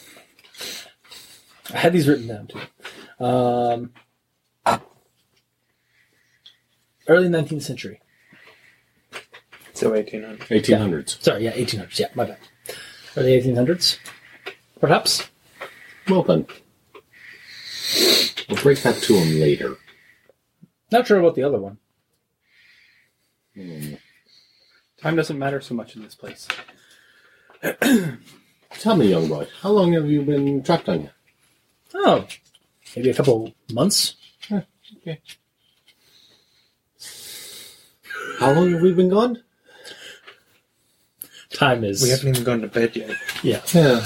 I had these written down too. Um, early 19th century.
So 1800.
1800s.
Sorry, yeah, 1800s. Yeah, my bad. Early 1800s, perhaps.
Well then. We'll break that to him later.
Not sure about the other one.
Hmm. Time doesn't matter so much in this place.
Tell me, young boy, how long have you been trapped on here?
Oh, maybe a couple months.
How long have we been gone?
Time is.
We haven't even gone to bed yet.
yeah,
Yeah.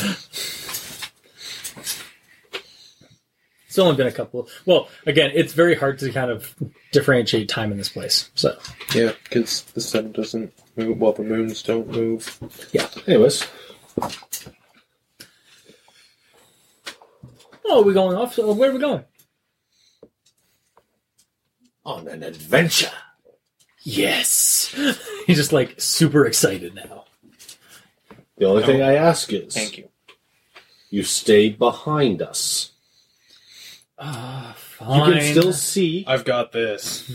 it's only been a couple. Well, again, it's very hard to kind of differentiate time in this place. So,
Yeah, because the sun doesn't move while the moons don't move.
yeah.
Anyways,
Oh, are we going off? Oh, Where are we going?
on an adventure.
Yes. He's just like super excited now.
The only thing I ask is
Thank you.
you stay behind us.
Ah, fine.
You can still see.
I've got this.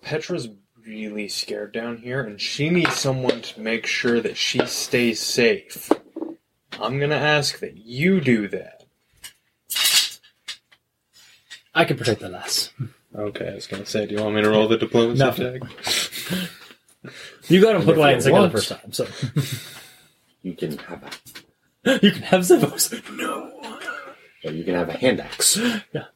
Petra's really scared down here, and she needs someone to make sure that she stays safe. I'm gonna ask that you do that.
I can protect the lass.
Okay, I was gonna say, do you want me to roll the diplomacy
No.
check?
You got him put
If
lions
you
together
want.
the first time, so
You can have a
you can have Zevos. No.
or you can have a hand axe.
Yeah.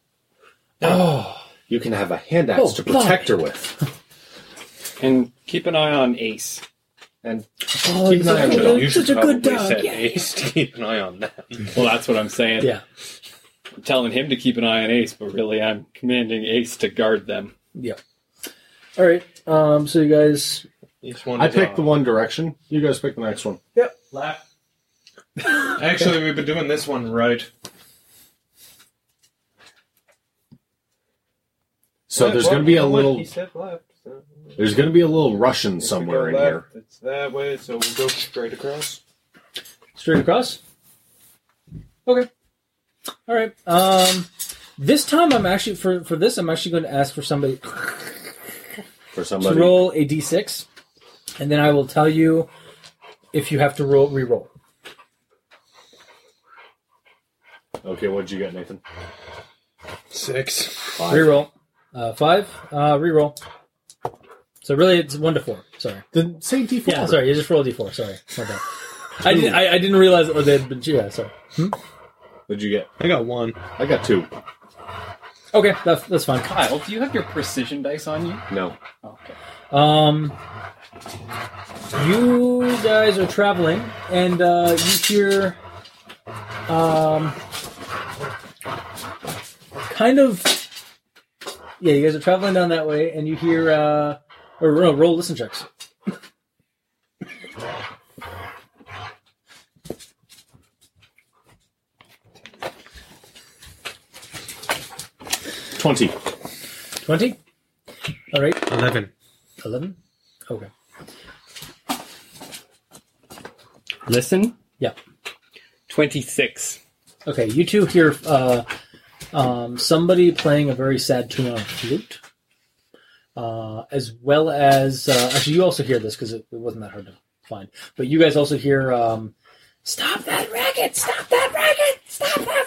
Oh. You can have a hand axe
Oh,
to protect her with.
And keep an eye on Ace.
And
Oh,
keep an eye on
Angelo,
her.
you should
such a good
probably
dog,
set
yeah.
Ace to keep an eye on that.
Well, that's what I'm saying.
Yeah.
I'm telling him to keep an eye on Ace, but really I'm commanding Ace to guard them.
Yeah. All right. Um, so you guys.
Each one
I
is
picked the
on.
one direction. You guys pick the next one.
Actually, we've been doing this one right.
So
Yeah,
there's
well,
going to be
you
a
know what?
little
He said left. So.
there's going to be a little Russian
If we
somewhere
go
in here.
left, It's that way, so we'll go straight across.
Straight across? Okay. All right. Um, this time I'm actually for for this I'm actually going to ask for somebody
for
to
somebody.
roll a d6, and then I will tell you if you have to roll re-roll.
Okay, what'd you get, Nathan?
Six.
Five.
Reroll. Uh, five. Uh, reroll. So really, it's one to four. Sorry.
Then say D4.
Yeah, sorry. You just rolled a d4. Sorry. My bad. I didn't. I, I didn't realize, or they had been. Yeah, sorry.
What'd you get?
I got one.
I got two.
Okay, that's that's fine.
Kyle, do you have your precision dice on you?
No.
Okay.
Um, You guys are traveling, and uh, you hear um, kind of. Yeah, you guys are traveling down that way, and you hear. Uh, or no, roll listen checks.
Twenty.
20? All right.
11.
11? Okay.
Listen?
Yeah.
26.
Okay, you two hear uh, um, somebody playing a very sad tune on a flute, uh, as well as uh, actually you also hear this because it, it wasn't that hard to find. But you guys also hear um, "Stop that racket! Stop that racket! Stop that racket!"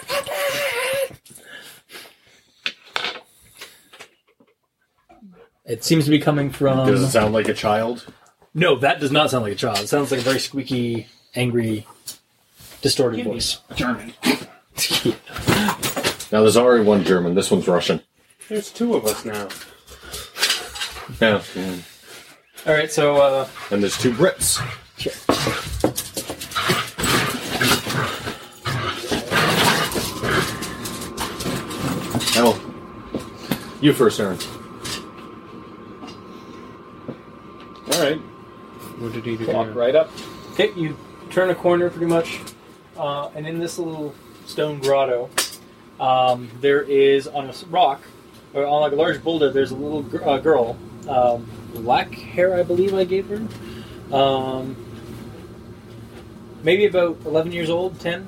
It seems to be coming from.
Does it sound like a child?
No, that does not sound like a child. It sounds like a very squeaky, angry, distorted voice.
German.
Now there's already one German. This one's Russian.
There's two of us now.
Yeah.
All right, so uh,
And there's two Brits. Hell, you first, Aaron.
All right.
What did he do?
Walk right up.
Okay, you turn a corner pretty much, uh, and in this little stone grotto, um, there is on a s- rock, or on like a large boulder, there's a little gr- uh, girl, um, black hair, I believe I gave her, um, maybe about 11 years old, 10,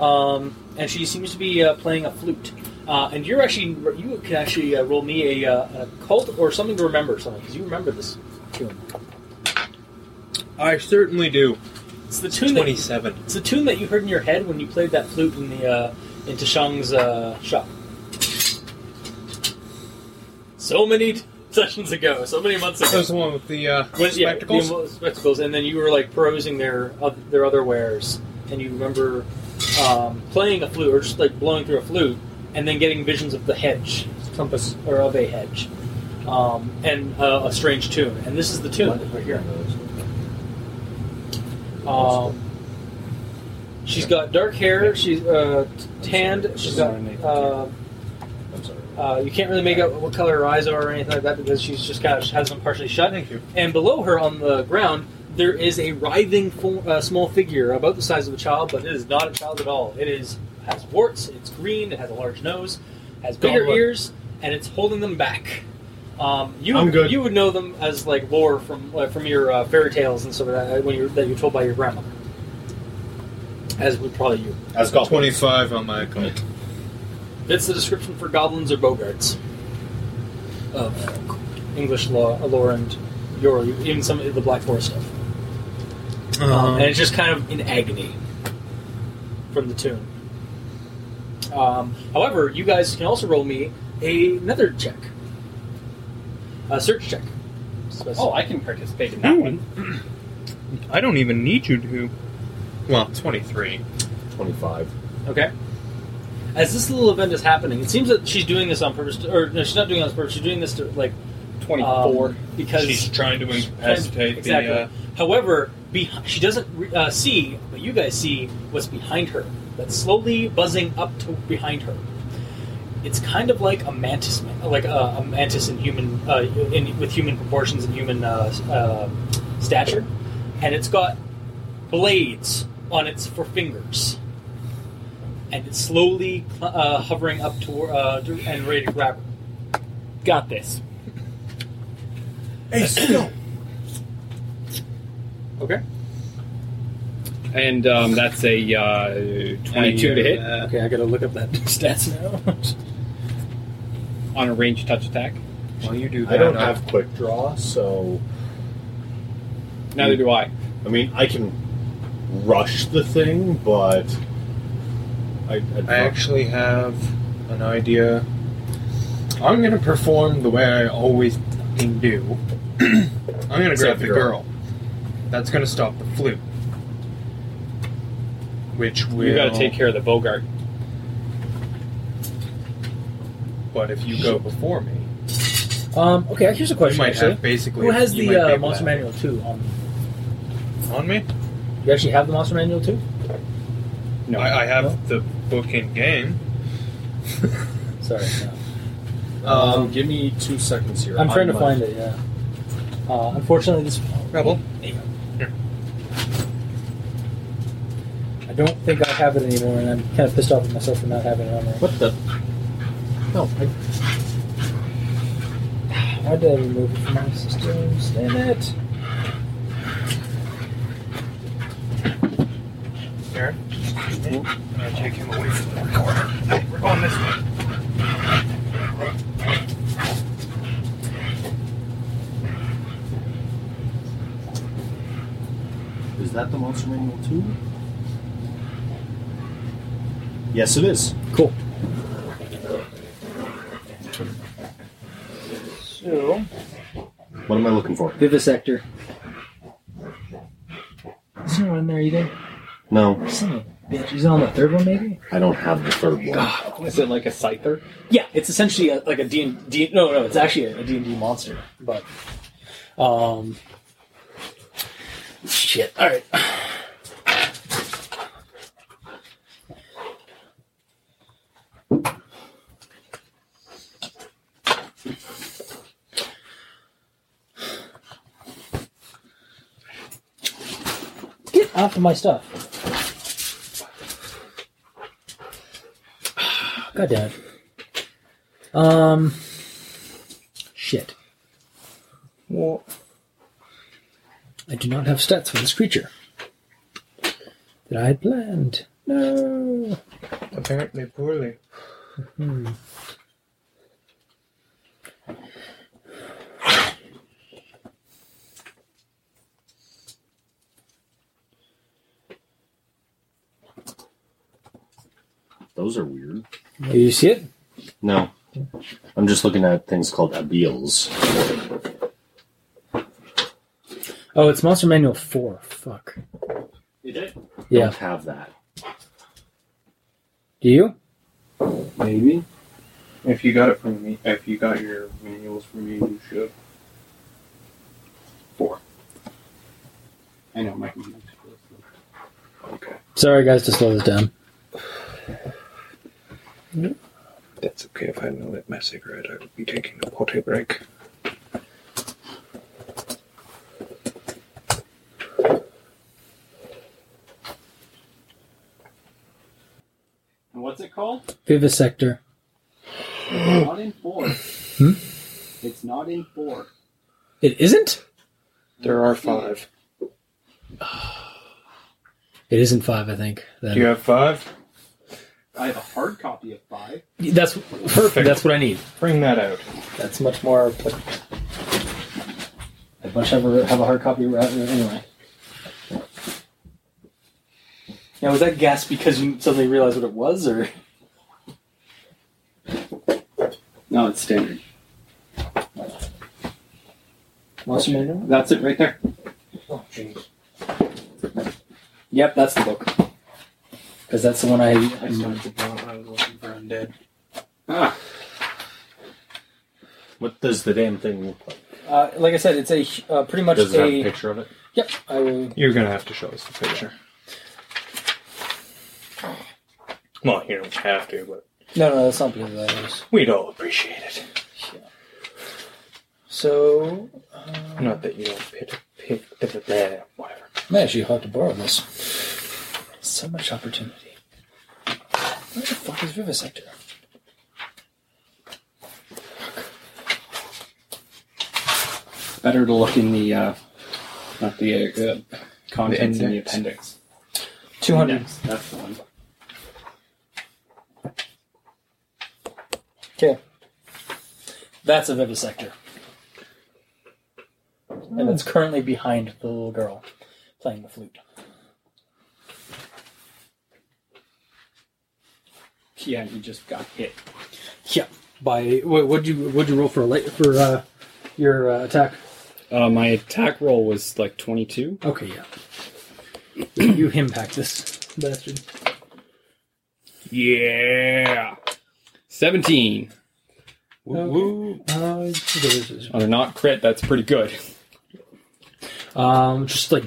um, and she seems to be uh, playing a flute. Uh, and you're actually you can actually uh, roll me a, uh, an occult or something to remember something because you remember this tune.
I certainly do.
It's the tune that
27.
It's the tune that you heard in your head when you played that flute in the uh, in Tashang's uh, shop. So many t- sessions ago, so many months
That
ago.
was the one with the uh,
When- yeah,
spectacles.
the spectacles, and then you were like perusing their oth- their other wares, and you remember um, playing a flute or just like blowing through a flute, and then getting visions of the hedge, compass or of a hedge, um, and uh, a strange tune. And this is the tune that we're hearing. Um, she's got dark hair. She's uh, tanned. She's got. Uh, uh, you can't really make out what color her eyes are or anything like that because she's just kind of has them partially shut. Thank you. And below her on the ground, there is a writhing fo- uh, small figure about the size of a child, but it is not a child at all. It is has warts. It's green. It has a large nose. Has bigger
Goblin.
ears, and it's holding them back. Um, you
I'm good.
you would know them as like lore from uh, from your uh, fairy tales and stuff like that uh, when you're that you're told by your grandmother. As would probably you.
As goblins.
25 on my account.
That's the description for goblins or bogarts of English law, lore, and Euro, even some of the Black Forest stuff.
Uh-huh.
Um,
Uh-huh.
and it's just kind of in agony from the tune. Um, however, you guys can also roll me a- another check, a search check.
Oh, I can participate in that one.
I don't even need you to. Well, 23.
25.
Okay. As this little event is happening, it seems that she's doing this on purpose, to, or no, she's not doing it on purpose. She's doing this to like
Uh,
um, because
She's trying to incapacitate
exactly.
the. Uh,
However, be- she doesn't re- uh, see, but you guys see what's behind her. That's slowly buzzing up to behind her. It's kind of like a mantis, ma- like a, a mantis in human, uh, in, with human proportions and human uh, uh, stature, and it's got blades on its for fingers, and it's slowly cl- uh, hovering up to uh, to- and ready to grab her.
Got this.
Hey, still.
Okay.
And um, that's a uh, 22 to hit
Okay, I gotta look up that stats now.
on a ranged touch attack.
While you do that,
I don't
I'll-
have quick draw, so
Neither do I.
I mean I can rush the thing, but I, I'd
I actually have an idea. I'm gonna perform the way I always fucking do. I'm gonna grab
Save the
the
girl.
girl. That's gonna stop the flute. Which will.
You got to take care of the Bogart.
But if you go before me,
Um, okay, here's a question.
might
actually.
have basically-
Who has
you
the
might be
uh,
able
Monster
to have-
Manual 2 on?
On me?
You actually have the Monster Manual 2?
No, I, I have the book in game.
Sorry.
Um, give me two seconds here.
I'm trying to
might-
find it, yeah. Uh, unfortunately, this.
Rebel.
I don't think I have it anymore, and I'm kind of pissed off at myself for not having it on there. What
the?
No, I. Why did I remove it from my systems? Damn it!
Aaron, I'm gonna take him away from the recorder. We're going this way.
Is that the Monster Manual 2? Yes, it is.
Cool.
So,
What am I looking for?
Vivisector.
is there on there either?
No,
Son of a bitch. Is it on the third one, maybe?
I don't have the third one.
Is it like a scyther?
Yeah, it's essentially a, like a D and D. No, no, it's actually a D and D monster. But, um, shit. All right. Get off of my stuff. God damn it. Um, shit. Well, I do not have stats for this creature that I had planned. No.
Apparently poorly.
Hmm.
Those are weird.
You see it?
No. I'm just looking at things called abeals.
Oh, it's Monster Manual 4. Fuck.
You did?
Yeah.
Don't have that.
Do you?
Maybe.
If you got it from me, if you got your manuals from me, you should. Four. I know, Mike.
Okay.
Sorry, guys, to slow this down.
That's okay if I hadn't lit my cigarette, I would be taking a potty break.
And what's it called?
Vivisector.
It's not in four.
Hmm?
It's not in four.
It isn't?
There are five.
It isn't 5, I think. Then.
Do you have five?
I have a hard copy of five.
That's perfect. That's what I need.
Bring that out.
That's much more. I bunch have a, have a hard copy right anyway. Now, was that guess because you suddenly realized what it was, or
No, it's standard.
Monster Manual?
That's it right there.
Oh, jeez. Yep, that's the book. Because that's the one I.
I was looking for undead.
Ah.
What does the damn thing look like?
Uh, like I said, it's a hu- uh, pretty much
Does it
a.
have a picture of it?
Yep, I will.
You're gonna have to show us the picture. Well, you don't have to, but
No, no, that's not because of that. it was-
we'd all appreciate it.
So,
Not that you don't pick, pick, pick, whatever.
I'm actually hard to borrow this. So much opportunity. Where the fuck is Vivisector?
Better to look in the, uh, not the uh, contents in the
index.
appendix.
200.
Index, That's the one.
Okay. That's a vivisector. And it's currently behind the little girl playing the flute.
Yeah, you just got hit.
Yeah. By what would you would you roll for late for uh, your uh, attack?
Uh, my attack roll was like 22.
Okay, yeah. you impact this bastard.
Yeah. 17. Woo
Uh,
woo. Oh, they're not crit. That's pretty good.
Um, just like,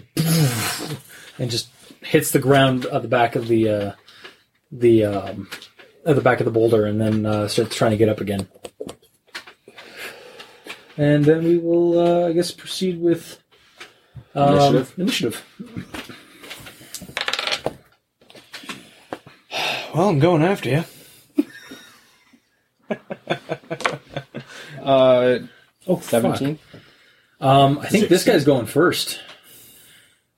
and just hits the ground at the back of the uh, the um, at the back of the boulder, and then uh, starts trying to get up again. And then we will, uh, I guess, proceed with um,
Initiative.
Initiative.
Well, Oh, I'm going after you.
Uh,
oh,
17.
Um, I think this guy's going first.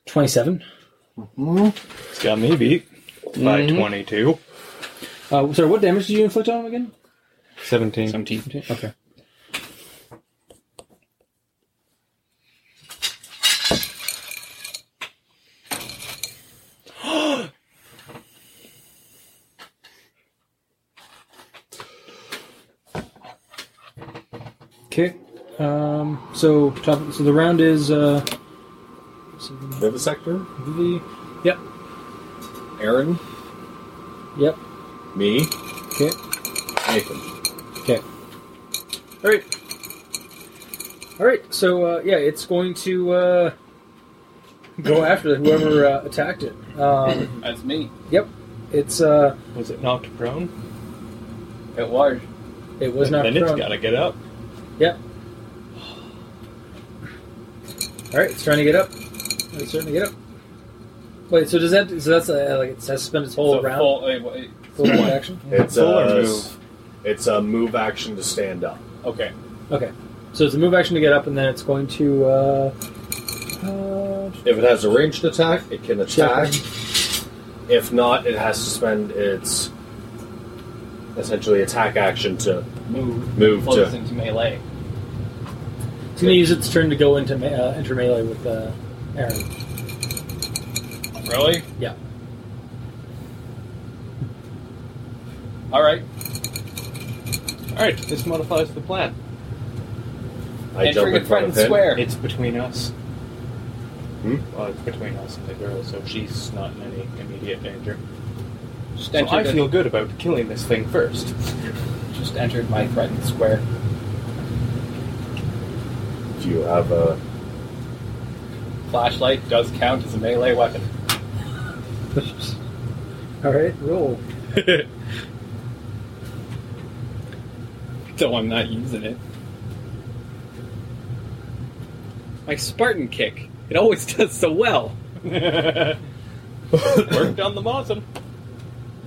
Twenty-seven.
It's got me beat by
Mhm.
22.
Uh, sorry, what damage did you inflict on him again?
17.
17.
Okay. Okay. Um, so top, so the round is uh,
Vivisector,
Vivi. Yep.
Aaron,
Yep.
me,
Okay.
Nathan.
Okay. All right. All right. So uh, yeah, it's going to uh, go after whoever uh, attacked it. Um,
That's me.
yep. It's uh,
Was it knocked prone?
It was.
it was not.
Then it's
prone.
got to get up.
Yep. All right, it's trying to get up. It's trying to get up. Wait, so does that? So that's uh, like it has to spend its whole
So
round.
full- wait, wait.
Full round action.
It's
Full or
a
move?
It's a move action to stand up.
Okay.
Okay. So it's a move action to get up, and then it's going to. Uh, uh,
If it has a ranged attack, it can attack. If not, it has to spend its essentially attack action to
Move.
Move
Close
to-
into melee.
it's going to use its turn to go into me- uh, enter melee with uh, Aaron.
Really?
Yeah.
All right.
Alright, this modifies the plan.
I jump in front of him.
It's between us.
Hmm?
Well, it's between us and the girl, so she's not in any immediate danger.
Just
So I
entered,
feel good about killing this thing first.
just entered my threatened square.
Do you have a
Flashlight does count as a melee weapon.
All right, roll.
Though I'm not using it. My Spartan kick. It always does so well.
Worked on the Mossum.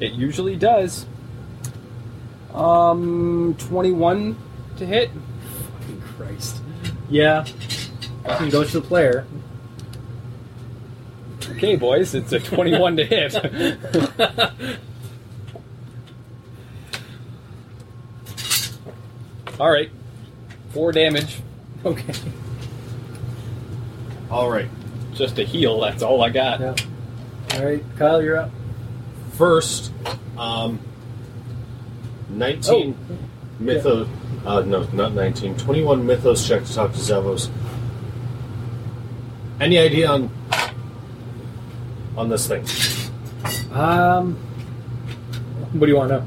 It usually does. Um, 21 to hit.
Fucking Christ. Yeah. Fucking goes to the player.
Okay, boys, it's a 21 to hit. All right, four damage.
Okay.
All right.
Just a heal. That's all I got.
Yeah. All right, Kyle, you're up.
First, um, Oh. 19 mythos. Uh, no, not 19. 21 mythos check to talk to Zavos. Any idea on on this thing?
Um, what do you want to know?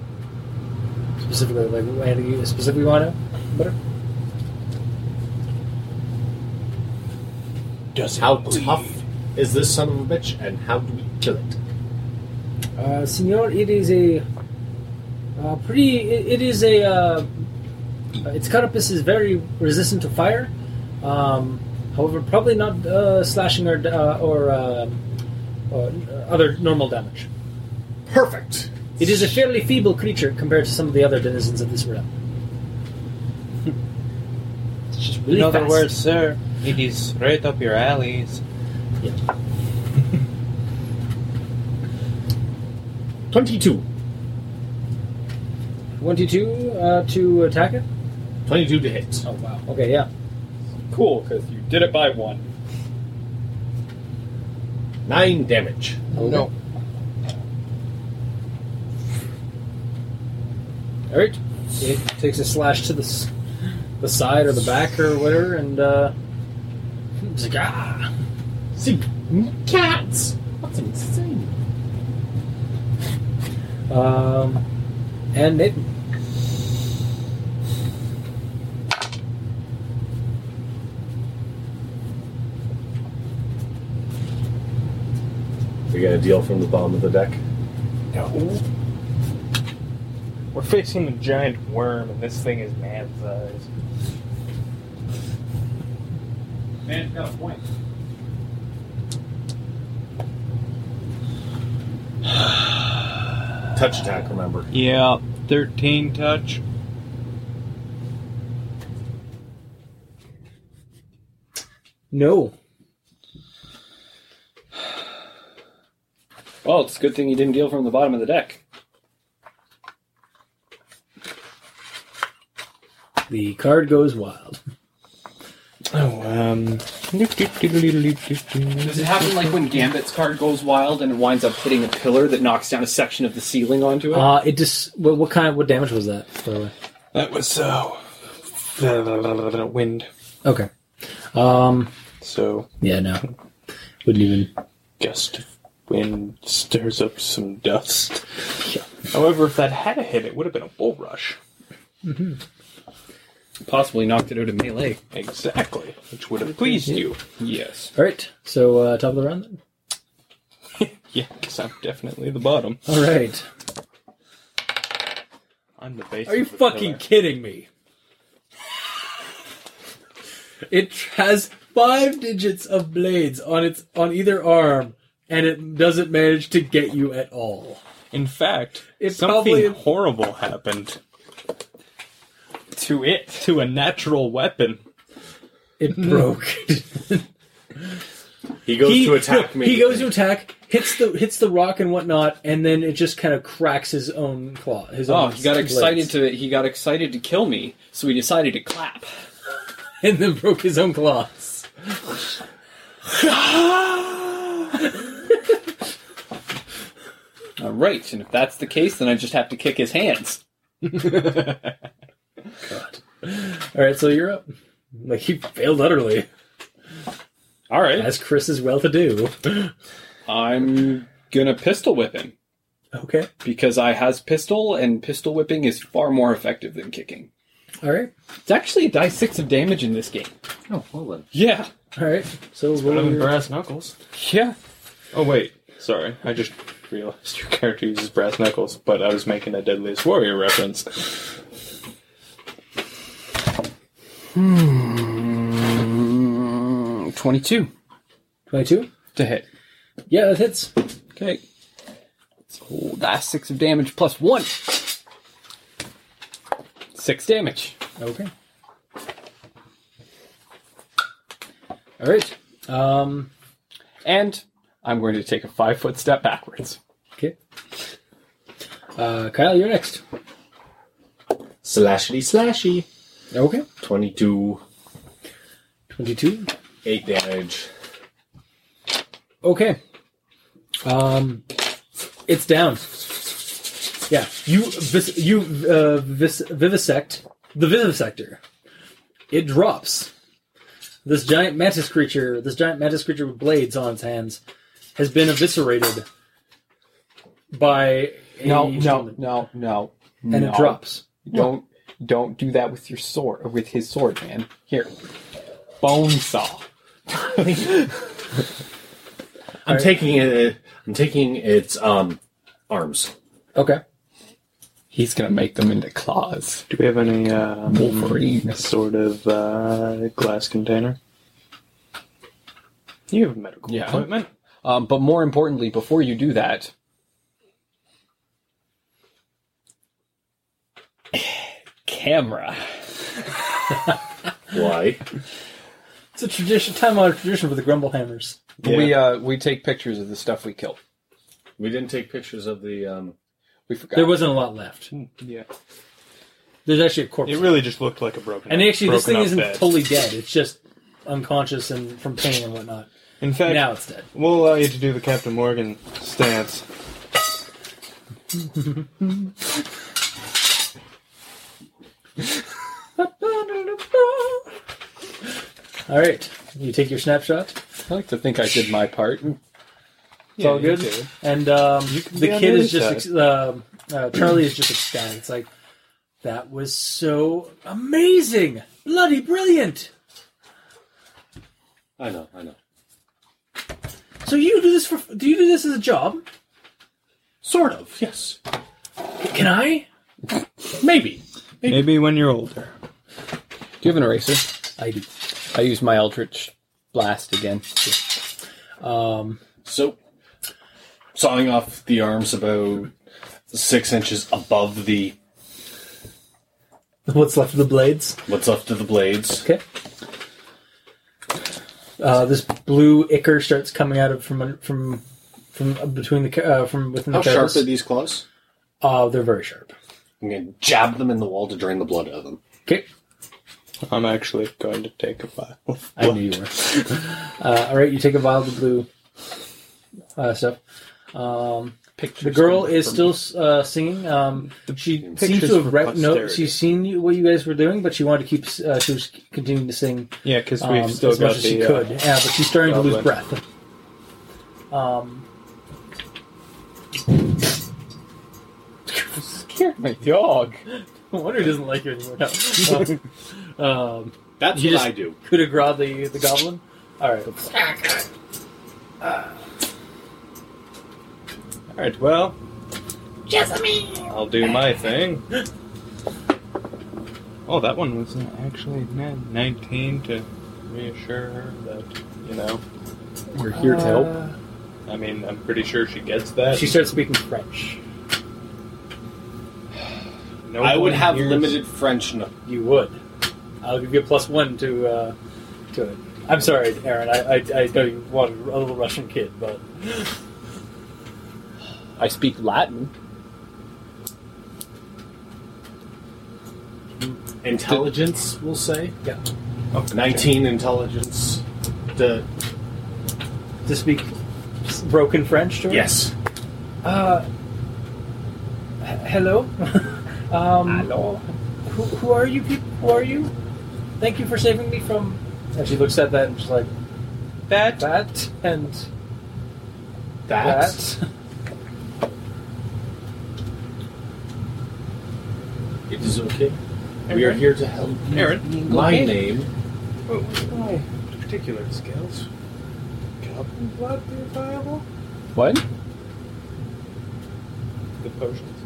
Specifically, like, what do you specifically want to know? What?
Does
How tough is this son of a bitch, and how do we kill it?
Uh, senor, it is a uh, pretty. It, it is a. Uh, its carapace is very resistant to fire. Um, however, probably not uh, slashing or uh, or, uh, or other normal damage.
Perfect.
It is a fairly feeble creature compared to some of the other denizens of this realm. It's just really
In other
fast.
words, sir, it is right up your alleys.
22.
22 uh, to attack it?
22 to hit.
Oh, wow. Okay, yeah.
Cool, because you did it by one.
9 damage.
Oh, no. All right. It takes a slash to the, s- the side or the back or whatever, and uh, it's like, ah!
See, cats! That's insane.
Um, and Nathan.
We got a deal from the bottom of the deck.
No. We're facing a giant worm, and this thing is man sized.
Man's got a point.
Touch attack, remember.
Yeah, 13 touch.
No.
Well, it's a good thing you didn't deal from the bottom of the deck.
The card goes wild.
Oh, um.
Does it happen like when Gambit's card goes wild and winds up hitting a pillar that knocks down a section of the ceiling onto it?
Uh, it just. What, what kind? What damage was that? By the way.
That was so. Uh, wind.
Okay. Um.
So.
Yeah. No. Wouldn't even.
Gust of wind stirs up some dust. However, if that had a hit, it would have been a bull rush.
Possibly knocked it out of melee.
Exactly. Which would have pleased you.
Yes.
All right. So uh, top of the round. Then.
Yeah, because I'm definitely the bottom.
All right.
I'm the base.
Are you
of the
fucking kidding me? It has five digits of blades on its on either arm, and it doesn't manage to get you at all.
In fact,
It
something
probably-
horrible happened
To it.
to a natural weapon.
It broke.
He goes
He-
to attack me.
He goes to attack, hits the hits the rock and whatnot, and then it just kind of cracks his own claw. His
Oh,
own
he got
blades.
excited to he got excited to kill me, so he decided to clap.
and then broke his own claws.
All right, and if that's the case, then I just have to kick his hands.
All right, so you're up. Like he failed utterly,
All right,
as Chris is well to do.
I'm gonna pistol whip him
Okay.
because I has pistol, and pistol whipping is far more effective than kicking.
All right.
It's actually a die six of damage in this game.
Oh, well then.
Yeah,
All right. So
Better
roll
than
your...
brass knuckles.
yeah.
Oh, wait. Sorry. I just realized your character uses brass knuckles, but I was making a Deadliest Warrior reference.
Twenty-two
22?
to hit.
Yeah, that hits.
Okay. So that's six of damage plus one. Six damage.
Okay. All right. Um,
And I'm going to take a five foot step backwards.
okay. Uh, Kyle, you're next.
Slashity slashy.
Okay.
22.
22.
8 damage.
Okay. Um, it's down. Yeah, you vis- you uh, vis- vivisect the vivisector. It drops. This giant mantis creature, this giant mantis creature with blades on its hands, has been eviscerated by a
No, no, no, no.
and it drops.
Don't don't do that with your sword with his sword, man. Here. Bone saw.
I'm taking it. I'm taking its um arms.
Okay.
He's gonna make them into claws.
Do we have any
Mm-hmm.
um,
Wolverine.
sort of uh, glass container? You have medical
Yeah.
appointment.
Um, but more importantly, before you do that, camera.
Why?
It's a tradition, time-honored tradition for the Grumble Hammers.
We uh, we take pictures of the stuff we kill.
We didn't take pictures of the um.
We forgot.
There wasn't a lot left.
Yeah.
There's actually a corpse.
It really just looked like a broken.
and actually, this
broken
thing
up
isn't
bed.
totally dead. It's just unconscious and from pain and whatnot.
In fact,
Now it's dead.
we'll allow you to do the Captain Morgan stance.
All right, you take your snapshot.
I like to think I did my part.
It's all good. And um, the
be on
kid
the
is
other
just ex- um uh, Charlie is just ecstatic. It's like that was so amazing, bloody brilliant.
I know. I know.
So you do this for? Do you do this as a job? Sort of. Yes. Can I? Maybe.
Maybe when you're older. Do you have an eraser?
I do.
I use my Eldritch Blast again.
Um,
so, sawing off the arms about six inches above the
What's left of the blades?
what's left of the blades.
Okay.
Uh, this blue ichor starts coming out of from from from between the ca- uh, from within the
How sharp
crevice.
are these claws?
Uh, they're very sharp.
I'm going to jab them in the wall to drain the blood out of them.
Okay.
I'm actually going to take a vial. of
I knew you were. Uh, all right, you take a vial of the blue uh, stuff. Um, the girl is still uh, singing. Um, she seems
pictures
to have
for
re- no,
posterity.
she's seen you, what you guys were doing, but she wanted to keep. Uh, she was continuing to sing.
Yeah, 'cause we've
um,
still
as
got
much as she
the, uh,
could. yeah, but she's starting to lose
goblin.
breath. Um,
Scared my dog.
no wonder he doesn't like you anymore. No. um,
That's
you
what
just
I do.
Coup de grace the the goblin. All right.
All right. Well, I'll do my thing. Oh, that one was uh, actually ni- 19 to reassure her that you know
We're here to help. Uh,
I mean, I'm pretty sure she gets that.
She starts speaking French.
No
I would
one
have
hears-
limited French. No-
You would. I'll give you a plus one to uh, to it. I'm sorry, Aaron. I, I, I know you wanted a little Russian kid, but
I speak Latin.
Intelligence, we'll say.
Yeah.
19 intelligence. The
to speak s- broken French to her?
yes.
Uh, h- hello. um, hello. Who, who are you people? Who are you? Thank you for saving me from. And she looks at that and she's like, that, that, and that.
It is okay. We are here to help. you.
Aaron,
My
okay.
name.
What was my particular skills? Goblin blood be viable?
What?
The potions.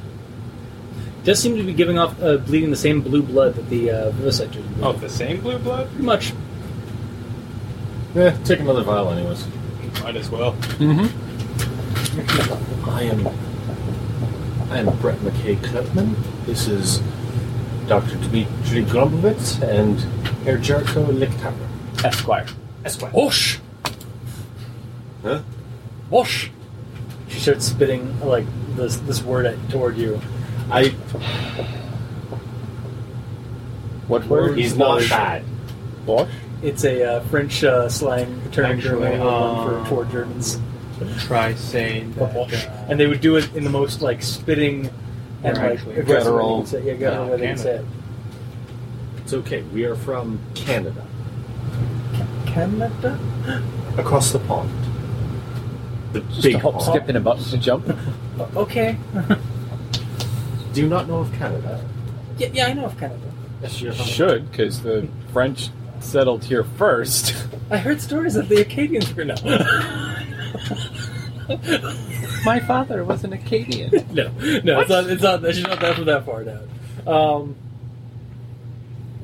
Does seem to be giving off, uh, bleeding the same blue blood that the uh, vivisector. did.
Oh, the same blue blood?
Pretty much.
Eh, take another vial, anyways.
Might as well.
Mm-hmm.
I am. I am Brett McKay Klutman. This is Dr. Dmitry Grumbovitz and Herr Jerko Lichtheimer.
Esquire.
Esquire.
Whoosh!
Huh?
Whoosh! She starts spitting like this this word at, toward you.
I.
What
word?
He's not
Bosh.
bad.
Bosh?
It's a uh, French uh, slang term
Actually,
German one
uh,
for toward Germans,
Try saying that. uh,
and they would do it in the most like spitting and
They're
like
actually
aggressive way they
guttural.
could say- Yeah, guttural
Uh,
way they could say it.
It's okay. We are from Canada,
Canada.
across the pond. The
Just
big
a hop,
pond.
skip, and a button to jump.
O- Okay.
Do you not know of Canada?
yeah, yeah, I know of Canada.
Yes, you're from.
Should, because the French settled here first.
I heard stories that the Acadians were no,
My father was an Acadian.
no, no. It's not. It's not. She's not that from that far down. Um,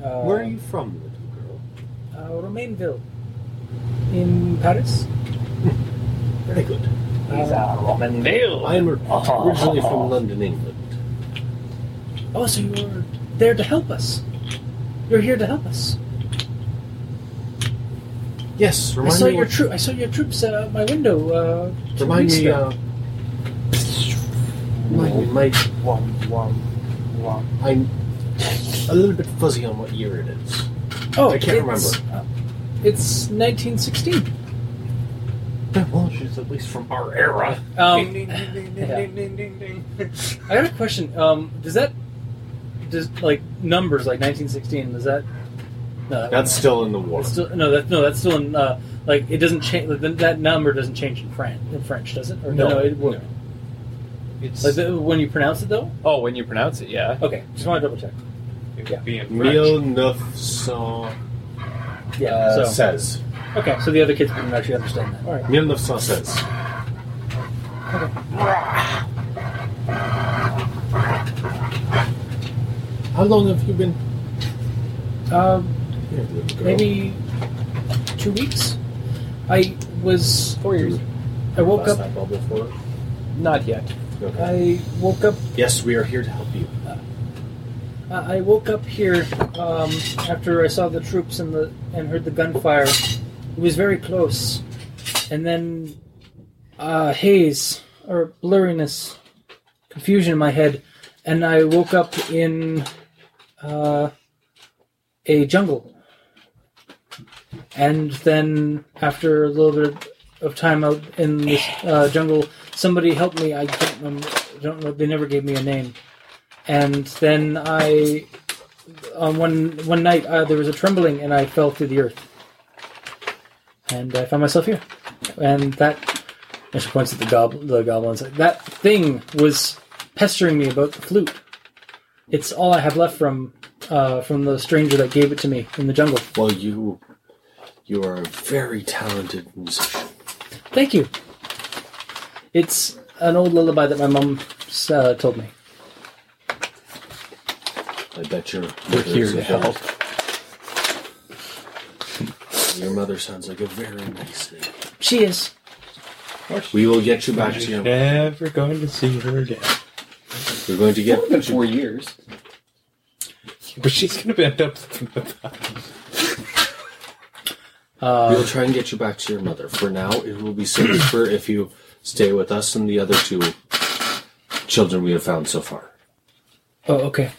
uh,
Where are you from, little girl?
Uh, Romainville, in Paris.
Very good.
Um,
I am originally from London, England.
Oh, so you were there to help us. You're here to help us.
Yes,
I
remind
saw
me.
your
What,
troop. I saw your troops uh, out my window. Uh, two
remind
weeks
me.
ago.
Uh, remind me, my
Wom, wom, wom.
I'm a little bit fuzzy on what year it is.
Oh,
I can't
it's,
remember.
uh, it's 1916.
Yeah, well, she's at least from our era.
Um, yeah. I got a question. Um, does that does like numbers like 1916? Does that no? that-
That's still in the war.
it's still no. That no. That's still in uh, like it doesn't change. Like, that- that number doesn't change in French. In French, does it? Or no,
No,
it would.
It's
Like the, when you pronounce it though.
Oh, when you pronounce it, yeah.
Okay, just want to double check.
it would be in French.
Mille neuf cent
Yeah.
uh,
so
says.
Okay, so the other kids didn't actually understand that. All right.
Miel of Sauces. How long have you been?
Um, maybe two weeks. I was four years. I woke
Last
up.
night, Bubble Four.
Not yet.
Uh, Okay.
I woke up.
Yes, we are here to help you.
Uh, I woke up here um, after I saw the troops and the and heard the gunfire. It was very close, and then uh, haze or blurriness, confusion in my head, and I woke up in uh, a jungle. And then after a little bit of time out in this uh, jungle, somebody helped me. I don't remember. Don't know. They never gave me a name and then I, on one one night, uh, there was a trembling, and I fell through the earth, and I found myself here, and that. And she points at the goblin. The goblins. That thing was pestering me about the flute. It's all I have left from uh, from the stranger that gave it to me in the jungle.
Well, you you are a very talented musician.
Thank you. It's an old lullaby that my mom uh, told me.
I bet your
We're here
mother's
to
a
help.
very- Your mother sounds like a very nice lady.
She is.
We will get you back to your
Never going to see her again.
We're going to get
been four years. But she's going to end up.
we'll try and get you back to your mother. For now, it will be safer if you stay with us and the other two children we have found so far.
Oh, okay.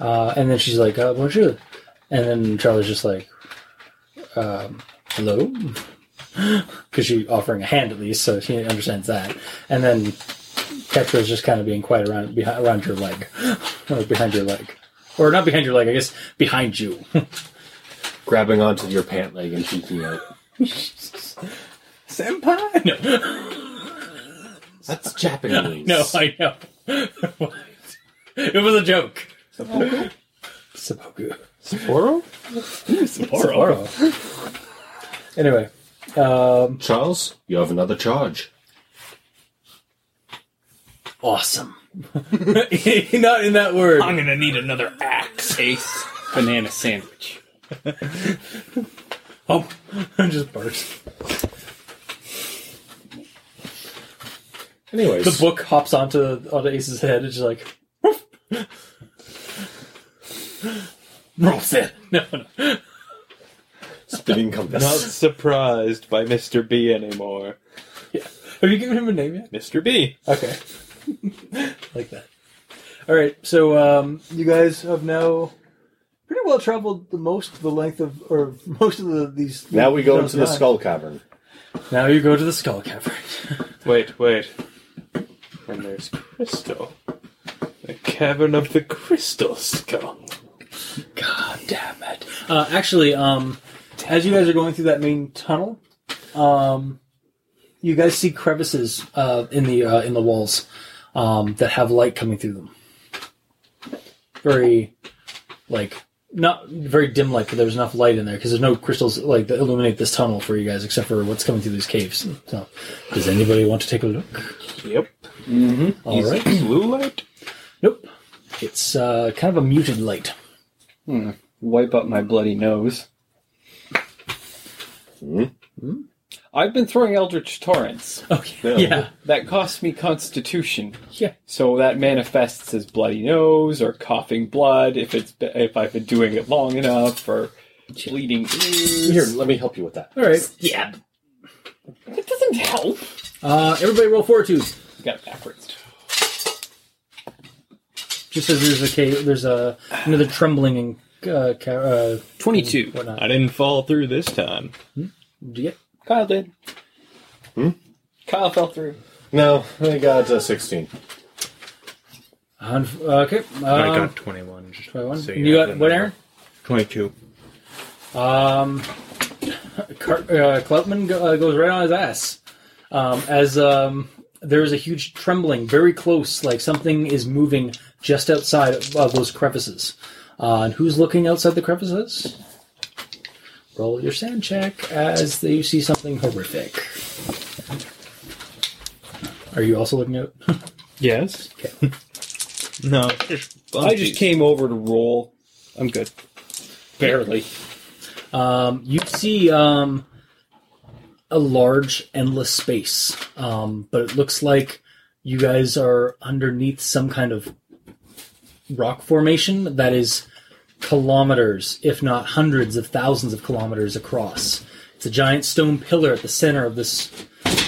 Uh, and then she's like, uh, bonjour. And then Charlie's just like, um, hello? Because she's offering a hand at least, so she understands that. And then Petra's just kind of being quiet around behind, around your leg. or behind your leg. Or not behind your leg, I guess behind you.
Grabbing onto your pant leg and peeking out.
Senpai? No.
That's Japanese.
No, I know. What? It was a joke.
Seppuku?
Seppuku.
Sapporo?
Sapporo. Anyway, um,
Charles, you have another charge.
Awesome. Not in that word.
I'm gonna need another axe. Ace banana sandwich.
oh, I just burst.
Anyways,
the book hops onto onto Ace's head. It's just like. Roll it. No, no.
Spinning
Not surprised by Mr. B anymore.
Have you given him a name yet?
Mr. B.
Okay. like that. All right, so um, you guys have now pretty well traveled the most the length of or most of the these.
Now we go
those
into the
nine.
skull cavern.
Now you go to the skull cavern.
Wait, wait. And there's crystal. The cavern of the crystal skull.
God damn it! Uh, actually, um, as you guys are going through that main tunnel, um, you guys see crevices uh, in the uh, in the walls um, that have light coming through them. Very, like not very dim light, but there's enough light in there because there's no crystals like that illuminate this tunnel for you guys, except for what's coming through these caves. So, does anybody want to take a look?
Yep.
Mm-hmm. All
Is
right.
it blue light?
Nope. It's uh, kind of a muted light.
Hmm. Wipe up my bloody nose. Hmm? I've been throwing Eldritch Torrents.
Okay. Yeah.
That costs me Constitution.
Yeah.
So that manifests as bloody nose or coughing blood if it's if I've been doing it long enough or bleeding ears.
Here, let me help you with that.
All right.
Yeah. It doesn't help.
Uh, everybody roll fortitude.
Got it backwards.
Just as there's a cave, there's a another trembling and uh, ca- uh,
twenty-two.
Whatnot.
I didn't fall through this time.
Do you?
Kyle did.
Hmm?
Kyle fell through.
No, I got uh, 16.
Unf- okay. Um,
I got 21. just
21.
so
you
have
got what, Aaron?
22.
Um, Car- uh, Kleutman go- uh, goes right on his ass um, as um, there is a huge trembling very close, like something is moving just outside of, of those crevices. Uh, and who's looking outside the crevices? Roll your sand check as you see something horrific. Are you also looking at?
Yes.
No. I just came over to roll. I'm good. Barely.
Um, you see um, a large, endless space, um, but it looks like you guys are underneath some kind of rock formation that is kilometers, if not hundreds of thousands of kilometers across. It's a giant stone pillar at the center of this,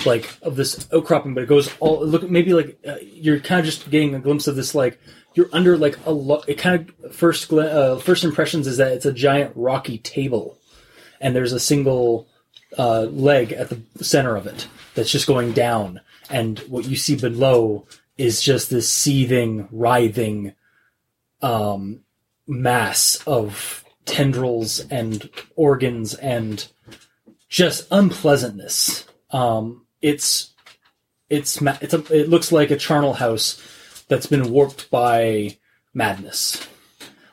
like of this outcropping, but it goes all. Look, maybe like uh, you're kind of just getting a glimpse of this, like you're under like a lot. It kind of first gl- uh, first impressions is that it's a giant rocky table, and there's a single uh, leg at the center of it that's just going down, and what you see below is just this seething, writhing um, mass of tendrils and organs and just unpleasantness. Um, it's it's ma- it's a, it looks like a charnel house that's been warped by madness.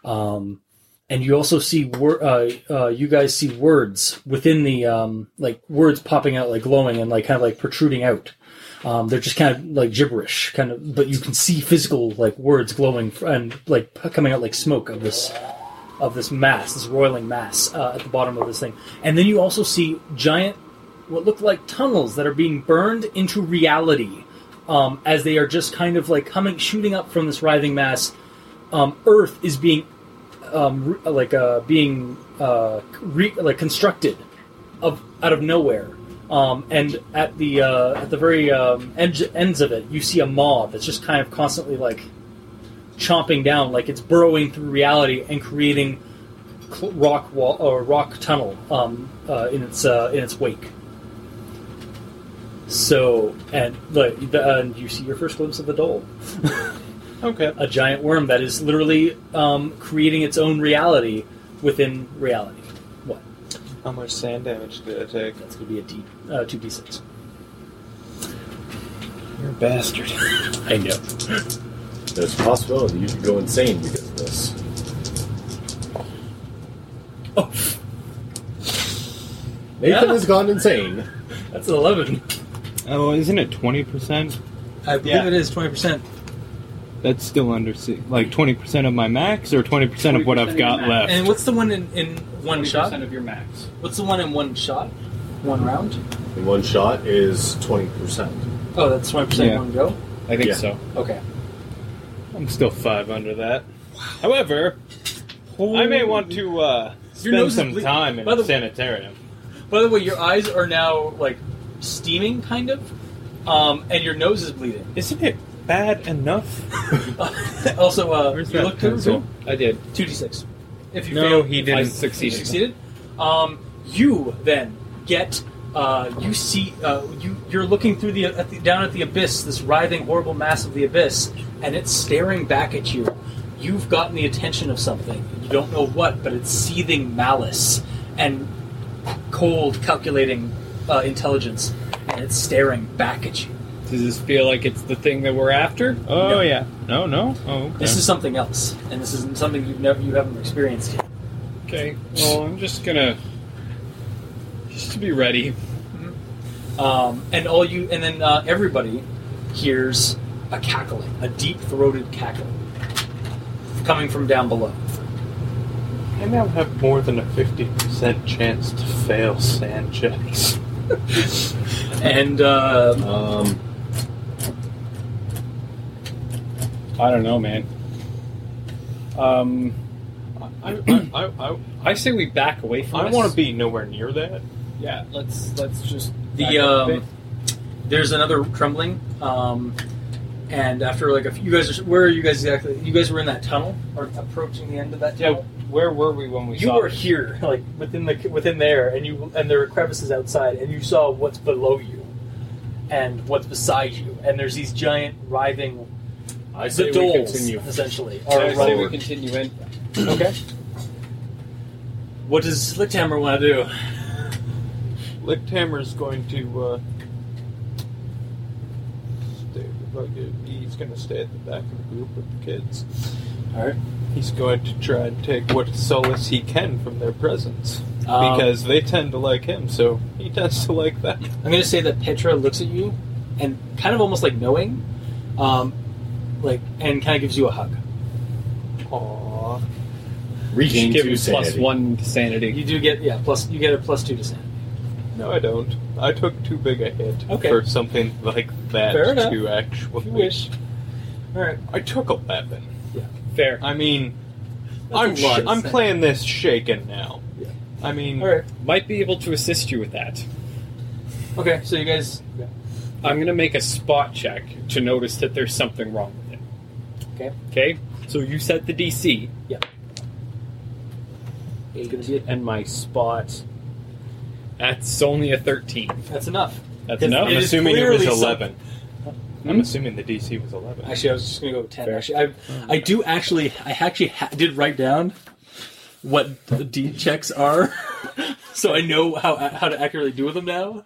Um, and you also see wor- uh, uh, you guys see words within the um, like words popping out like glowing and like kind of like protruding out. Um, they're just kind of like gibberish, kind of, but you can see physical like words glowing f- and like p- coming out like smoke of this of this mass, this roiling mass uh, at the bottom of this thing. And then you also see giant, what look like tunnels that are being burned into reality um, as they are just kind of like coming, shooting up from this writhing mass. Um, Earth is being um, re- like uh, being uh, re- like constructed of out of nowhere. Um, and at the uh, at the very um, edge, ends of it, you see a maw that's just kind of constantly like chomping down, like it's burrowing through reality and creating cl- rock wall or rock tunnel um, uh, in its uh, in its wake. So and the, the and you see your first glimpse of the dole.
Okay.
a giant worm that is literally um, creating its own reality within reality. What?
How much sand damage did it take?
That's going to be a D, uh, 2d6.
You're a bastard.
I know.
There's a possibility you could go insane because of this. Oh. Nathan has gone insane.
That's an 11.
Oh, isn't it twenty percent?
I believe
Yeah.
it is 20%.
That's still under si- like twenty percent of my max, or twenty percent of what I've got left.
And what's the one in, in one shot?
of your max.
What's the one in one shot? One round?
In one shot is 20%.
Oh, that's 20%
Yeah.
one go?
I think
Yeah.
so.
Okay.
I'm still five under that. However, I may want to uh, spend
nose is
some
ble-
time in
By the-
a sanitarium.
By the way, your eyes are now, like, steaming, kind of, um, and your nose is bleeding.
Isn't it bad enough?
also, uh, you
that
looked to
pencil?
I did.
2d6. If you
No,
failed,
he
if
didn't.
I
Succeeded.
You succeeded. Um, you then get. Uh, you see, uh, you you're looking through the, at the down at the abyss, this writhing, horrible mass of the abyss, and it's staring back at you. You've gotten the attention of something. You don't know what, but it's seething malice and cold, calculating uh, intelligence, and it's staring back at you.
Does this feel like it's the thing that we're after?
Oh
Uh,
No.
yeah. No, no. Oh, okay.
This is something else, and this is something you've never you haven't experienced yet.
Okay. Well, I'm just gonna just to be ready.
Um, and all you, and then uh, everybody hears a cackling, a deep throated cackle coming from down below.
I now have more than a 50% chance to fail sand checks.
And uh,
Um,
I don't know, man. Um,
I, I, I, I,
I say we back away from.
I
this.
want to be nowhere near that.
Yeah. Let's let's just back
the
up a bit.
um, there's another trembling, um, and after like a few, you guys are where are you guys exactly? You guys were in that tunnel or approaching the end of that
Yeah,
tunnel.
where were we when we
you
saw
were here, like within the within there, and you and there are crevices outside, and you saw what's below you, and what's beside you, and there's these giant writhing.
I
the doles, essentially. Are
I say we
rolling.
continue in.
okay. What does Slickhammer want to do?
Licked Hammer's going to. Uh, stay, like, uh, he's going to stay at the back of the group with the kids.
All right.
He's going to try and take what solace he can from their presence.
Um,
because they tend to like him, so he tends to like that.
I'm going to say that Petra looks at you and kind of almost like knowing, um, like, and kind of gives you a hug. Aww.
Regain
Give
two
him plus
sanity.
one sanity.
You do get yeah plus you get a plus two to sanity.
No, I don't. I took too big a hit
Okay.
for something like that
Fair enough.
to actually.
You wish. All right.
I took eleven.
Yeah.
Fair.
I mean,
That's
I'm
a lot
sh-
of
I'm
sense.
playing this shaken now.
Yeah.
I mean,
All right.
Might be able to assist you with that.
Okay, so you guys.
I'm going to make a spot check to notice that there's something wrong with it.
Okay.
Okay? So you set the DC.
Yeah.
Eight. And my spot. That's only a 13.
That's enough.
That's enough?
I'm assuming it was eleven. I'm assuming the DC was eleven.
Actually, I was just gonna go with ten. Actually, I, I do actually, I actually ha- did write down what the D checks are, so I know how how to accurately do with them now.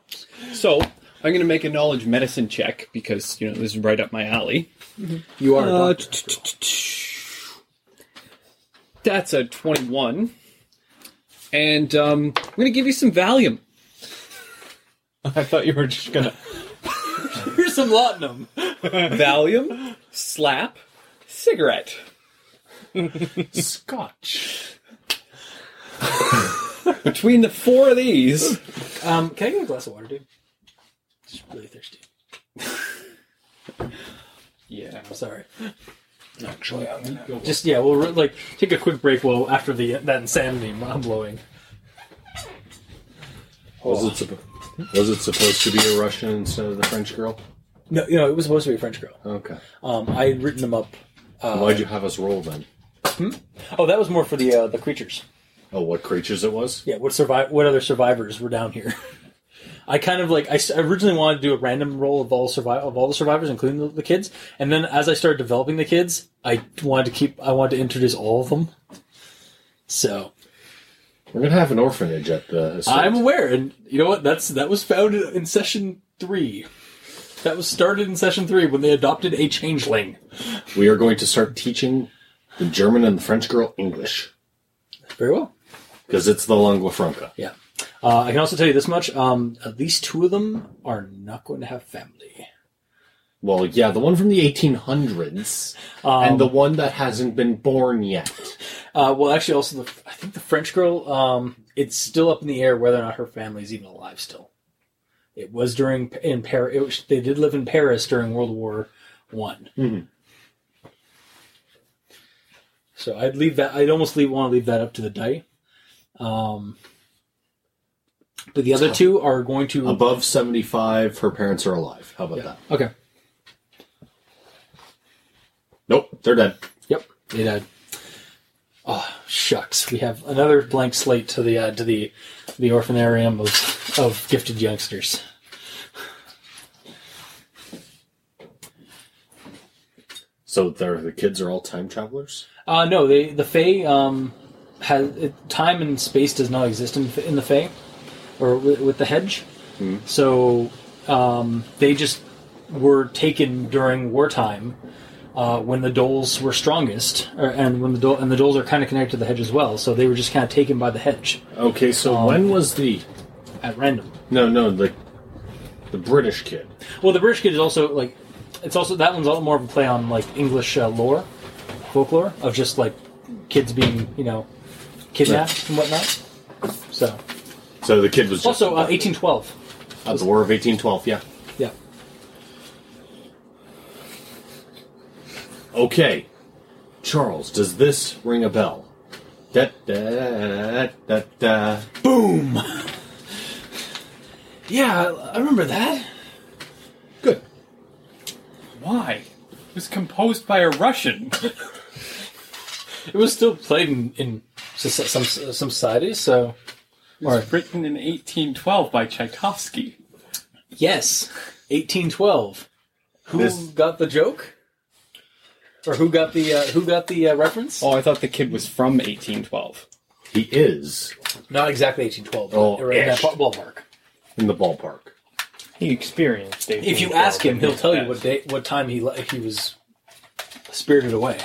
So I'm going to make a knowledge medicine check because, you know, this is right up my alley.
You are a
Uh,
doctor.
That's a 21. And um, I'm going to give you some Valium.
I thought you were just going to.
Here's some laudanum.
Valium, slap, cigarette.
Scotch.
Between the four of these.
Um, can I get a glass of water, dude? Just really thirsty.
yeah, I'm
sorry.
Actually, I'm gonna go.
Just yeah, we'll re- like take a quick break. Well, after the that insanity, I'm blowing.
Was it suppo- was it supposed to be a Russian instead of the French girl?
No, you know, it was supposed to be a French girl.
Okay.
Um, I had written them up. Uh,
Why'd you have us roll then?
Oh, that was more for the uh, the creatures.
Oh, what creatures it was?
Yeah, what survive? What other survivors were down here? I kind of like I s- I originally wanted to do a random roll of all survive of all the survivors, including the, the kids. And then as I started developing the kids, I wanted to keep I wanted to introduce all of them. So
We're gonna have an orphanage at the.
I'm aware, and you know what? That's that was founded in session three. That was started in session three when they adopted a changeling.
We are going to start teaching the German and the French girl English
Very well.
because it's the lingua franca.
Yeah. Uh, I can also tell you this much: um, at least two of them are not going to have family.
Well, yeah, the one from the 1800s
Um,
and the one that hasn't been born yet.
Uh, well, actually, also the I think the French girl. Um, it's still up in the air whether or not her family's even alive still. It was during in Paris. They did live in Paris during World War One,
Mhm.
so I'd leave that. I'd almost leave, want to leave that up to the die. Um, but the other two are going to
Above 75, her parents are alive. How about that?
Okay.
Nope, they're dead.
Yep, they died. Oh shucks, we have another blank slate to the uh, to the the orphanarium of of gifted youngsters.
So they're, the kids are all time travelers?
Uh, no, they, the Fae um, has it, time and space does not exist in, in the Fae, or with, with the Hedge.
Hmm.
So um, they just were taken during wartime uh, when the Doles were strongest, or, and when the dole, and the Doles are kind of connected to the Hedge as well. So they were just kind of taken by the Hedge
Okay, so
Um,
when was the.
at random.
No, no, the, the British kid.
Well, the British kid is also like it's also that one's a lot more of a play on like English uh, lore, folklore of just like kids being you know kidnapped and whatnot. So
So the kid was just.
also uh, 1812.
at the War of 1812, yeah.
Yeah.
Okay, Charles, does this ring a bell? Da, da, da, da.
Boom! Yeah, I- I remember that.
Why? It was composed by a Russian.
It was still played in, in so- so- some uh, some societies. So
It was written in 1812 by Tchaikovsky.
yes, 1812. Who got the joke? Or who got the uh, who got the uh, reference?
Oh, I thought the kid was from 1812.
He is
Not exactly 1812. but
Oh,
right in that
ish.
ba- ballpark.
in the ballpark.
He experienced.
If you ask him, he'll tell you what day, what time he le- he was spirited away.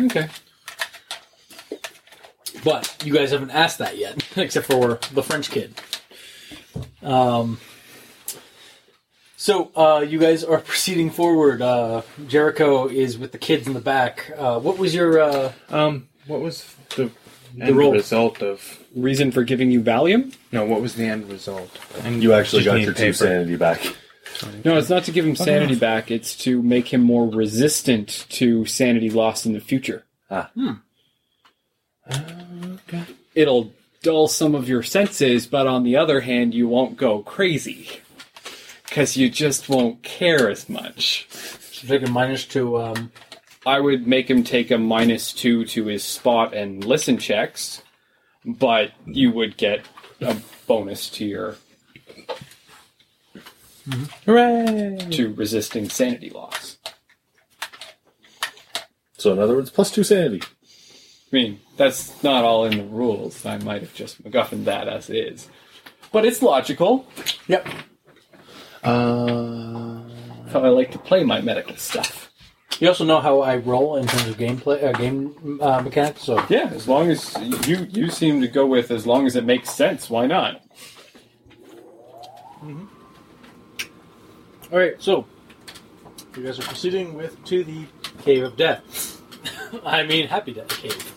Okay.
But you guys haven't asked that yet, except for the French kid. Um, so uh, you guys are proceeding forward. Uh, Jericho is with the kids in the back. Uh, what was your uh,
um? What was the
The
end
roll.
result of
reason for giving you Valium?
No, what was the end result?
You actually
Just
got
need
your two
paper.
sanity back.
No, it's not to give him
Okay.
sanity back. It's to make him more resistant to sanity lost in the future.
Ah.
Hmm. Okay. It'll dull some of your senses, but on the other hand, you won't go crazy because you just won't care as much.
take a minus two. Um...
I would make him take a minus two to his spot and listen checks, but you would get a bonus to your
Hooray!
to resisting sanity loss.
So in other words, plus two sanity.
I mean, that's not all in the rules. I might have just MacGuffined that as is. But it's logical. Yep.
Uh,
how I like to play my medical stuff.
You also know how I roll in terms of gameplay, uh, game uh, mechanics. So
Yeah, as long as you you seem to go with as long as it makes sense, why not?
All right, so you guys are proceeding with to the cave of death. I mean, happy death cave.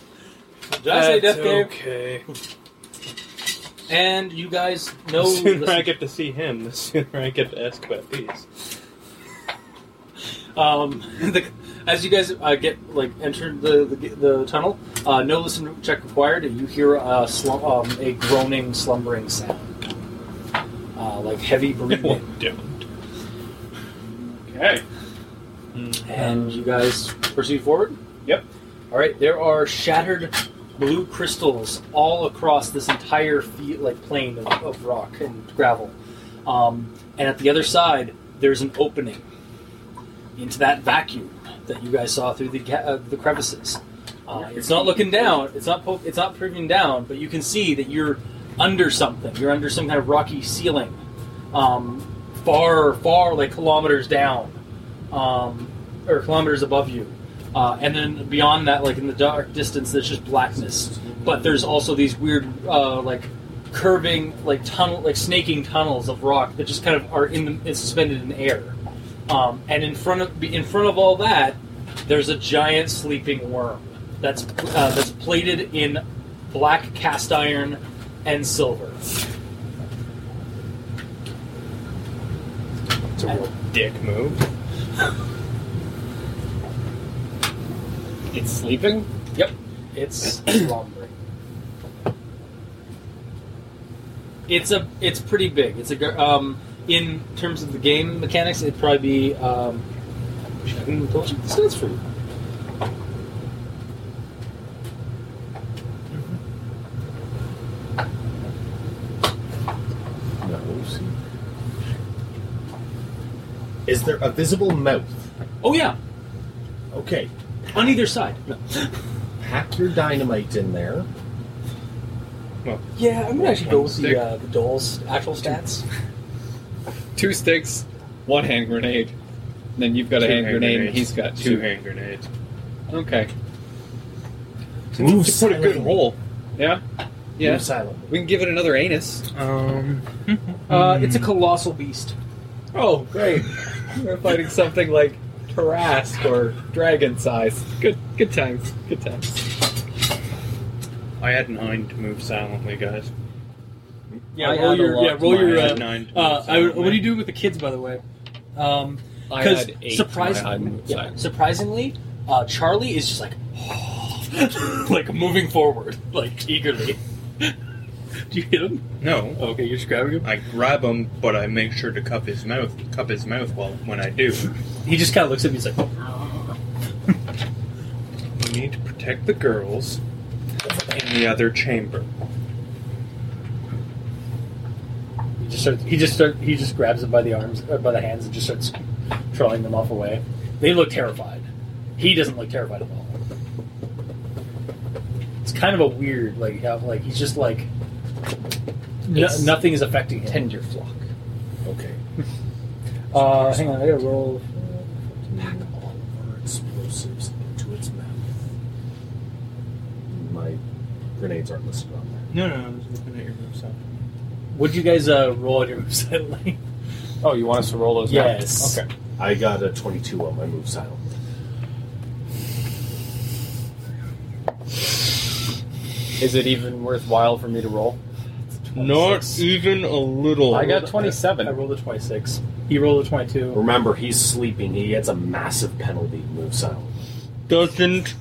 Uh, Did I say death
That's
cave?
Okay.
And you guys know.
the sooner I
listen,
get to see him, the sooner I get to ask about these.
um, the, as you guys uh, get like entered the the, the tunnel, uh, no listen check required. And you hear a slum, um, a groaning, slumbering sound, uh, like heavy breathing.
Okay.
And you guys proceed forward?
Yep.
All right, there are shattered blue crystals all across this entire fe- like plane of, of rock and gravel. Um, and at the other side, there's an opening into that vacuum that you guys saw through the, ca- uh, the crevices. Uh, it's not looking down. It's not. Po- it's not proving down. But you can see that you're under something. You're under some kind of rocky ceiling, um, far, far, like kilometers down, um, or kilometers above you. Uh, and then beyond that, like in the dark distance, there's just blackness. But there's also these weird, uh, like curving, like tunnel, like snaking tunnels of rock that just kind of are in the, is suspended in air. Um, and in front of in front of all that, there's a giant sleeping worm that's uh, that's plated in black cast iron and silver.
It's a real dick move.
It's sleeping?
Yep. It's slumbering. It's a it's pretty big. It's a gr- um in terms of the game mechanics, it'd probably be um. I wish I hadn't told you the stats for you.
No, see. Is there a visible mouth?
Oh yeah,
Okay,
on either side. No.
pack your dynamite in there.
Yeah, I'm gonna actually go with
Stick.
the uh, the doll's actual stats.
Two sticks, one hand grenade. And then you've got a
Two
hand
hand
grenade and
grenades.
he's got
Two
two.
hand grenades.
Okay.
Move
It's a good roll. Yeah? Yeah.
Move silently.
We can give it another anus.
Um
Uh, it's a colossal beast.
Oh, great. We're fighting something like Tarrasque or dragon size. Good good times. Good times.
I had nine to move silently, guys.
Yeah,
I
roll
had a
your
lot
yeah,
to
roll
my
your.
head,
Uh,
nine to
uh,
my
I would-
side.
what do you do with the kids, by the way? Um,
I
'cause
had eight to
surpris-
my hand,
yeah,
so-
surprisingly, uh, Charlie is just like, like moving forward, like eagerly. do you hit him?
No.
Okay, you're just grabbing him.
I grab him, but I make sure to cup his mouth. Cup his mouth while when I do.
He just kind of looks at me. He's like,
We need to protect the girls in the other chamber.
He just starts. He just start. He just grabs them by the arms, uh, by the hands, and just starts throwing them off away. They look terrified. He doesn't look terrified at all. It's kind of a weird, like, how, like he's just like no,
It's-
nothing is affecting him.
Tend your flock.
Okay.
Uh, hang on, I gotta roll.
Pack all of our explosives into its mouth.
My Grenades aren't listed on there.
No, no, I was looking at your moveset.
What'd you guys uh, roll on your moveset lane?
Oh, you want us to roll those? now?
Yes.
Okay.
I got a 22 on my move silent.
Is it even worthwhile for me to roll?
Not even a little.
I got 27.
I rolled a 26. He rolled a 22.
Remember, he's sleeping. He gets a massive penalty. Move silent.
Doesn't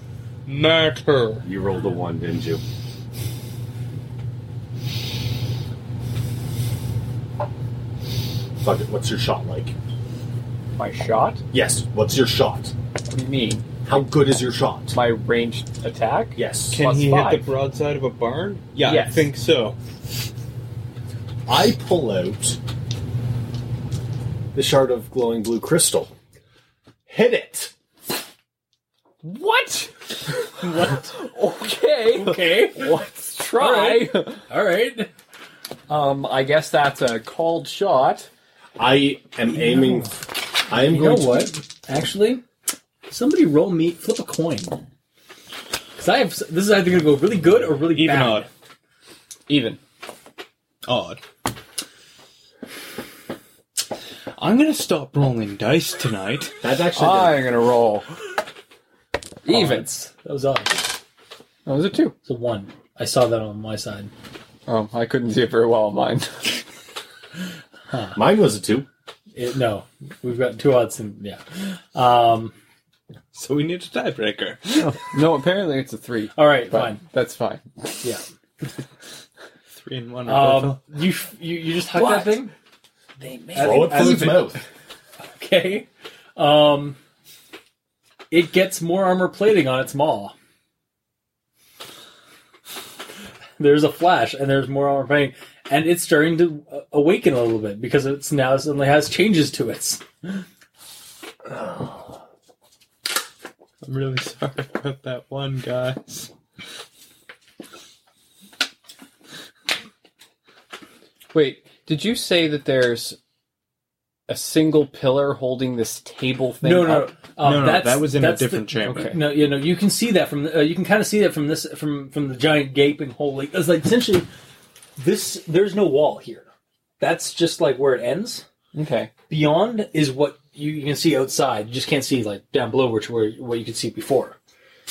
matter.
You rolled a one, didn't you? Fuck it. What's your shot like?
My shot?
Yes. What's your shot?
What do you mean?
How good is your shot?
My ranged attack?
Yes.
Can
Plus
he hit
five.
the broadside of a barn? Yeah, I
Yes.
think so.
I pull out the shard of glowing blue crystal. Hit it.
What?
What?
Okay.
Okay.
Let's try.
All right.
Um, I guess that's a called shot.
I am aiming. I am
You know
going to.
what? Actually, somebody roll me, flip a coin. Because I have, this is either going to go really good or really
Even
bad.
odd.
Even.
Odd. I'm gonna stop rolling dice tonight.
That's actually.
I'm gonna roll. Even.
Evens. That was odd.
Oh, That was a two.
It's a one. I saw that on my side.
Oh, I couldn't see it very well on mine.
good. Mine was a two.
It, no, we've got two odds and yeah. Um,
So we need a tiebreaker.
no, apparently it's a three.
all right,
but
fine.
That's fine.
Yeah.
Three and one.
Um, you, f- you you just huck
What?
that thing.
They made
Throw it through his mouth.
Okay. Um, it gets more armor plating on its maw. There's a flash, and there's more armor plating, and it's starting to uh, awaken a little bit because it's now suddenly has changes to it.
I'm really sorry about that one, guys.
Wait, did you say that there's a single pillar holding this table thing?
No, no,
up?
um,
no, no,
that's-
that was in a
that's the-
different chamber.
Okay.
No, you know you can see that from the, uh, you can kind of see that from this from from the giant gaping hole. Like, it's like essentially, this there's no wall here. That's just like where it ends.
Okay.
Beyond is what you, you can see outside. You just can't see like down below, which where what you could see before,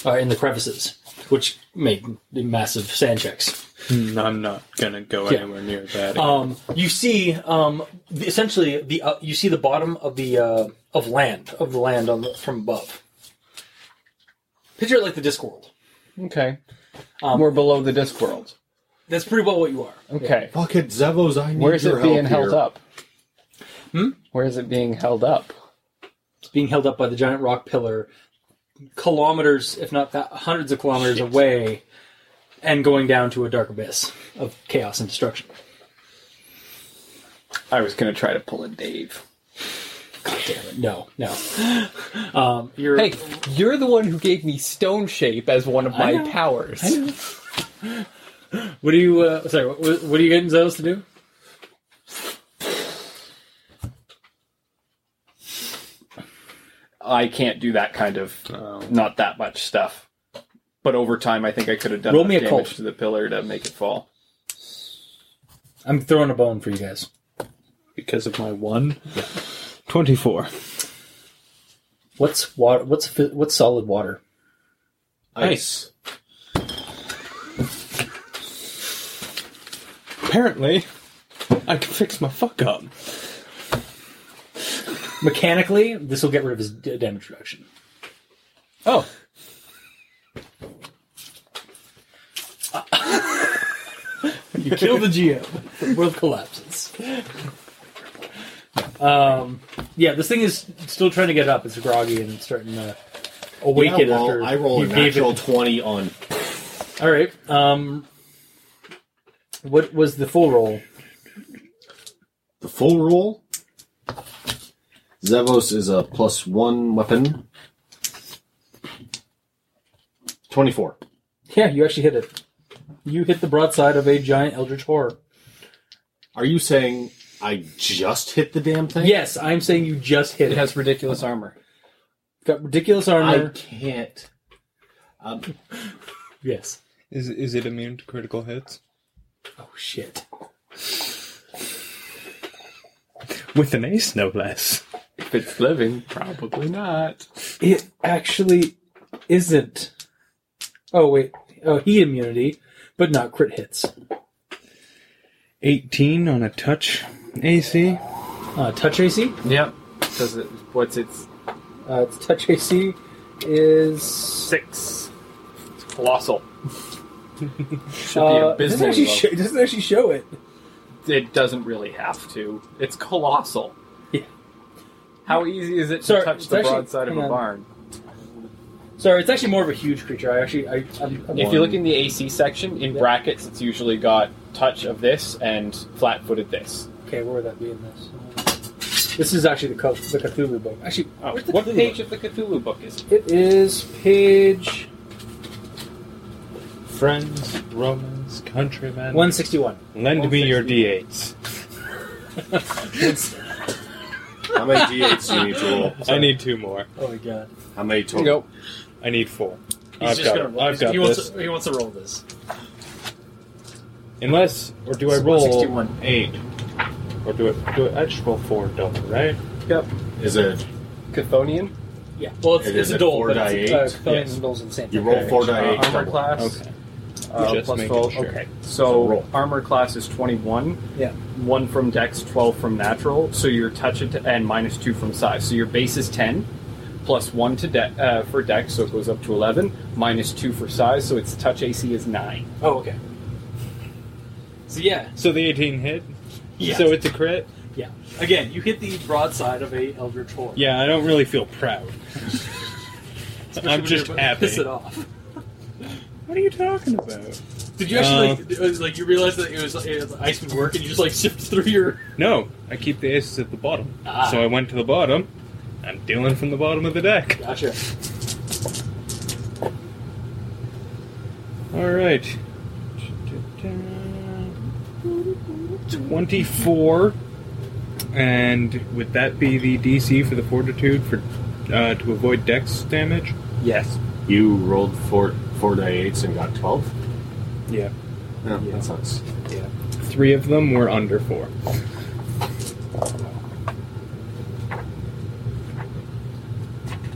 uh, in the crevices, which make the massive sand checks.
Hmm, I'm not gonna go
Yeah.
anywhere near that.
Um, you see, um, the, essentially the uh, you see the bottom of the uh, of land of the land on the, from above. Picture it like the Discworld.
Okay.
Um,
We're below the Discworld.
That's pretty well what you are.
Okay.
Fuck it, Zevos. I need
Where's
your
it being
help
held
here.
up?
Hmm?
Where is it being held up?
being held up by the giant rock pillar kilometers, if not that, hundreds of kilometers away and going down to a dark abyss of chaos and destruction.
I was gonna try to pull a Dave.
God damn it. No, no. Um, you're,
Hey, you're the one who gave me stone shape as one of my
know.
powers.
What do you, uh, sorry, what, what are you getting Zeus to do?
I can't do that kind of not that much stuff. But over time, I think I could have done
Roll
enough
me a
damage
cult.
to the pillar to make it fall.
I'm throwing a bone for you guys.
because of my one. Twenty-four.
What's water, what's, fi- what's solid water?
Ice. Apparently, I can fix my fuck up.
Mechanically, this will get rid of his d- damage reduction.
Oh.
You kill the GM. The world collapses. Um, yeah, this thing is still trying to get up. It's groggy and it's starting to awaken
yeah, well,
after
I roll a
you gave
natural
it.
twenty on.
All right. Um, what was the full roll?
The full roll. Zevos is a plus one weapon. Twenty-four.
Yeah, you actually hit it. You hit the broadside of a giant eldritch horror.
Are you saying I just hit the damn thing?
Yes, I'm saying you just hit
It
it.
has ridiculous armor.
got ridiculous
I
armor.
can't. Um,
Yes.
Is is it immune to critical hits?
Oh shit!
With an ace, no less.
If it's living, probably not.
It actually isn't. Oh wait. Oh, heat immunity, but not crit hits.
18 on a touch AC.
Uh, touch AC?
Yep. Does it? What's its?
Uh, its touch AC is six.
It's colossal. Should be
Uh, it doesn't
abysmally
actually
low.
show, it doesn't actually show it.
It doesn't really have to. It's colossal.
Yeah.
How easy is it to
Sorry,
touch
it's
the
actually-
broadside of
hang
a
on.
barn?
Sorry, it's actually more of a huge creature. I actually, I, I'm, I'm
If you look in the AC section, in brackets, it's usually got touch of this and flat footed this.
okay, where would that be in this? Uh, This is actually the, Cth- the Cthulhu book. Actually,
Oh,
where's the
what
Cthulhu
page of the Cthulhu book is it?
Book? It is page
Friends, Romans, countrymen.
161.
Lend me your d8s.
How many d8s do you need to roll?
I need two more.
Oh my god!
How many total?
Nope. I need four.
He's
I've
just
got,
gonna
it.
roll.
I've got
he,
this.
Wants to, he wants to roll this.
Unless, or do I
It's
roll
161.
eight? Or do it? Do it? I just roll four double, right?
Yep.
Is it?
Chthonian?
Yeah. Well, it's,
It
it's
is
a
a
dole,
four
but
die
it's,
eight?
uh, Cthulhu
Yes.
and dole's insane.
You roll four die eight.
Armor
double.
class.
Okay.
Uh,
Just
plus
making
12.
sure.
Okay.
So
So
roll.
armor class is 21.
Yeah.
1 from dex, 12 from natural. So your touch at- and minus 2 from size. So your base is 10, plus 1 to de- uh, for dex, so it goes up to 11, minus 2 for size, so its touch AC is 9.
Oh, okay. So yeah,
So the eighteen hit.
Yeah.
So it's a crit.
yeah.
Again, you hit the broadside of a eldritch horn.
Yeah, I don't really feel proud.
Especially
I'm
when
just
you're about to
happy.
Piss it off.
What are you talking about?
Did you actually
Uh,
like? It was like you realized that it was, it was ice would work, and you just like shift through your.
No, I keep the aces at the bottom.
Ah.
So I went to the bottom. I'm dealing from the bottom of the deck.
Gotcha.
All right. 24. And would that be the DC for the fortitude for uh, to avoid dex damage?
Yes.
You rolled four four die eights and got twelve.
Yeah.
Yeah, that sucks.
Yeah. Three of them were under four.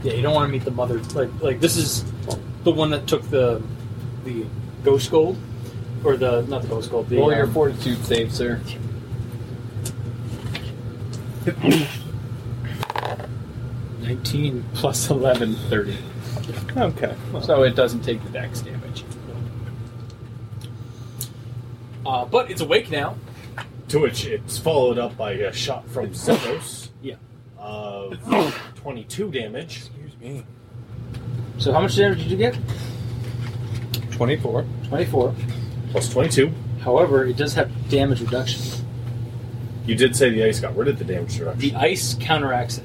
Yeah, you don't want to meet the mother. Like, like this is the one that took the the ghost gold, or the not the ghost gold. The
Roll your
um,
fortitude save, sir.
nineteen.
Plus 11, 30.
Okay.
So it doesn't take the dex damage.
Uh, but it's awake now.
To which it's followed up by a shot from Zeros
Yeah.
of twenty-two damage. Excuse me.
So how much damage did you get?
24.
Twenty-four.
Plus twenty-two.
However, it does have damage reduction.
You did say the ice got rid of the damage reduction.
The ice counteracts it.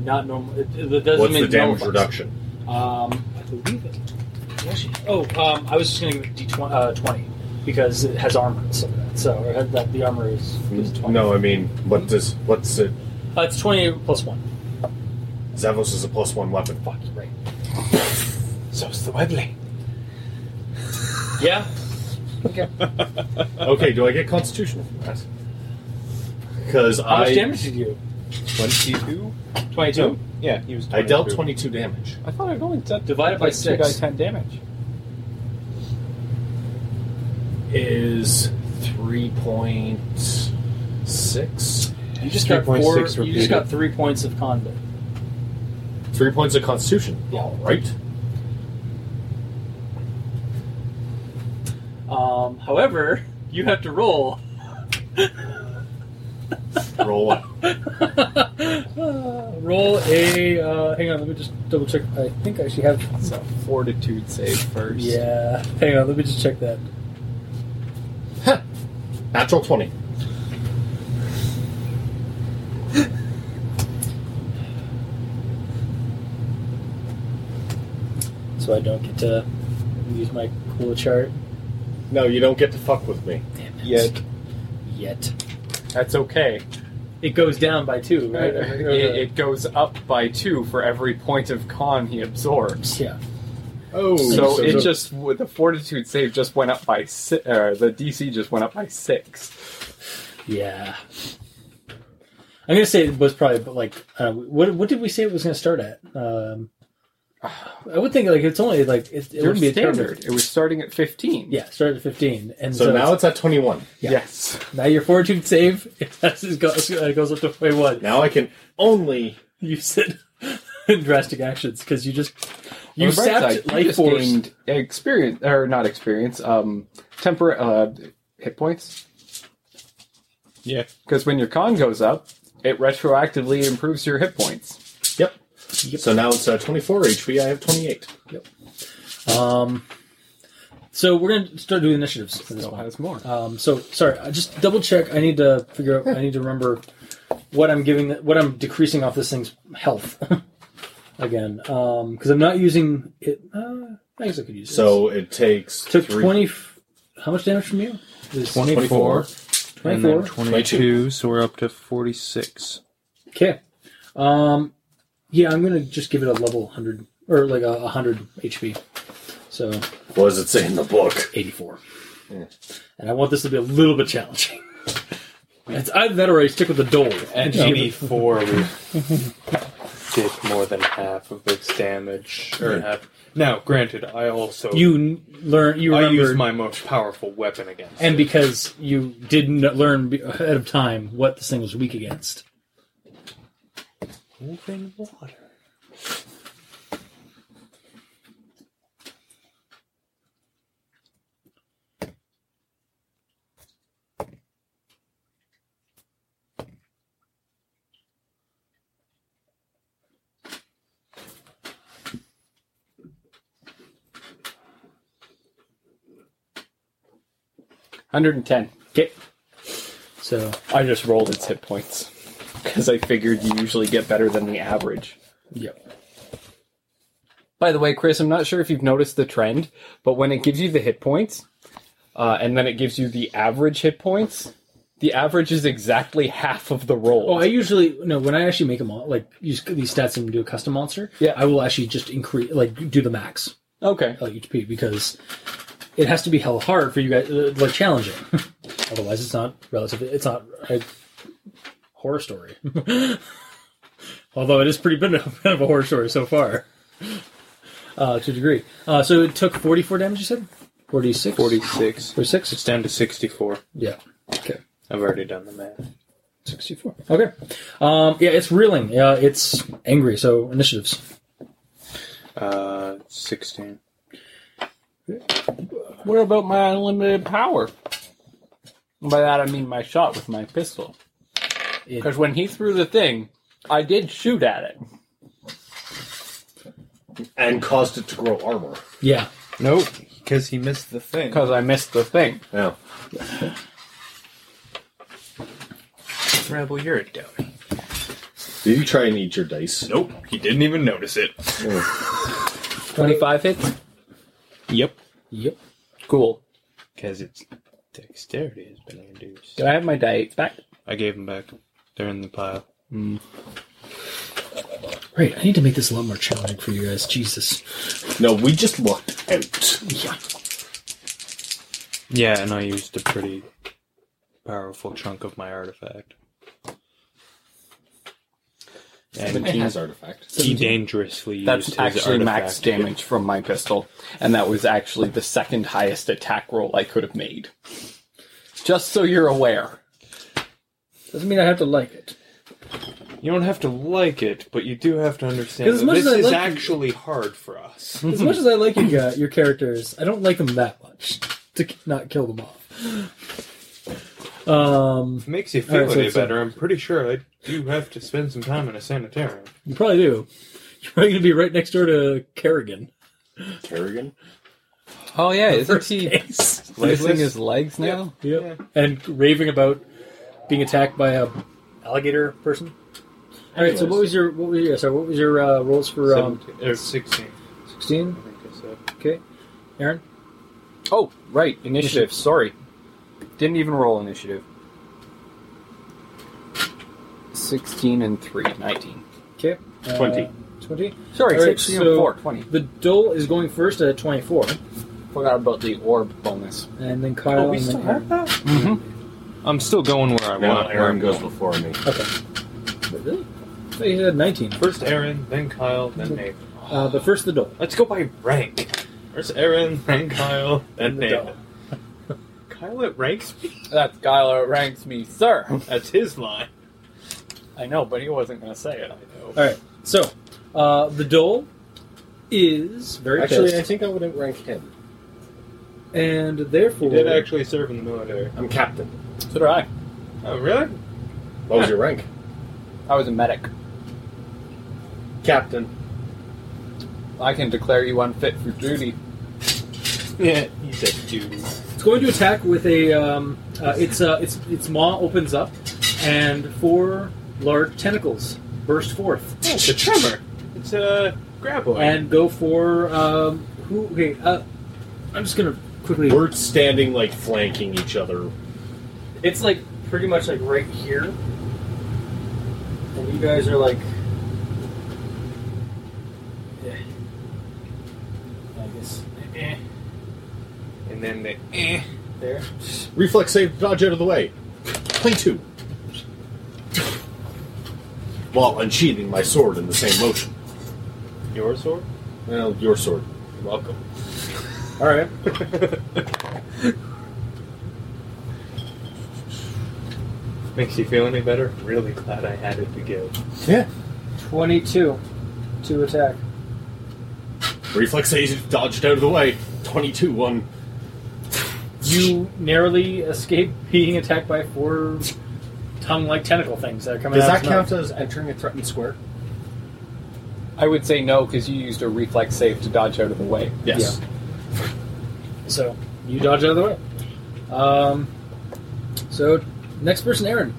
Not normal. It, it doesn't
What's
mean
the
it
damage
nullifies.
reduction?
Um, I believe it. Actually- Oh, um, I was just going to give it D20, uh, 20 because it has armor and stuff like that. So or had that the armor is, is 20.
Mm, No, I mean, what does what's it?
Uh, it's 20 plus 1.
Zavos is a plus one weapon.
Fuck, you're right.
So's the Webley.
Yeah?
Okay, do I get Constitution from that? Because
How much
I
damage did you?
22?
22?
No. Yeah, he was
I
22.
dealt twenty-two damage.
I thought I'd only done
Divided by
like two die
6.
10 damage.
Is three point six.
You just got
3.6
four. You just
repeated.
got 3 points of combat.
Three points of Constitution.
Yeah.
All right.
Um, however, you have to roll.
Roll up.
Uh, roll a. Uh, hang on, let me just double check. I think I actually have.
So fortitude save first.
Yeah. Hang on, let me just check that.
Natural twenty.
So I don't get to use my cool chart
No, you don't get to fuck with me.
Yet.
yet.
That's okay.
It goes down by two, right?
It, it goes up by 2 for every point of con he absorbs.
Yeah.
Oh, so,
so-
it
so-
just with the fortitude save just went up by si- or the DC just went up by six.
Yeah. I'm gonna say it was probably but like uh, what what did we say it was gonna start at? Um, I would think like it's only like it, it
Your
wouldn't be a terrible-
standard. It was starting at fifteen.
Yeah, started at fifteen, and
So now it's
at twenty-one.
Yes.
Now your fortitude save it, has, it, goes, it goes up to twenty-one. Now I can only use it in drastic actions because you just you
On the bright
sapped
side, you
life
just
force.
gained experience or not experience, um, tempor- uh, hit points.
Yeah.
because when your con goes up, it retroactively improves your hit points. Yep.
So now it's uh, 24 HP. I have 28.
Yep. Um, so we're gonna start doing initiatives for this one.
more.
Um, so sorry, I just double check. I need to figure out. I need to remember what I'm giving, what I'm decreasing off this thing's health again, because I'm not using it. Uh, I guess I could use this.
So it takes
took
three-
twenty. f- How much damage from you? This-
24.
And then
24.
22, so we're up to 46.
Okay. Um, yeah, I'm gonna just give it a level hundred or like a hundred HP. So
What does it say in the book?
84. and I want this to be a little bit challenging. It's either that or I stick with the dole.
At
Yeah.
84, we did more than half of its damage. Or
Yeah.
half. Now, granted, I also.
You n- learn. You
I used
remember,
my most powerful weapon against.
and because you didn't learn be- ahead of time what this thing was weak against.
Moving water.
Hundred and ten.
Okay. So
I just rolled its hit points because I figured you usually get better than the average.
Yep.
By the way, Chris, I'm not sure if you've noticed the trend, but when it gives you the hit points, uh, and then it gives you the average hit points, the average is exactly half of the roll.
Oh, I usually no. When I actually make a mon- like use these stats and do a custom monster, yeah, I will actually just increase like do the max.
Okay,
like HP because it has to be hell hard for you guys, uh, like challenging. Otherwise, it's not relative. It's not a horror story. Although it is pretty bit of kind of a horror story so far, uh, to a degree. Uh, so it took forty-four damage. You said forty-six.
46.
46?
It's down to 64.
Yeah. Okay.
I've already done the math.
64. Okay. Um, yeah, it's reeling. Yeah, it's angry. So initiatives.
Uh, 16.
What about my unlimited power? And by that I mean my shot with my pistol. Because when he threw the thing, I did shoot at it.
And caused it to grow armor.
Yeah.
Nope, because he missed the thing.
Because I missed the thing.
Yeah.
Rebel, you're a dummy.
Did you try and eat your dice?
Nope, he didn't even notice it.
25 hits?
Yep.
Yep.
Cool.
Because its dexterity has been reduced.
Do I have my die eights back?
I gave them back. They're in the pile.
Right. I need to make this a lot more challenging for you guys. Jesus.
No, we just lucked out.
Yeah.
Yeah, and I used a pretty powerful chunk of my artifact.
Seventeen is artifact.
He dangerously
That's
used his
actually max
artifact to get-
damage from my pistol, and that was actually the second highest attack roll I could have made. Just so you're aware.
Doesn't mean I have to like it.
You don't have to like it, but you do have to understand
'Cause as
that
much
this
as I
is
like-
actually hard for us.
As much as I like your, guy- your characters, I don't like them that much to k- not kill them off. Um,
If it makes you
all
feel
right, so
any
it's a-
better, I'm pretty sure I do have to spend some time in a sanitarium.
you probably do. You're probably going to be right next door to Kerrigan.
Kerrigan?
Oh yeah, isn't
First
he
case.
losing his legs now?
Yep. And raving about being attacked by a alligator person. All right. So
Anyways.
what was your what was your, sorry, what was your uh, rolls for um,
Seventeen- or 16.
16? Okay. Aaron?
Oh, right. Initiative. Sorry. Didn't even roll initiative. 16 and 3. 19.
Okay.
20.
20?
Sorry,
All right,
six,
so
four, 20.
Uh, The Dole is going first at a 24.
Forgot about the orb bonus.
And then Kyle.
Oh, we
and
still
then Aaron.
have that? Mm-hmm. I'm still going where I
No,
want.
Aaron
where I'm
goes
going.
before me.
Okay. Wait, really? I thought you had 19.
First Aaron, then Kyle, then Nate.
Uh, but first the Dole.
Let's go by rank. First Aaron, then Kyle, then
And the
Nate.
Dole.
Kyle it ranks me.
That's Kyle outranks me, sir.
That's his line.
I know, but he wasn't going to say it. I know.
All right. So, uh, the Dole is very
Actually, I
pissed,
think I would outrank him.
and therefore
He did actually serve in the military.
I'm captain.
So do I.
Oh, really?
What was your rank?
I was a medic.
Captain.
I can declare you unfit for duty.
Yeah, he said dude.
it's going to attack with a. Um, uh, its uh, its its maw opens up, and four large tentacles burst forth
Oh, it's a tremor. It's a graboid.
and go for um, who? Okay, uh, I'm just gonna quickly.
We're standing like flanking each other.
It's like pretty much like right here, and you guys are like. Yeah. I guess. eh,
and then the
eh, there.
Reflex save, dodge out of the way. Play two. While unsheathing my sword in the same motion.
your sword.
Well, your sword. You're welcome. All right.
Makes you feel any better? Really glad I had it to give.
Yeah.
22 to attack.
Reflex save, dodged out of the way. 22 1.
You narrowly escape being attacked by four tongue-like tentacle things that are coming out. of his mouth.
as entering a threatened square?
I would say no because you used a reflex save to dodge out of the way.
Yes.
So you dodge out of the way. Um, so next person, Aaron.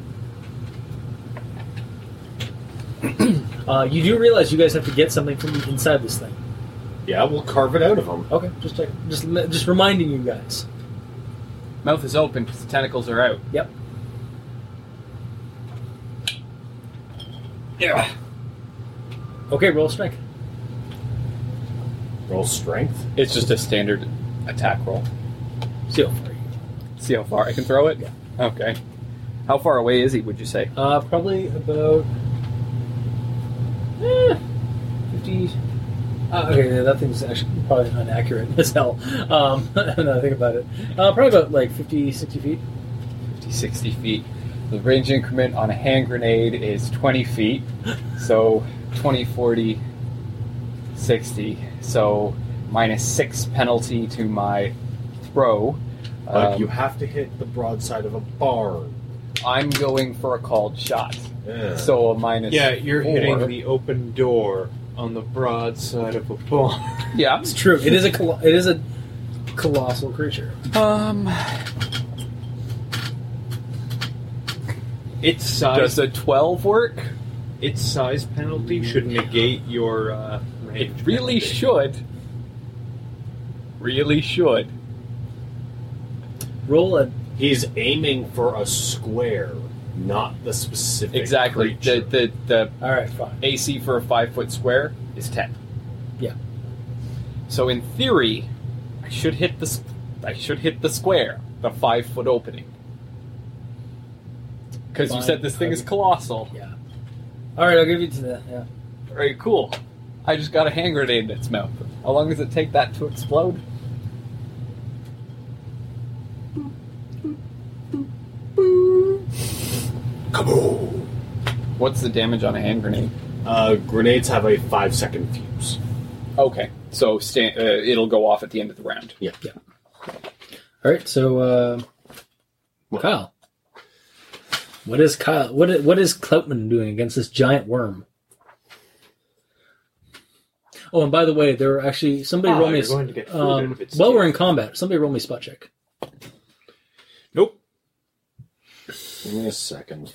uh, you do realize you guys have to get something from inside this thing.
Yeah, we'll carve it out of him.
Okay, just check. Just just reminding you guys.
Mouth is open because the tentacles are out.
Yep.
Yeah.
Okay, roll strength.
Roll strength.
It's just a standard attack roll.
See how far you-
See how far I can throw it? Okay. How far away is he, would you say?
Uh, probably about eh, fifty. Uh, okay, yeah, that thing's actually probably not accurate as hell. Um, now that I think about it, uh, probably about like 50, 60 feet.
50, 60 feet. The range increment on a hand grenade is 20 feet. So 20, 40, 60. So minus 6 penalty to my throw.
But
Um,
you have to hit the broadside of a barn.
I'm going for a called shot.
Yeah.
So a minus.
Yeah, you're hitting
four.
the open door on the broad side of a barn.
Yeah.
It's true. It is a colo- it is a colossal creature.
Um.
Its size,
Does a 12 work?
its size penalty should negate your uh,
It
range. penalty.
really should. Really should.
Roll a
He's aiming for a square, not the specific.
Exactly. The,
creature.
the the
all right, fine.
AC for a five foot square is ten.
Yeah.
So in theory, I should hit the s- I should hit the square, the five foot opening. Because you
Fine.
said this thing is colossal.
Yeah. All right, I'll give you to the yeah.
All right, cool. I just got a hand grenade in its mouth. How long does it take that to explode?
Kaboom!
What's the damage on a hand grenade?
Uh, grenades have a five second fuse.
Okay, so sta uh, it'll go off at the end of the round.
Yeah.
All right, so uh,
What?
Kyle, what is Kyle? What is, what is Cloutman doing against this giant worm? Oh, and by the way, there are actually somebody
Ah,
roll me. a
you're
s-
going to get food out
um,
of its
while we're in
teeth.
combat, somebody roll me a spot check.
Nope.
Give me a second.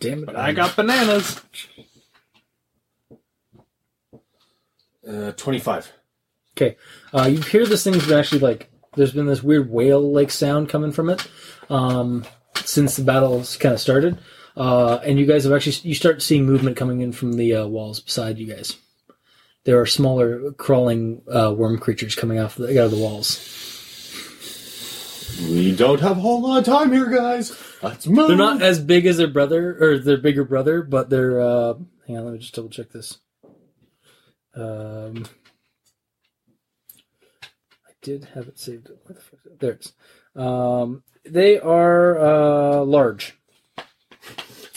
Damn it!
But I got bananas.
Uh, 25.
Okay, uh, you hear this thing's been actually like there's been this weird whale like sound coming from it um, since the battle's kind of started. uh, and you guys have actually you start seeing movement coming in from the uh, walls beside you guys. There are smaller crawling uh, worm creatures coming off the, out of the walls.
We don't have a whole lot of time here, guys. Let's move.
They're not as big as their brother or their bigger brother, but they're. Uh, hang on, let me just double check this. Um, I did have it saved. Where the fuck is it? There it is. Um, they are uh, large.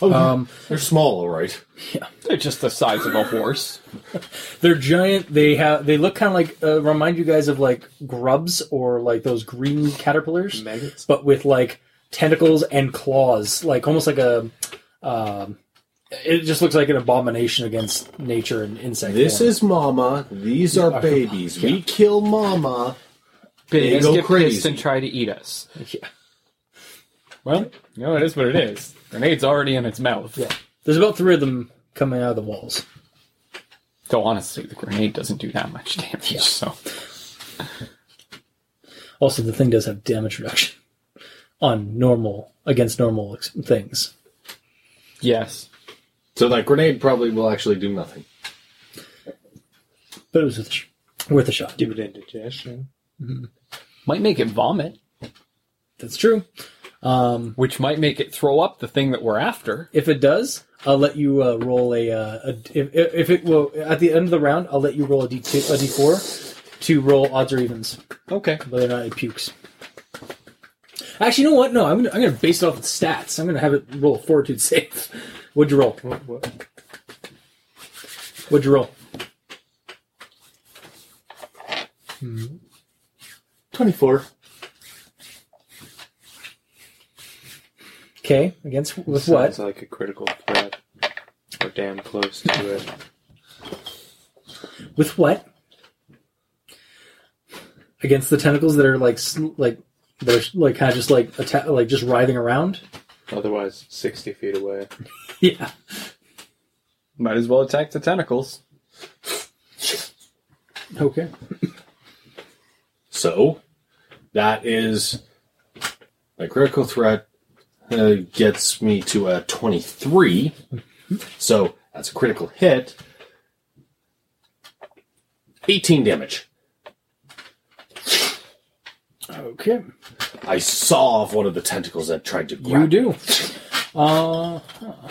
Oh, yeah.
um,
they're small, all right.
Yeah,
they're just the size of a horse.
they're giant. They have. They look kind of like uh, remind you guys of like grubs or like those green caterpillars,
Maggots?
but with like tentacles and claws, like almost like a. Um, it just looks like an abomination against nature and insect.
This
form.
is Mama. These are babies. We kill Mama. They
Babies
go
get pissed
crazy.
and try to eat us.
Yeah.
Well, you know, it is what it is. Grenade's already in its mouth.
Yeah. There's about three of them coming out of the walls.
Though honestly, the grenade doesn't do that much damage. So
Also, the thing does have damage reduction on normal against normal ex- things.
yes,
So that grenade probably will actually do nothing.
But it was worth a, sh- worth a shot.
Give it indigestion.
might make it vomit,
That's true. Um,
which might make it throw up the thing that we're after.
if it does, I'll let you uh, roll a, uh, a if, if if it will at the end of the round, I'll let you roll a d two a d four to roll odds or evens,
Okay.
whether or not it pukes. Actually, you know what? No, I'm gonna I'm gonna base it off its stats. I'm gonna have it roll a fortitude save. What'd you roll?
What, what?
What'd you roll?
24.
Okay, against with
Sounds
what?
like a critical threat. Or damn close to it.
With what? Against the tentacles that are like sl- like they're like kind of just like atta- like just writhing around.
Otherwise, 60 feet away.
Yeah.
Might as well attack the tentacles.
Okay.
So, that is a critical threat. Uh, gets me to a 23. So, that's a critical hit. 18 damage.
Okay.
I saw off one of the tentacles that tried to grab
You do. Uh huh.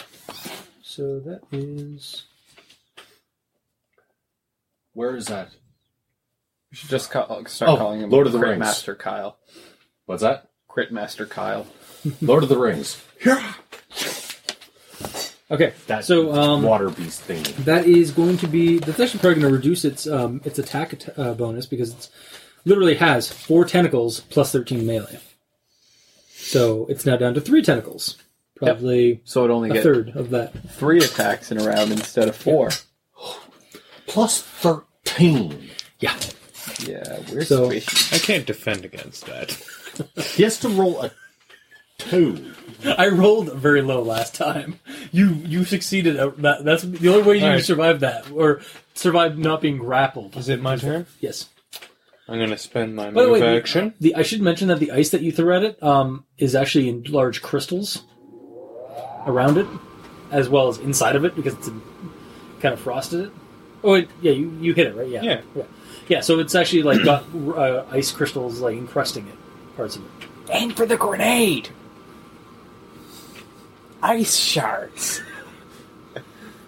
So that is
Where is that?
We should just call, start
Oh,
calling him
Lord of the
Crit
Rings.
Master Kyle.
What's that?
Crit Master Kyle.
Lord of the Rings.
okay.
That
So, um,
water beast thing.
That is going to be. That's actually probably going to reduce its um its attack at- uh, bonus because it's literally has four tentacles plus thirteen melee. So it's now down to three tentacles. Probably
So it only
a
gets
third of that.
three attacks in a round instead of four.
Plus 13.
Yeah.
Yeah, we're
So-
squishy.
I can't defend against that.
He has to roll a 2.
I rolled very low last time. You you succeeded. uh, That, that's the only way you
Alright.
survived that, or survived not being grappled.
Is it my turn?
Yes.
I'm going to spend my
By the
move
way, the-
action.
The I should mention that the ice that you threw at it um, is actually in large crystals around it, as well as inside of it because it's in, kind of frosted it. Oh it, yeah, you, you hit it right. Yeah.
Yeah.
yeah, Yeah, So it's actually like got uh, ice crystals like encrusting it, parts of it.
Aim for the grenade! Ice shards!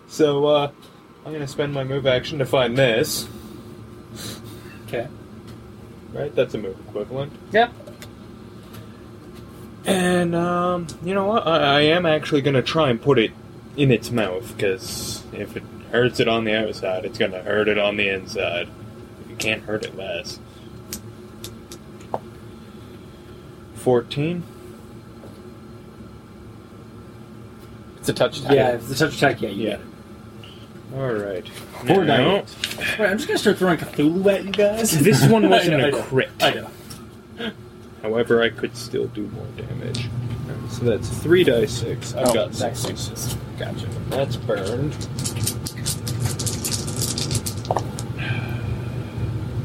So, uh, I'm going to spend my move action to find this.
Okay.
Right? That's a move equivalent.
Yeah.
And, um, you know what? I, I am actually going to try and put it in its mouth, because if it hurts it on the outside, it's going to hurt it on the inside. You can't hurt it less. 14?
It's a touchdown.
Yeah, if the touch attack. Yeah, you
Yeah.
Got it.
Alright.
Four
Now-
All right, I'm just gonna start throwing Cthulhu at you guys.
This one
I
wasn't
know,
a
I know.
crit.
I know.
However, I could still do more damage. So that's three dice six. I've
Oh,
got
that's
six.
six. Gotcha.
That's burned.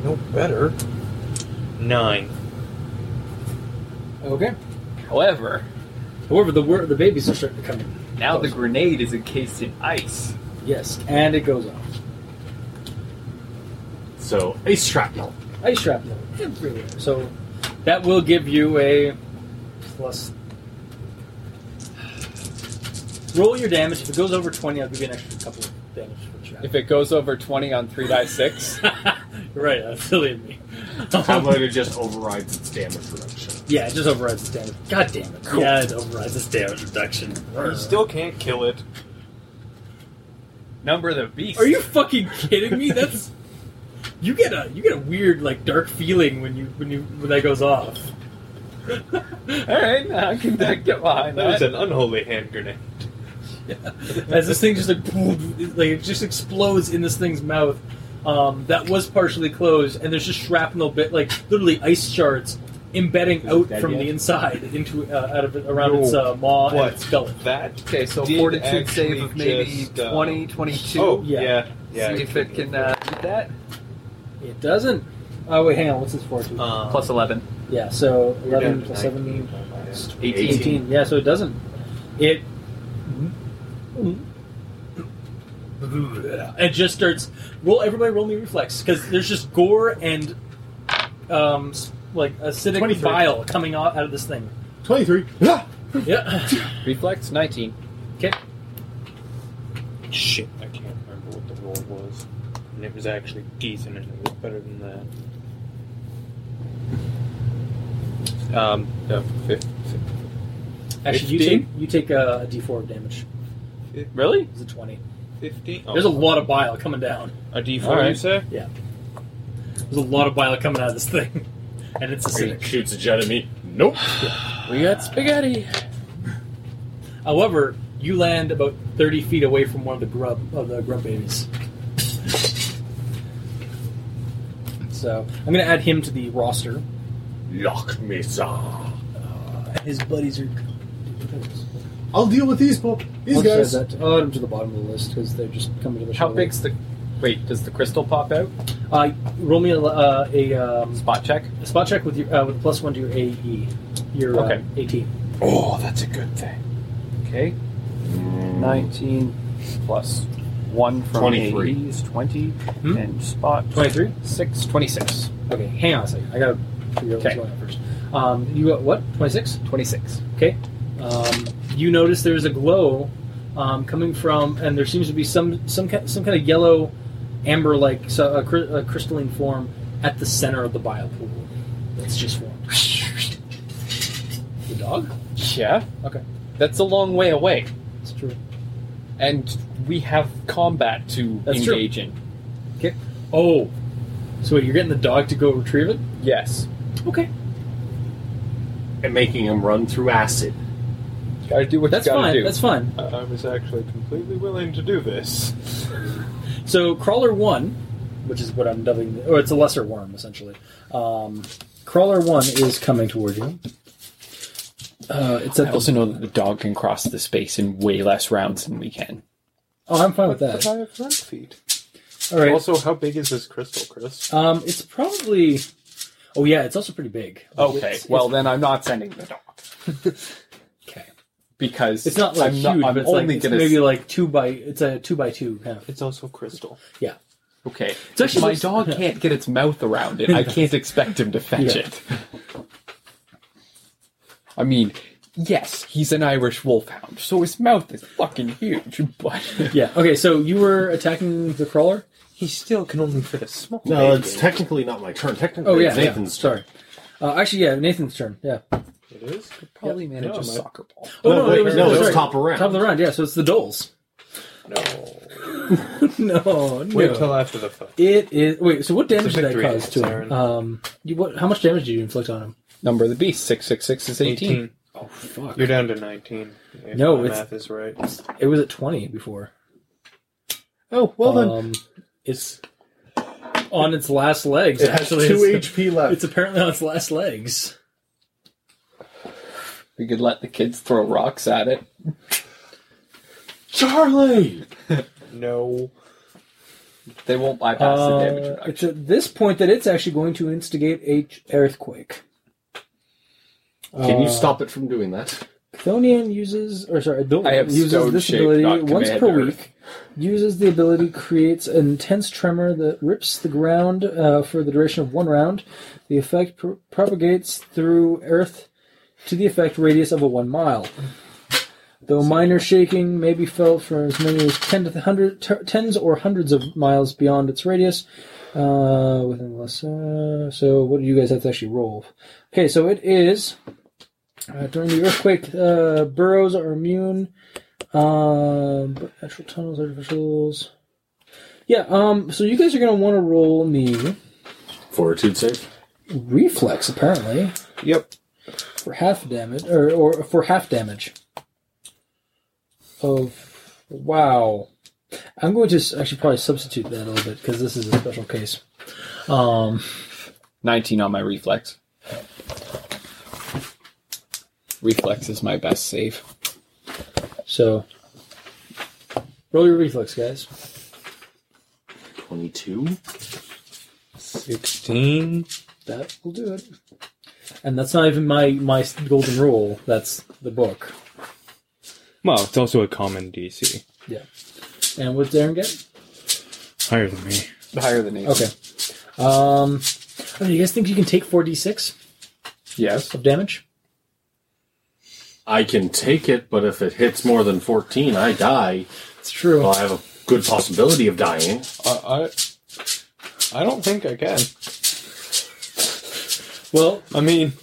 No better. Nine.
Okay.
However,
However, the wor- the babies are starting to come in.
Now the grenade is encased in ice.
Yes, and it goes off.
So ice shrapnel.
Ice shrapnel everywhere. So that will give you a plus. Roll your damage. If it goes over twenty, I'll give you an extra couple of damage for shrapnel.
If it goes over 20 on 3 die 6.
right, that's silly of me.
Tablet just overrides its damage reduction.
Yeah, it just overrides its damage. God damn it.
Cool.
Yeah, it overrides its damage reduction.
You still can't kill it.
Number of the beast.
Are you fucking kidding me? That's you get a you get a weird like dark feeling when you when you when that goes off.
Alright, I can get behind
That was
that.
an unholy hand grenade.
As this thing just like boom, it- like it just explodes in this thing's mouth. Um, that was partially closed, and there's just shrapnel bit like literally ice shards embedding out
dead
from
yet?
the inside into uh, out of it, around its
No.
uh, maw
What?
and its gullet.
That
Okay, so
did
fortitude save
actually
of maybe
just, uh,
twenty, twenty-two. 20, 22.
Oh yeah, yeah.
See if it can uh, beat that.
It doesn't. Oh wait, hang on. What's this for?
Um,
Plus 11.
Yeah, so
You're down
eleven
to
plus
19
seven,
minus
it's
18.
18. Yeah, so it doesn't. It it just starts. Roll everybody, roll me reflex because there's just gore and um s- like acidic
23.
bile coming out out of this thing.
Twenty-three. Ah!
Yeah,
Reflex 19.
Shit, I can't remember what the roll was, and it was actually decent, and it was better than that.
Um, no, fif-
actually, you take you take a, a D4 of damage.
Really?
It's a 20.
15.
There's a lot of bile coming down.
a D4,
All right.
you say?
Yeah, there's a lot of bile coming out of this thing, and it's acidic.
shoots a jet at me. Nope.
We got spaghetti.
However, you land about thirty feet away from one of the grub of the grub babies. So I'm going to add him to the roster.
Lock me, saw.
Uh,
His buddies are.
I'll deal with these, po- these
I'll
guys.
just add that to- I'll add him to the bottom of the list because they're just coming to the
How
show.
big's the. Wait, does the crystal pop out?
Uh, roll me a, uh, a, um,
Spot check?
a spot check with your uh, with a plus one to your AE, your uh,
Okay.
AT.
Oh, that's a good thing.
Okay. 19 plus 1 from
23.
AE is 20.
Hmm?
And spot
Twenty-three.
6, 26.
Okay, hang on a second. I got to figure out what's
Okay.
going on first. Um, you got what? Twenty-six.
26.
Okay. Um, you notice there's a glow um, coming from, and there seems to be some some ki- some kind of yellow, amber-like so, a, cr- a crystalline form at the center of the bile pool that's just formed. The dog?
Yeah.
Okay,
That's a long way away.
that's true.
And we have combat to
That's true.
engage in.
Okay. Oh, so wait, you're getting the dog to go retrieve it?
Yes.
Okay,
And making him run through acid.
Gotta do what
that's
you gotta
fine.
do.
That's fine.
I I was actually completely willing to do this.
So crawler one, which is what I'm dubbing, or it's a lesser worm essentially. Um, crawler one is coming toward you. Uh, it's
I
at the,
also know that the dog can cross the space in way less rounds than we can.
oh, I'm fine with
But
that.
I have front feet.
All right.
Also, how big is this crystal, Chris?
um, it's probably. Oh yeah, it's also pretty big.
Okay,
It's-
well then I'm not sending the dog
okay.
because
It's not like
I'm
huge,
I'm
but it's
only
like it's
gonna
maybe like two by. It's a two by two kind of.
It's also crystal.
Yeah.
okay.
It's actually
if my
looks-
dog
yeah.
can't get its mouth around it. I can't expect him to fetch
Yeah.
it. I mean, yes, he's an Irish wolfhound, so his mouth is fucking huge, but
Yeah. Okay, so you were attacking the crawler.
He still can only fit a small.
No, it's technically not my turn. Technically,
Oh yeah,
it's
yeah,
Nathan's turn.
Sorry. Uh, actually, yeah, Nathan's turn. Yeah.
It is.
probably manage
No,
a
my-
soccer ball.
Oh
No, wait, no, it's
sorry.
top of round.
Top of the round. Yeah. So it's the doles. No. no. No.
Wait till after the fight.
It is wait. So what damage
It's a
did that
victory,
cause to him?
Aaron.
Um, you, what? How much damage did you inflict on him?
Number of the beast six six six is eighteen.
Oh fuck!
You're down to nineteen. If
No,
my
it's-
math is right.
It was at twenty before.
Oh, well then.
Um, it's on its last legs.
It has
actually,
two
it's,
HP left.
it's apparently on its last legs.
We could let the kids throw rocks at it.
Charlie!
No.
They won't bypass the damage
Uh,
reduction.
it's at this point that it's actually going to instigate a ch- earthquake.
Can you
Uh,
stop it from doing that?
Chthonian uses, or sorry, Adol-
I have
uses
stone
this
shape,
ability
not
once per
commander.
week. Uses the ability creates an intense tremor that rips the ground uh, for the duration of one round. The effect pr- propagates through earth to the effect radius of a one mile. Though minor shaking may be felt from as many as 10 to the hundred, t- tens or hundreds of miles beyond its radius, uh, within less. Uh, so, what do you guys have to actually roll? Okay, so it is uh, during the earthquake. Uh, burrows are immune. Uh, but actual tunnels, artificials. Yeah. Um. So you guys are gonna want to roll me
Fortitude save.
reflex, apparently.
Yep.
For half damage, or or for half damage. Of wow. I'm going to s- actually probably substitute that a little bit because this is a special case. Um,
19 on my reflex.
Reflex is my best save.
So, roll your reflex, guys.
22.
16. That will do it. And that's not even my, my golden rule. That's the book.
Well, it's also a common DC.
Yeah. And what's Darren get?
Higher than me.
Higher than
Okay. Um, oh, do you guys think you can take 4d6
Yes.
of damage?
I can take it, but if it hits more than 14, I die.
It's true.
Well, I have a good possibility of dying.
I, I, I don't think I can.
Well,
I mean,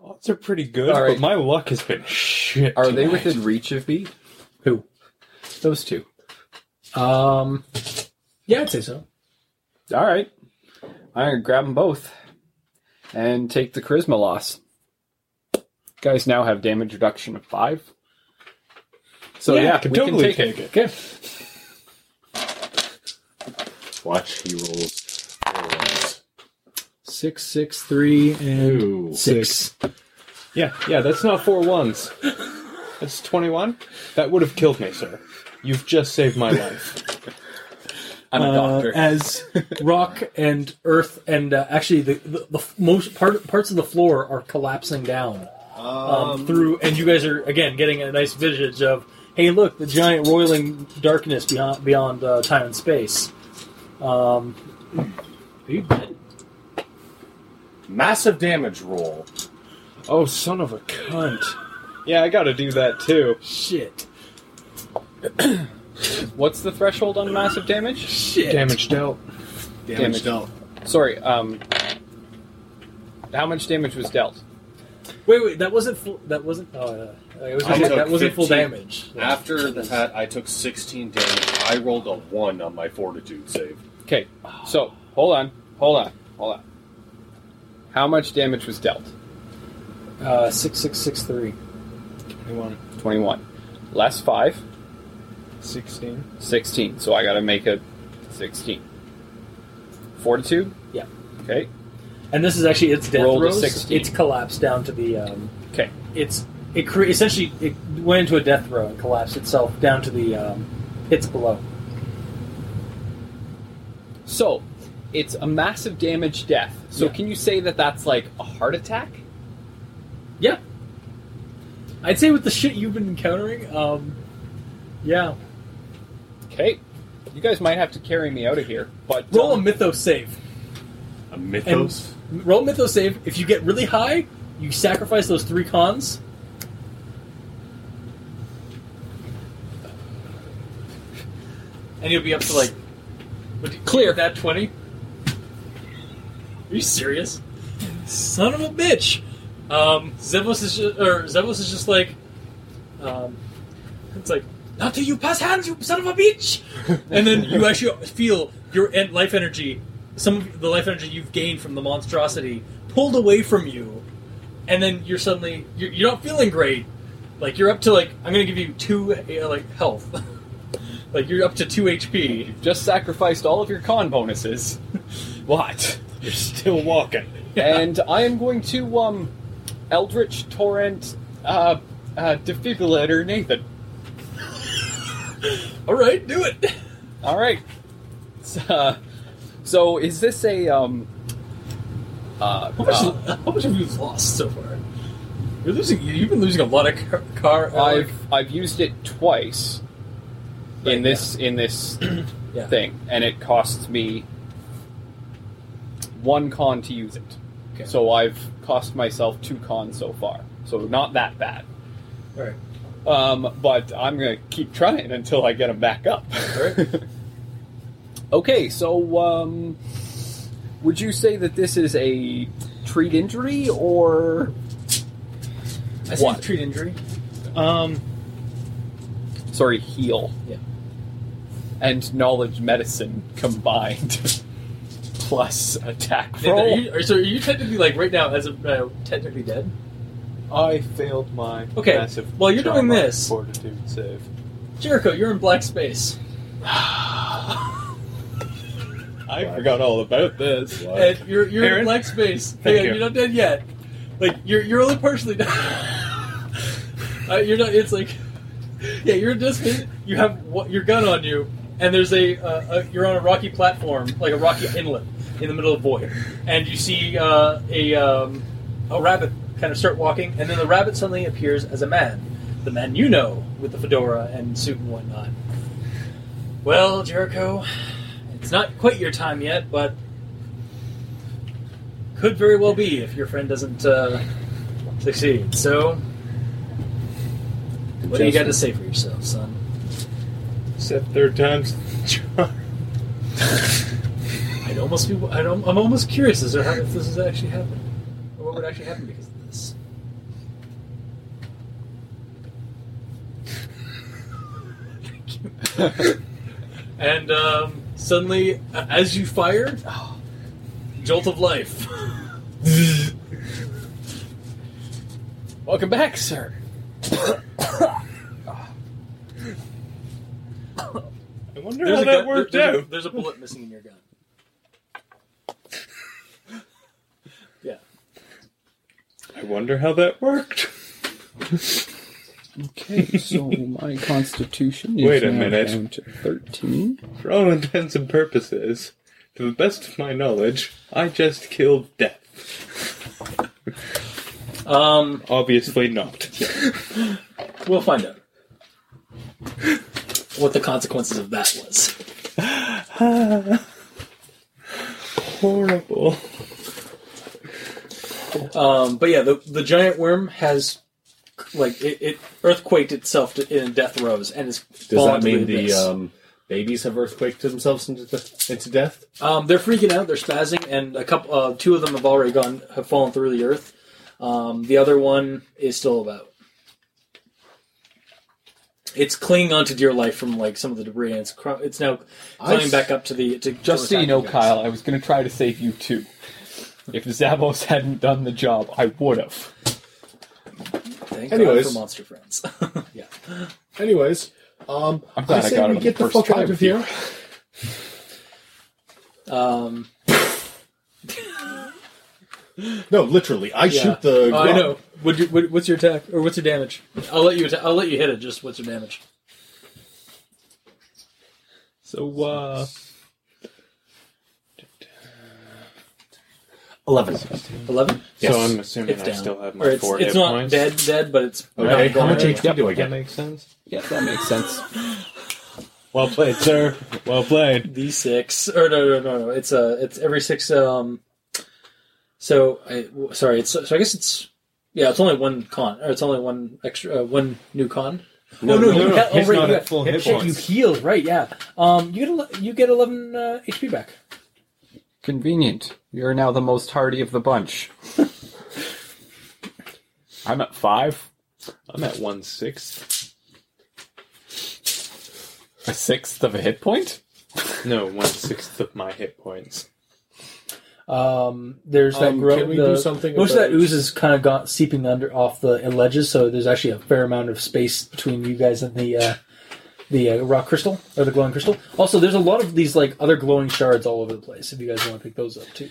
odds are pretty good,
All right.
but my luck has been shit.
Are they
tonight.
within reach of me?
Who?
Those two.
Um, yeah, I'd say so.
All right. I'm going to grab them both and take the charisma loss. Guys now have damage reduction of 5. So,
Yeah,
yeah,
I can
we
totally
can
take
take,
it.
Okay.
Watch, he rolls. rolls.
Six, six, three, and six.
Yeah, yeah, that's not four ones. That's 21. That would have killed me, sir. You've just saved my life.
I'm
Uh,
a doctor. Uh, as rock and earth and uh, actually the, the, the most part, parts of the floor are collapsing down um, through, and you guys are again getting a nice visage of hey, look, the giant roiling darkness beyond beyond uh, time and space. Um, are you dead?
Massive damage roll.
Oh, son of a cunt. Yeah, I gotta do that too.
Shit.
What's the threshold on massive damage? Shit.
Damage dealt.
Damage
dealt.
Sorry. Um, how much damage was dealt?
Wait, wait, that wasn't full. That wasn't. Oh, uh, it was
I took
that wasn't full
15.
damage.
After that, I took 16 damage. I rolled a 1 on my fortitude save.
Okay. So hold on, hold on, hold on. How much damage was dealt?
Uh, six, six, six, three.
21.
Twenty-one. Less five.
16.
16. So I gotta make a 16. Fortitude?
Yeah.
Okay.
And this is actually its death
Rolled a
throes.
16.
It's collapsed down to the. Um,
Okay.
It's it cre- essentially it went into a death row and collapsed itself down to the um, pits below.
So it's a massive damage death. So
Yeah.
can you say that that's like a heart attack?
Yeah. I'd say with the shit you've been encountering, um, yeah.
Okay. You guys might have to carry me out of here, but
Roll
um,
a mythos save.
A
And
mythos?
roll a mythos save. If you get really high, you sacrifice those three cons.
And you'll be up to like would you- clear that twenty. Are you serious? Son of a bitch. Um, Zevos is just, or Zevos is just like, um, it's like not till you pass hands, you son of a bitch. and then you actually feel your en- life energy, some of the life energy you've gained from the monstrosity, pulled away from you, and then you're suddenly you're, you're not feeling great. Like you're up to like I'm gonna give you two uh, like health. like you're up to two HP.
You've just sacrificed all of your con bonuses. what?
You're still walking.
And I am going to um, Eldritch Torrent uh, uh, Defibrillator Nathan.
All right, do it.
All right. So, uh, so is this a um? Uh,
How much,
uh,
how much have you lost so far?
You're losing. You've been losing a lot of car. car Alec.
I've I've used it twice in this in this
Yeah.
thing, and it costs me one con to use it. So I've cost myself two cons so far. So not that bad.
Right.
Um, but I'm gonna keep trying until I get them back up. okay, so um, would you say that this is a treat injury or
I
what?
said treat injury.
Um, sorry, heal.
Yeah.
And knowledge medicine combined, plus attack
Yeah,
roll.
are you- are- so are you technically like right now as of uh, technically dead?
I failed my
Okay,
massive.
while you're doing
trauma
this-
fortitude save.
Jericho, you're in black space.
I forgot all about this.
And you're you're
Aaron?
in black space.
Thank
Hang on,
you.
You're not dead yet. Like you're you're only partially dead. uh, you're not. It's like yeah, you're distant. You have wha- your gun on you, and there's a, uh, a you're on a rocky platform, like a rocky inlet in the middle of void, and you see uh, a um, a rabbit kind of start walking, and then the rabbit suddenly appears as a man, the man you know with the fedora and suit and whatnot. Well, Jericho, it's not quite your time yet, but could very well be if your friend doesn't uh, succeed. So, what do you got to say for yourself, son?
Said third times.
I'd almost be, I'd, al- I'm almost curious as to how, if this has actually happened, or what would actually happen because of this. and um, suddenly, a- as you fire, jolt of life.
Welcome back, sir.
I wonder
There's
how
a
that
gun-
worked
there's a-
out.
there's a bullet missing in your gun.
I wonder how that worked.
Okay, so my constitution
is Wait a now minute. down
to 13.
For all intents and purposes, to the best of my knowledge, I just killed death.
Um,
obviously not.
We'll find out what the consequences of that was.
Horrible.
Um, but yeah, the the giant worm has like it, it earthquaked itself to, in death rows and is
Does
fallen
that
to
mean the
abyss.
um, babies have earthquaked themselves into, de- into death?
Um, they're freaking out. They're spazzing, and a couple, uh, two of them have already gone, have fallen through the earth. Um, the other one is still about. It's clinging onto dear life from like some of the debris, and it's cr- it's now
I
climbing
s-
back up to the to
Just so
to
you know,
attack guys.
Kyle, I was going to try to save you too. If Zavos hadn't done the job, I would have.
Thank
Anyways.
God for monster friends. yeah.
Anyways, um,
I'm glad I
I say
got it
we
on
get
the
the
first
fuck
try
out of
with you.
here.
Um,
No, literally, I
yeah.
shoot the.
Oh, I
grub.
know. Would you, would, what's your attack or what's your damage? I'll let you. atta- I'll let you hit it. Just what's your damage?
So, uh.
11.
11?
So I'm assuming I still have my
Or it's,
four
it's
hit
not
points.
dead, dead, but it's
Okay, how much
gone.
HP do I
That
get?
makes sense.
Yeah, that makes sense.
Well played, sir. Well played.
D6 or no no no no it's uh it's every six um so I w- sorry it's so I guess it's yeah it's only one con or it's only one extra uh, one new con
No,
oh,
no,
you
no,
got-
he's
oh, right,
not
you
at
got-
full hit
shit, you
points.
healed right yeah um you get ele- you get eleven uh, HP back
Convenient. You're now the most hardy of the bunch. I'm at five.
I'm at one sixth.
A sixth of a hit point?
No, one sixth of my hit points.
Um,
there's that
Um,
gro-
can we
the-
do something
most of
about-
that ooze is
is kind of got seeping under off the ledges, so there's actually a fair amount of space between you guys and the uh, the uh, rock crystal or the glowing crystal. Also, there's a lot of these like other glowing shards all over the place. If you guys want to pick those up too.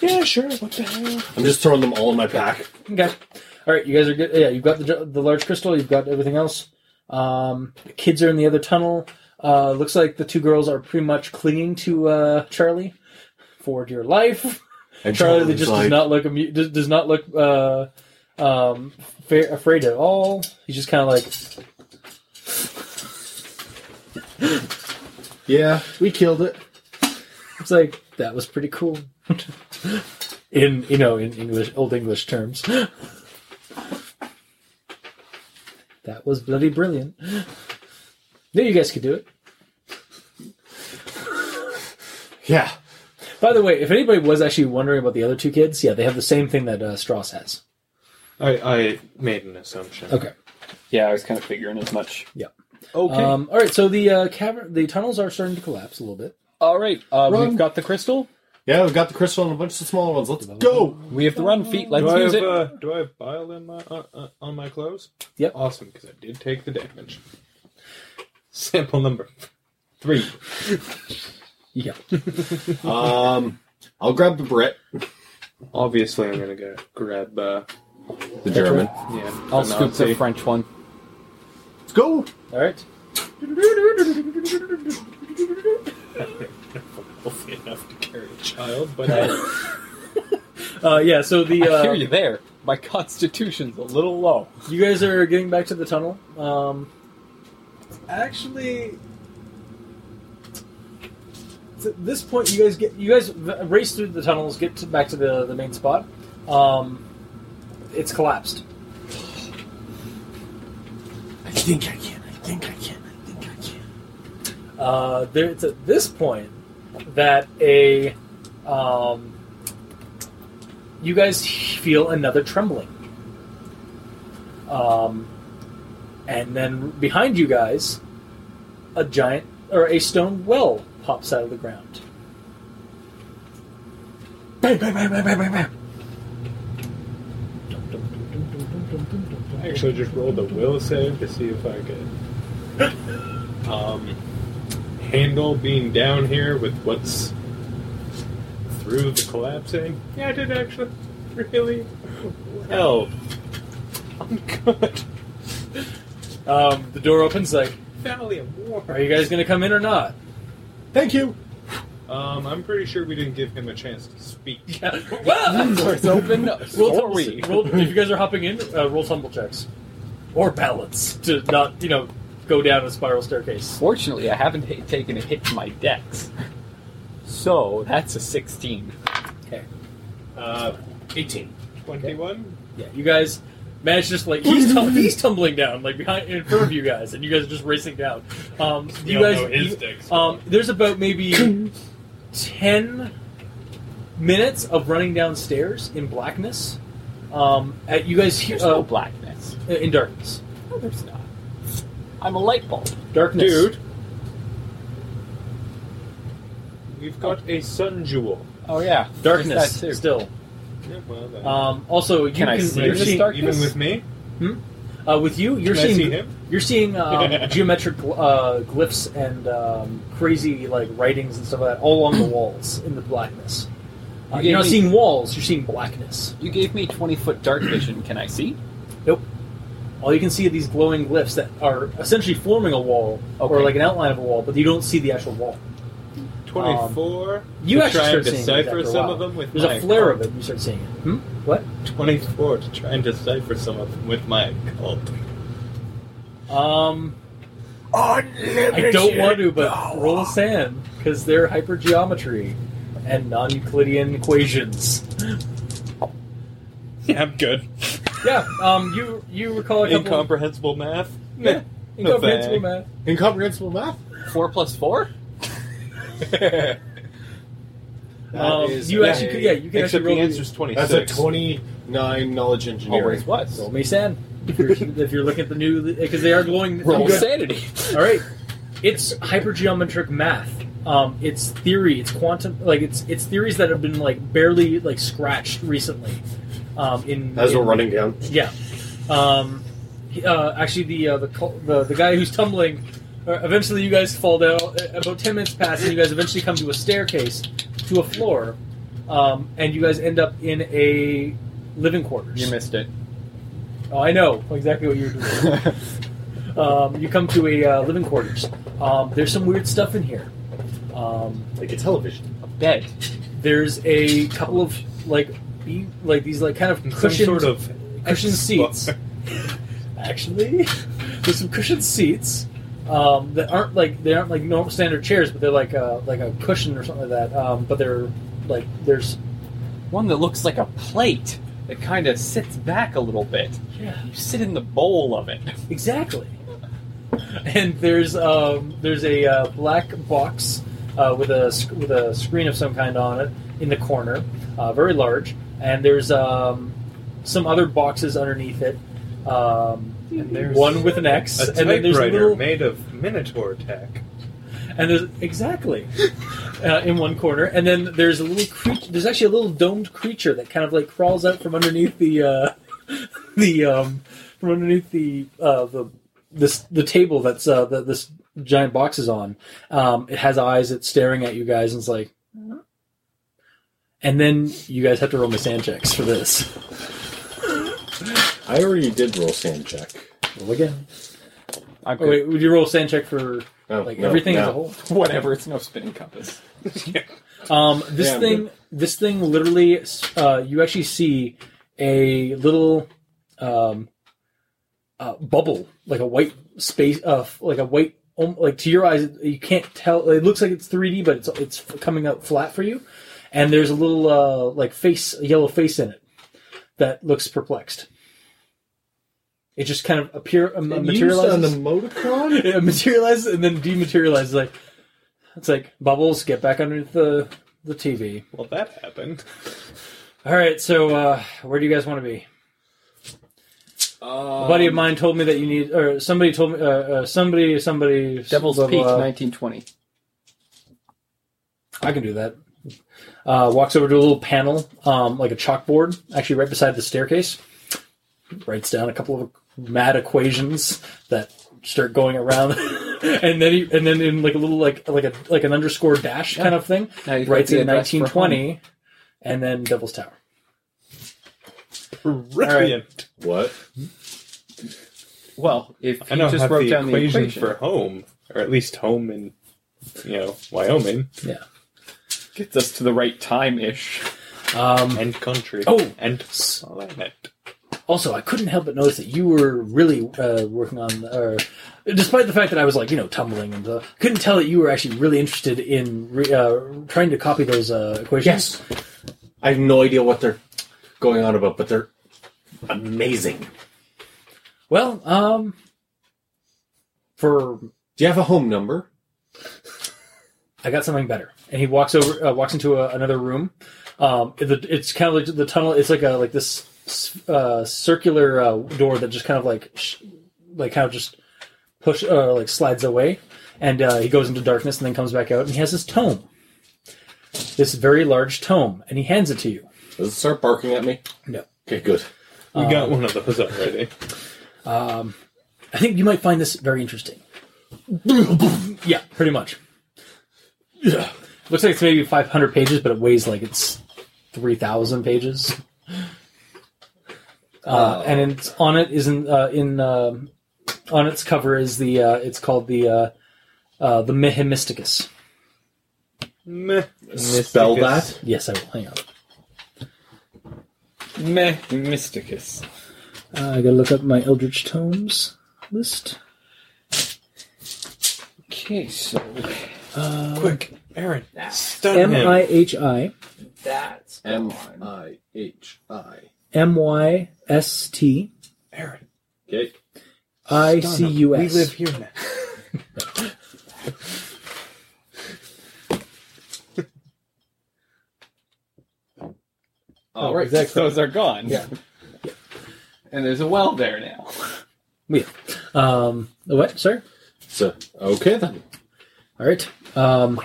Yeah, sure. What the hell?
I'm just throwing them all in my pack.
Okay. All right, you guys are good. Yeah, you've got the ju- the large crystal. You've got everything else. Um, the kids are in the other tunnel. Uh, looks like the two girls are pretty much clinging to uh, Charlie for dear life.
And
Charlie
Charlie's
just does
like-
not look amu- does, does not look uh,
um, fa- afraid at all. He's just kind of like,
Yeah, we killed it.
It's like that was pretty cool. in you know, in English, old English terms. that was bloody brilliant. Knew you guys could do it.
Yeah.
By the way, if anybody was actually wondering about the other two kids, yeah, they have the same thing that uh, Strauss has.
I, I made an assumption.
Okay.
Yeah, I was kind of figuring as much.
Yeah. Um, all right, so the uh, cavern, the tunnels are starting to collapse a little bit.
All right, uh,
Run.
we've got the crystal.
Yeah, we've got the crystal and a bunch of smaller ones. Let's go.
We have the run feet. Let's
do I
use
have,
it.
Uh, do I have bile in my uh, uh, on my clothes?
Yep.
Awesome, because I did take the damage. Sample number three.
yeah.
Um, I'll grab the Brit.
Obviously, I'm gonna go grab uh,
The German.
Yeah.
I'll scoop the
Nazi.
French one.
Let's go.
All right.
Healthy enough to carry a child, but I,
Uh, yeah, so the
I
uh,
hear you there. My constitution's a little low.
You guys are getting back to the tunnel. Um, actually, at this point, you guys get you guys race through the tunnels, get to, back to the the main spot. Um, it's collapsed.
I think I can. I think I can. I think I can.
Uh, there, it's at this point that a um, you guys feel another trembling, um, and then behind you guys, a giant or a stone well pops out of the ground.
Bang, bang, bang, bang, bang, bang, bang.
I actually just rolled a will save to see if I could um, handle being down here with what's through the collapsing. Yeah, I did actually. Really? Well, I'm good.
Um, the door opens. Like,
Valium War.
are you guys going to come in or not?
Thank you.
Um, I'm pretty sure we didn't give him a chance to speak.
well,
Doors open.
roll
Sorry.
tumble, roll, if you guys are hopping in, uh, roll tumble checks or balance to not you know go down a spiral staircase.
Fortunately, I haven't ta- taken a hit to my dex. So that's a 16.
Okay. Uh, 18.
21?
Yeah, you guys managed to just like he's, tum- he's tumbling down like behind in front of you guys, and you guys are just racing down. Um,
We
you
uh, all
guys,
know his
you-
dex.
um, there's about maybe ten minutes of running downstairs in blackness. Um, at you guys hear
There's
uh,
Oh.
no blackness.
in darkness,
No, there's not. I'm a light bulb.
darkness,
Dude. We've got a sun jewel.
Oh, yeah. there's
darkness
That too.
still.
Yeah, well, that-
Um, also, you
Can I see
you're
this
seeing-
darkness?
even with me?
Uh, with you, you're
Can I
seeing
see him?
you're seeing um, geometric gl- uh, glyphs and um, crazy like writings and stuff like that all along the walls in the blackness. Uh,
You
you're not
gave me-
seeing walls; you're seeing blackness.
You gave me 20 foot dark vision. Can I see?
All you can see are these glowing glyphs that are essentially forming a wall or
Okay.
like an outline of a wall, but you don't see the actual wall.
24.
Um,
You
to
actually
try
start
and
seeing it
decipher
after a
some
while.
of them with
There's
my
a flare of it. and You start seeing it. Hmm? What?
24 to try and decipher some of them with my cult. Hmm?
Um, I don't want to, but roll a sand because they're hypergeometry and non-Euclidean equations.
Yeah, I'm good.
Yeah, um, you you recall a couple of
Incomprehensible math?
Yeah. incomprehensible
thing.
math.
Incomprehensible math.
4 plus 4?
Um,
is
you
a-
actually could, yeah you can
Except
actually
the
roll
answer's 26.
That's a twenty-nine knowledge engineering.
Oh,
Always was.
roll me sand if you're, if you're looking at the new because they are glowing.
Roll
Good.
sanity.
All right, it's hypergeometric math. Um, it's theory. It's quantum. Like it's it's theories that have been like barely like scratched recently. Um, in
As we're
in-
running down.
Yeah. Um, he- uh, actually, the, uh, the col- the the guy who's tumbling. uh, Eventually, you guys fall down. Uh, About ten minutes pass, and you guys eventually come to a staircase, to a floor, um, and you guys end up in a living quarters.
You missed it.
Oh, I know exactly what you're doing. um, you come to a uh, living quarters. Um, there's some weird stuff in here. Um,
Like a television.
A bed.
there's a couple of like be- like these like kind of
Some
cushioned
sort of
cushioned seats.
Actually, there's some cushioned seats um, that aren't like they aren't like normal standard chairs, but they're like a, like a cushion or something like that. Um, but they're like there's
one that looks like a plate that kind of sits back a little bit.
Yeah.
You sit in the bowl of it.
Exactly. and there's um, there's a uh, black box uh, with a sc- with a screen of some kind on it in the corner, uh, very large. And there's um, some other boxes underneath it. Um, and there's one with an X,
A
and then there's a
typewriter
little
made of Minotaur tech.
and there's exactly uh, in one corner, and then there's a little creature. There's actually a little domed creature that kind of like crawls out from underneath the uh, the um, from underneath the uh, the this the table that's uh, that this giant box is on. Um, it has eyes. It's staring at you guys, and it's like. And then you guys have to roll my sand checks for this.
I already did roll sand check.
Roll again.
I'm
Oh, wait, would you roll sand check for
Oh,
like
no,
everything as
no.
a whole?
Whatever, it's no spinning compass.
Um, this
Yeah, I'm
thing, this thing, literally, uh, you actually see a little um, uh, bubble, like a white space, uh, f- like a white, um, like to your eyes, you can't tell. It looks like it's 3D, but it's it's coming out flat for you. And there's a little uh, like face, a yellow face in it that looks perplexed. It just kind of appear um,
It used
materializes
an emoticon.
it materializes and then dematerializes. Like it's like bubbles get back underneath the the TV.
Well, that happened.
All right, so uh, where do you guys want to be? a buddy
Um,
of mine told me that you need, or somebody told me, uh, uh, somebody, somebody,
Devil's
blah,
Peak,
blah, blah.
1920.
I can do that. Uh, walks over to a little panel, um, like a chalkboard, actually right beside the staircase. Writes down a couple of mad equations that start going around, and then he, and then in like a little like like a like an underscore dash kind of thing.
Now you've got
writes
the
in
address for
1920, and then Devil's Tower.
Brilliant.
What?
Well, if
I
you
don't
just
have
wrote
the
down the
equation
equation
for home, or at least home in, you know, Wyoming.
Yeah.
Gets us to the right time ish.
Um,
and country.
Oh!
and planet.
Also, I couldn't help but notice that you were really uh, working on, or despite the fact that I was like, you know, tumbling and uh, couldn't tell that you were actually really interested in re- uh, trying to copy those uh, equations. Yes.
I have no idea what they're going on about, but they're amazing.
Well, um, for
do you have a home number?
I got something better. And he walks over, uh, walks into a, another room. Um, it- it's kind of like the tunnel. It's like a like this uh, circular uh, door that just kind of like sh- like kind of just push uh, like slides away. And uh, he goes into darkness and then comes back out. And he has his tome, this very large tome, and he hands it to you.
Does it start barking at me?
No.
Okay, good.
We got
Um,
one of those already.
Um, I think you might find this very interesting. yeah, pretty much. Yeah. Looks like it's maybe 500 pages, but it weighs like it's 3,000 pages. Uh, and it's on it is in uh, in um on its cover is the uh, it's called the uh, uh, the Mihimisticus.
Meh.
Spell that?
Yes, I will. Hang on.
Meh, Mysticus.
Uh, I gotta look up my Eldritch Tomes list.
Okay, so
Uh,
Quick, Aaron, stun
M
him.
I H I
that's
M I H I.
M Y S T
Aaron.
Okay.
I
stun
C
him.
U S.
We live here now.
Oh,
Oh,
right.
exactly.
Those are gone.
Yeah.
And there's a well there now.
Yeah. Um, what, sir?
So okay then.
All right. Um,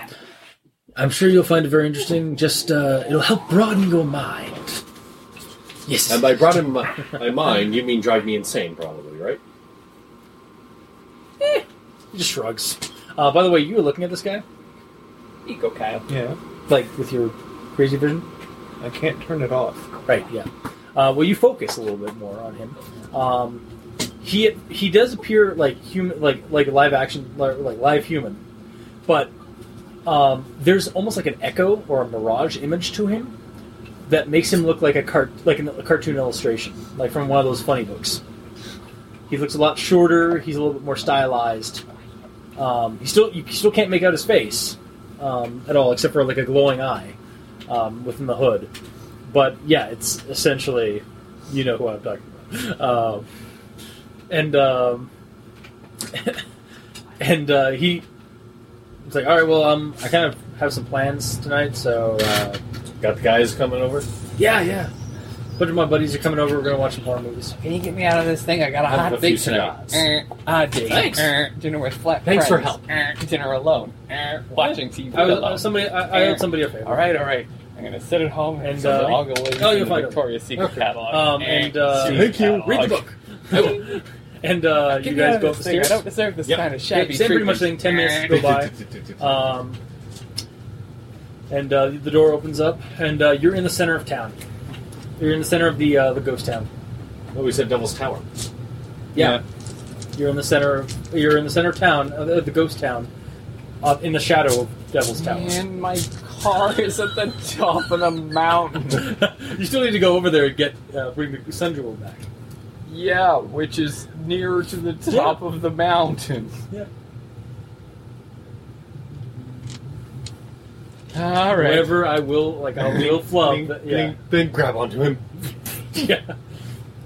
I'm sure you'll find it very interesting. Just uh, it'll help broaden your mind. Yes.
And by broaden my, my mind, you mean drive me insane, probably, right?
He just shrugs. Uh, by the way, you were looking at this guy,
Eco Kyle.
Yeah,
like with your crazy vision,
I can't turn it off.
right? Yeah. Uh, well, you focus a little bit more on him. Um, he he does appear like human, like like live action, like like live human, but um, there's almost like an echo or a mirage image to him that makes him look like a cart like an, a cartoon illustration, like from one of those funny books. He looks a lot shorter. He's a little bit more stylized. Um, he still you still can't make out his face um, at all, except for like a glowing eye um, within the hood. But yeah, it's essentially you know who I'm talking about. Um, and um, and uh, he it's like, all right, well, um, I kind of have some plans tonight, so uh,
Got the guys coming over.
yeah, yeah. A bunch of my buddies are coming over. We're gonna watch some horror movies.
Can you get me out of this thing? I got a
Have a
hot
few
date tonight.
cigars.
Eh, Odd date.
Thanks.
Eh, Dinner with flat
Thanks for
friends. Eh, Dinner alone. Eh, Watching TV
I was,
alone.
I was somebody. I, I
Eh.
owed somebody a favor.
All right, all right. I'm gonna sit at home and,
And,
uh,
uh,
I'll go in
oh,
to
you're
the
fine.
Victoria's Secret
Okay.
catalog.
Um,
Eh,
and uh,
Secret catalog.
Read the book. and uh,
Get
you
me out
guys
of
go
this thing. I
upstairs.
don't deserve this kind of shabby
Same pretty much thing.
treatment.
Ten minutes go by. Um, and uh, the door opens up, and uh, you're in the center of town. You're in the center of the uh, the ghost town.
Oh, we said Devil's Tower.
Yeah. You're in the center. Of, you're in the center of town, of the, the ghost town, uh, in the shadow of Devil's Tower.
Man, my car is at the top of the mountain.
you still need to go over there and get uh, bring the sun jewel back.
yeah, which is nearer to the top of the mountain.
Yeah.
All right.
Whatever I will, like I will flub. but yeah.
Then, then grab onto him.
yeah.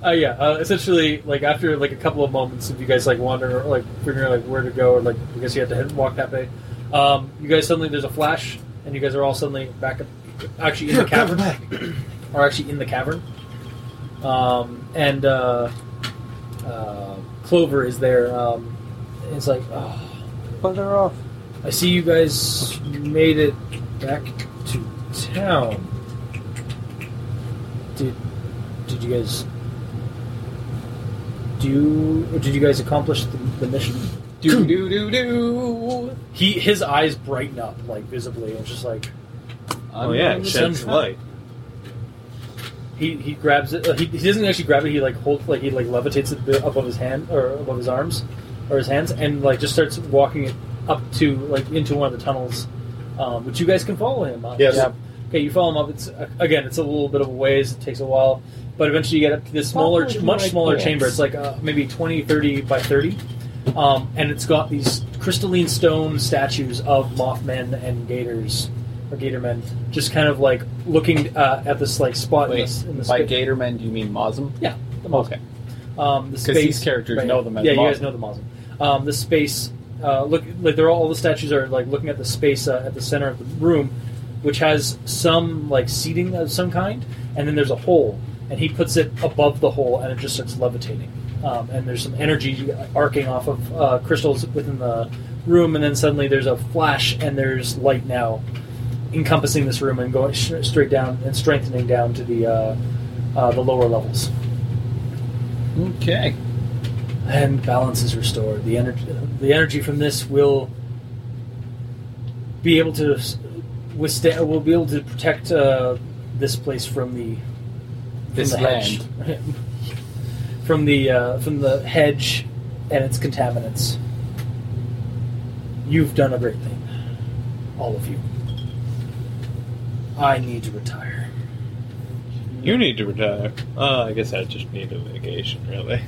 Uh, yeah. Uh, essentially, like after like a couple of moments of you guys like wandering, or like figuring out like where to go, or like because you had to head walk that way, um, you guys suddenly there's a flash, and you guys are all suddenly back up, actually in the
Grab her
cavern,
back.
or actually in the cavern. Um, and uh, uh, Clover is there. Um, and it's like, oh,
Further off.
I see you guys made it back to town. Did did you guys do? Did you guys accomplish the, the mission?
Do do do do.
He his eyes brighten up like visibly, and just like
Oh, yeah, it sheds light.
He, he grabs it. Uh, he, he doesn't actually grab it. He like holds like he like levitates it bi- above his hand or above his arms or his hands, and like just starts walking it up to like into one of the tunnels, um, which you guys can follow him. On.
Yes.
Yeah. Okay, you follow him up. It's uh, again, it's a little bit of a ways. It takes a while, but eventually you get up to this smaller,
Follow
much
my
smaller
pants.
chamber. It's like uh, maybe 20, 30 by thirty, um, and it's got these crystalline stone statues of Mothmen and Gators. Or Gatormen, just kind of like looking uh, at this like spot in
Wait,
this, in this
by
space.
Gatorman, do you mean Mosm?
Yeah, the Mosm.
Okay.
Um, the
'Cause
space
these characters know them as
yeah, you guys
Mosm.
know the Mosm. Um, the space, uh, look like they're all, all the statues are like looking at the space uh, at the center of the room, which has some like seating of some kind, and then there's a hole, and he puts it above the hole, and it just starts levitating. Um, and there's some energy arcing off of uh, crystals within the room, and then suddenly there's a flash, and there's light now encompassing this room and going sh- straight down and strengthening down to the uh, uh, the lower levels.
Okay.
and balance is restored. The energy, the energy from this will be able to s- withstand. Will be able to protect uh, this place from the from
This
the hedge, from the uh, from the hedge and its contaminants. You've done a great thing, all of you. I need to retire.
You need to retire.
Oh,
Uh, I guess I just need a vacation, really.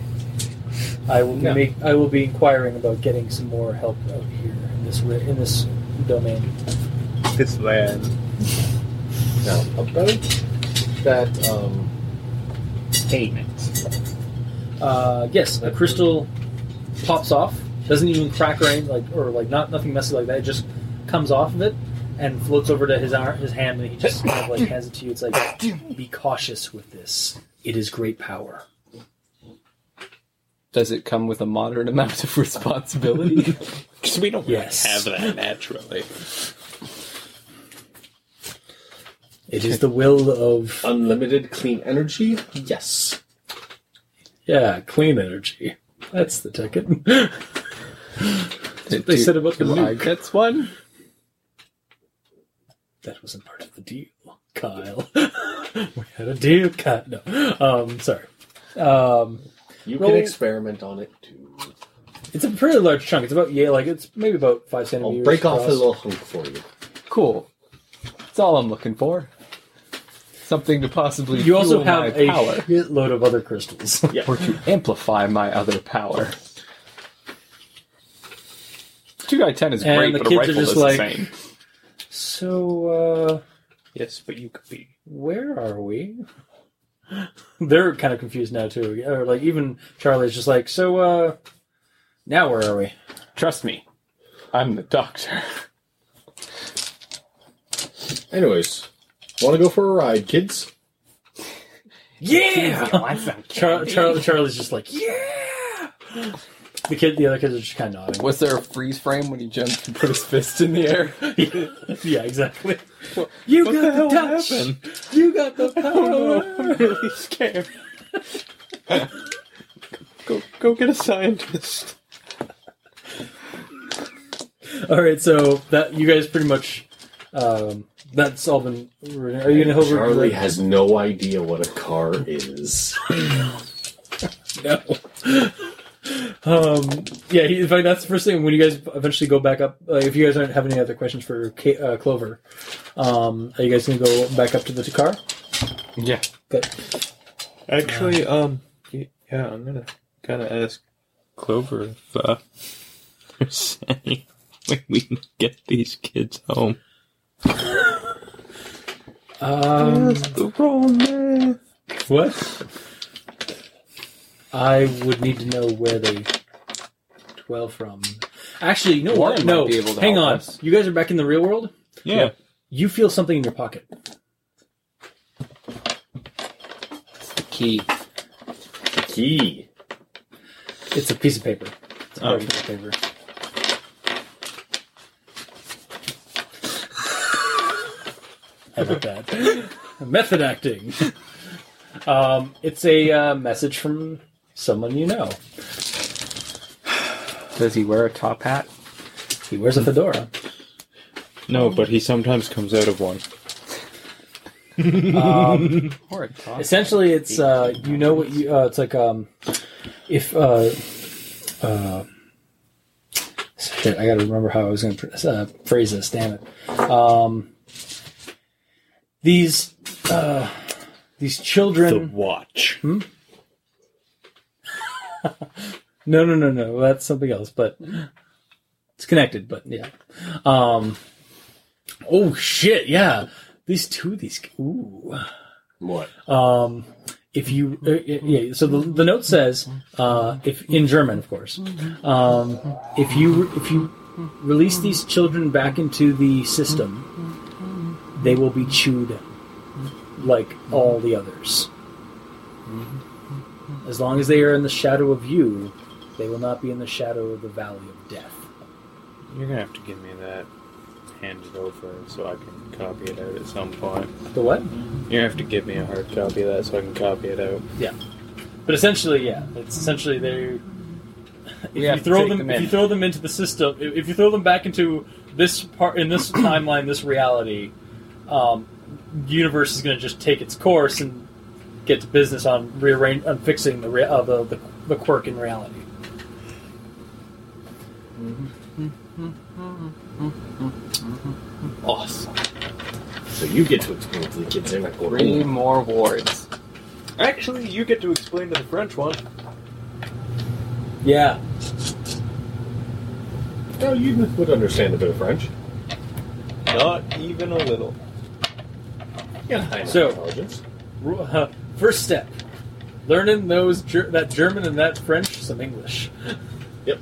I will
Yeah.
make. I will be inquiring about getting some more help out here in this ri- in this domain.
This land.
Now, about that um,
Payment.
Uh, yes, a crystal pops off. Doesn't even crack or anything, like or like not nothing messy like that. It just comes off of it and floats over to his arm, his hand, and he just kind of like hands it to you. It's like, be cautious with this. It is great power.
Does it come with a moderate amount of responsibility?
Because we don't
Yes.
have that naturally.
It is the will of
unlimited clean energy? Yes.
yeah, clean energy. That's the ticket. That's what they
Do-
said about the
do I
nuke.
gets one?
That wasn't part of the deal, Kyle. we had a deal, Kyle. No, um, sorry. Um,
You
Roll-
can experiment on it too.
It's a pretty large chunk. It's about yeah, like it's maybe about five
I'll
centimeters.
break off a
across.
little hunk for you.
Cool. That's all I'm looking for. something to possibly
You also
fuel my
have a
power.
shitload of other crystals.
or to amplify my other power. Two by ten is
And
great,
the
but a
kids are
rifle
just
is the
like-
same.
So, uh.
Yes, but you could be.
Where are we? They're kind of confused now, too. Or, like, even Charlie's just like, so, uh. Now where are we?
Trust me. I'm the doctor.
Anyways, want to go for a ride, kids?
Yeah! Char- Char- Charlie's just like, yeah! The kid, the other kids are just kind of nodding.
Was there a freeze frame when he jumped and put his fist in the air?
yeah, exactly. You
What
got
the
the,
hell
touch.
happened?
You got the power.
I'm really scared. go, go get a scientist.
all right, so that you guys pretty much um, that's all been. Are you gonna hold?
Charlie has no idea what a car is.
no. um, yeah, he, in fact, that's the first thing. When you guys eventually go back up, uh, if you guys don't have any other questions for K, uh, Clover, um, are you guys gonna go back up to the car?
Yeah.
Good.
Actually, um, y- yeah, I'm gonna kind of ask Clover if uh, there's any way we can get these kids home.
Um,
the wrong man.
What? I would need to know where they dwell from. Actually, you know
Warren
what?
might
No,
be able to
hang
help
on.
us.
You guys are back in the real world.
Yeah. Yeah.
You feel something in your pocket.
The key.
Key.
It's a piece of paper. It's a
Oh.
parchment paper. How about that? Method acting. Um, it's a uh, message from someone you know.
Does he wear a top hat?
He wears a fedora.
No, but he sometimes comes out of one.
Um,
Or a top
essentially, it's uh, you know what you. Uh, it's like um, if uh, uh, shit, I got to remember how I was going to uh, phrase this. Damn it. Um, these uh, these children. The
watch.
Hmm? no, no, no, no. That's something else, but it's connected. But yeah. Um. Oh shit! Yeah, these two. of These ooh.
What?
Um, if you, uh, yeah. So the, the note says, uh, if in German, of course, um, if you if you release these children back into the system, they will be chewed like all the others. As long as they are in the shadow of you, they will not be in the shadow of the valley of death.
You're gonna have to give me that, hand it over so I can copy it out at some point.
The what?
You're gonna have to give me a hard copy of that so I can copy it out.
Yeah. But essentially, yeah, it's essentially they.
If you throw them, if you throw them into the system, if if you throw them back into this part in this timeline, this reality, um, universe is going to just take its course and get to business on rearrange on fixing the rea- uh, the, the the quirk in reality.
Awesome.
So you get to explain it to the kids. They're not going
Three more wards.
Actually, you get to explain to the French one.
Yeah.
No, you would understand a bit of French.
Not even a little.
Yeah.
So-
intelligence.
Ru- uh, First step, learning those ger- that German and that French, some English.
Yep.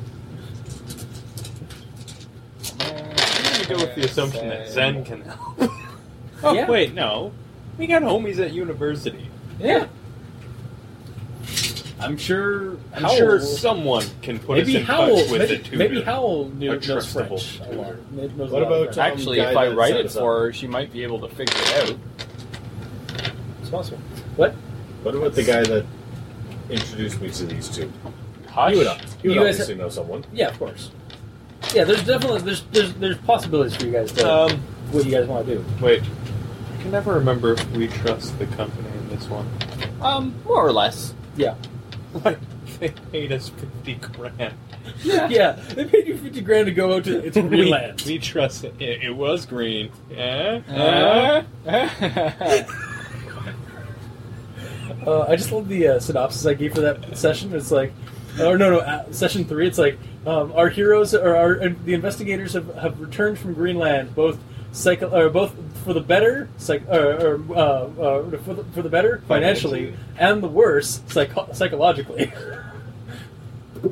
I'm gonna go with the assumption that Zen can help. oh
Yeah.
wait, no. We got homies at university.
Yeah. I'm sure. I'm
I'm sure someone can put
maybe
us in
Howell,
touch with
maybe,
a tutor.
maybe Howell knew,
A
knows
trustable
French.
tutor.
A lot. Knows a
What
lot of French.
about Tom
Actually,
guy
if I
that
write
set
it
uh,
us up?
for her, she might be able to figure it out.
It's possible.
What about the guy that introduced me to these two?
Hush.
You would, you would
You guys-
obviously know someone.
Yeah, of course. Yeah, there's definitely there's there's, there's possibilities for you guys to
Uh,
Um,
what you guys want to do.
wait. I can never remember if we trust the company in this one. Um, more or less.
Yeah.
Like, they paid us 50 grand.
Yeah. they paid you fifty grand to go out to it's green
we,
land.
we
Uh,
Eh? trust it. it. It was green. Eh?
Uh,
Uh, I just love the uh, synopsis I gave for that session. It's like, or no, no, uh, session three. It's like um, our heroes or our uh, the investigators have, have returned from Greenland, both psycho, or both for the better, psych, or, or uh, uh, for, the, for the better financially, and the worse psycho- psychologically.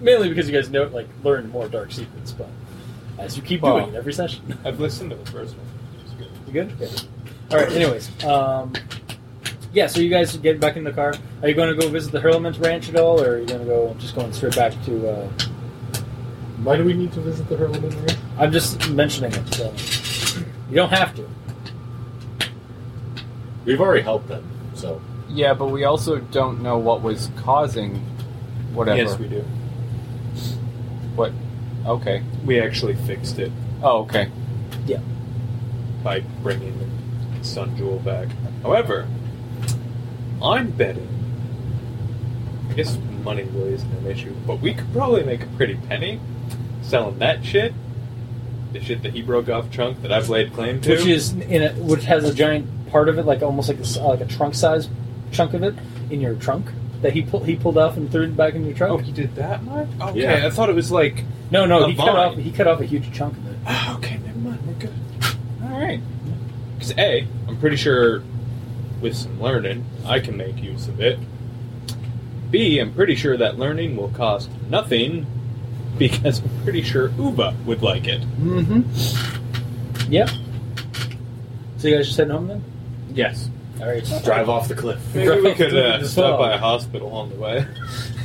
Mainly because you guys know, like, learn more dark secrets, but as you keep
Wow.
doing it every session.
I've listened to the first one. It's good.
You good? All right. Anyways, um, yeah. So you guys get back in the car. Are you going to go visit the Hurlman's Ranch at all, or are you going to go just going straight back to? Uh,
Why do we need to visit the Hurlman Ranch?
I'm just mentioning it. So you don't have to.
We've already helped them, so.
Yeah, but we also don't know what was causing whatever.
Yes, we do.
What? Okay.
We actually fixed it
Oh, okay.
Yeah.
by bringing Sun Jewel back. However, I'm betting. I guess money really isn't an issue, but we could probably make a pretty penny selling that shit. The shit that he broke off chunk that I've laid claim to.
Which is in a, which has a giant part of it, like almost like a, s- uh, like a trunk size chunk of it in your trunk that he pulled he pulled off and threw it back in your trunk.
Oh, he did that much? Okay,
Yeah.
I thought it was like.
No, no,
a
he cut
vine.
off he cut off a huge chunk of it.
Ah, okay, never mind. We're good.
All right.
Because A, I'm pretty sure with some learning, I can make use of it. B, I'm pretty sure that learning will cost nothing because I'm pretty sure Uba would like it.
Mm-hmm. Yep. So you guys just heading home then?
Yes.
All right.
Drive off the cliff.
Maybe we could
Drive off
uh,
the
stop by a
cliff.
hospital on the way.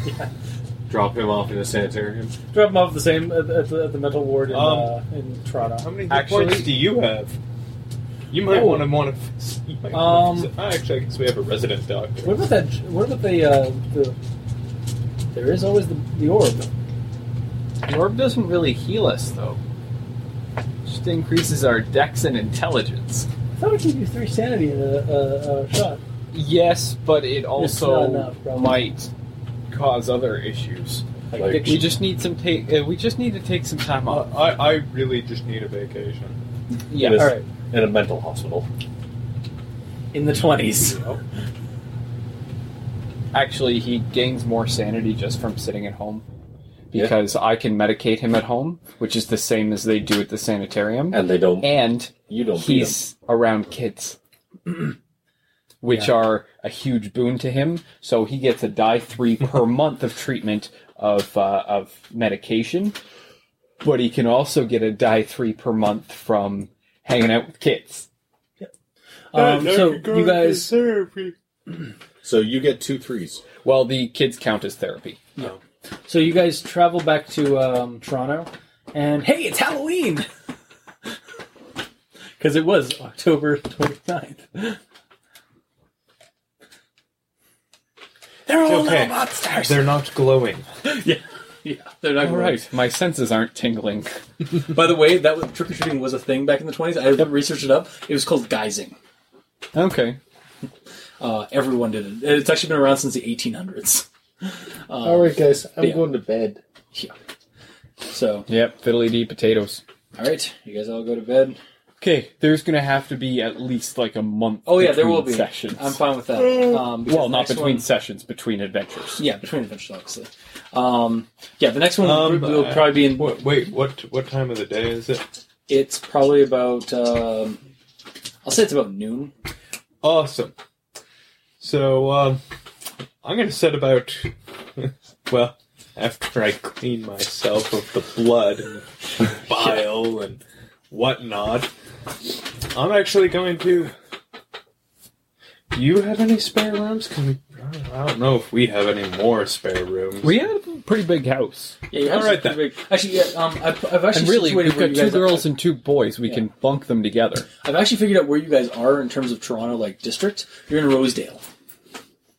Yeah.
Drop him off in a sanitarium.
Drop them off the same at the, at the, at the mental ward in,
Um,
uh, in Toronto.
How many hit
Actually-
points do you have? You might
Oh.
want to want to. you might wanna
Um,
visit- ah, actually, I guess we have a resident doctor.
What about that? What about the uh, the? There is always the, the orb.
The orb doesn't really heal us, though. Just increases our dex and intelligence.
I thought it gave you three sanity in a, a, a shot.
Yes, but it also
not enough, probably.
might cause other issues.
Like
Like,
addiction.
we just need some take. Uh, we just need to take some time
I,
off.
I I really just need a vacation.
Uh, Yeah.
All right.
In a mental hospital.
In the twenties. Um,
Yep.
Actually, he gains more sanity just from sitting at home because I can medicate him at home, which is the same as they do at the sanitarium.
And they don't.
And
You don't beat
he's around kids, which
Yeah.
are a huge boon to him. So he gets a die three per month of treatment of uh, of medication, but he can also get a die three per month from hanging out with kids.
Um, so you guys.
So you get two threes.
Well, the kids count as therapy.
So you guys travel back to um, Toronto, and hey, it's Halloween. Because it was October 29th. They're all
okay.
little monsters.
They're not glowing.
yeah, yeah, they're
All right, my senses aren't tingling.
By the way, that was, trick or treating was a thing back in the twenties. I researched it up. It was called guising.
Okay.
Uh, everyone did it. It's actually been around since the 1800s. Uh,
All right, guys, I'm
yeah.
going to bed.
So,
Yep, fiddly dee potatoes.
all right, you guys all go to bed.
Okay, there's gonna have to be at least like a month.
Oh yeah, there
between
will be.
sessions.
I'm fine with that. Um, because
well,
the
not
next
between
one-
sessions, between adventures.
yeah, between adventures, obviously. Um, yeah, the next one
Um,
will
uh,
probably be in.
What, wait, what what time of the day is it?
It's probably about. Um, I'll say it's about noon.
Awesome. So um, I'm gonna set about. well, after I clean myself of the blood and bile and whatnot, I'm actually going to. Do you have any spare rooms? Can we? I don't- I don't know if we have any more spare rooms.
We had a pretty big house,
Yeah, you have
All right
some pretty big- Actually, yeah, um, I've, I've actually
and really,
situated
we've
where you
got two
guys
girls and two boys. We can bunk them together.
I've actually figured out where you guys are in terms of Toronto, like district. You're in Rosedale,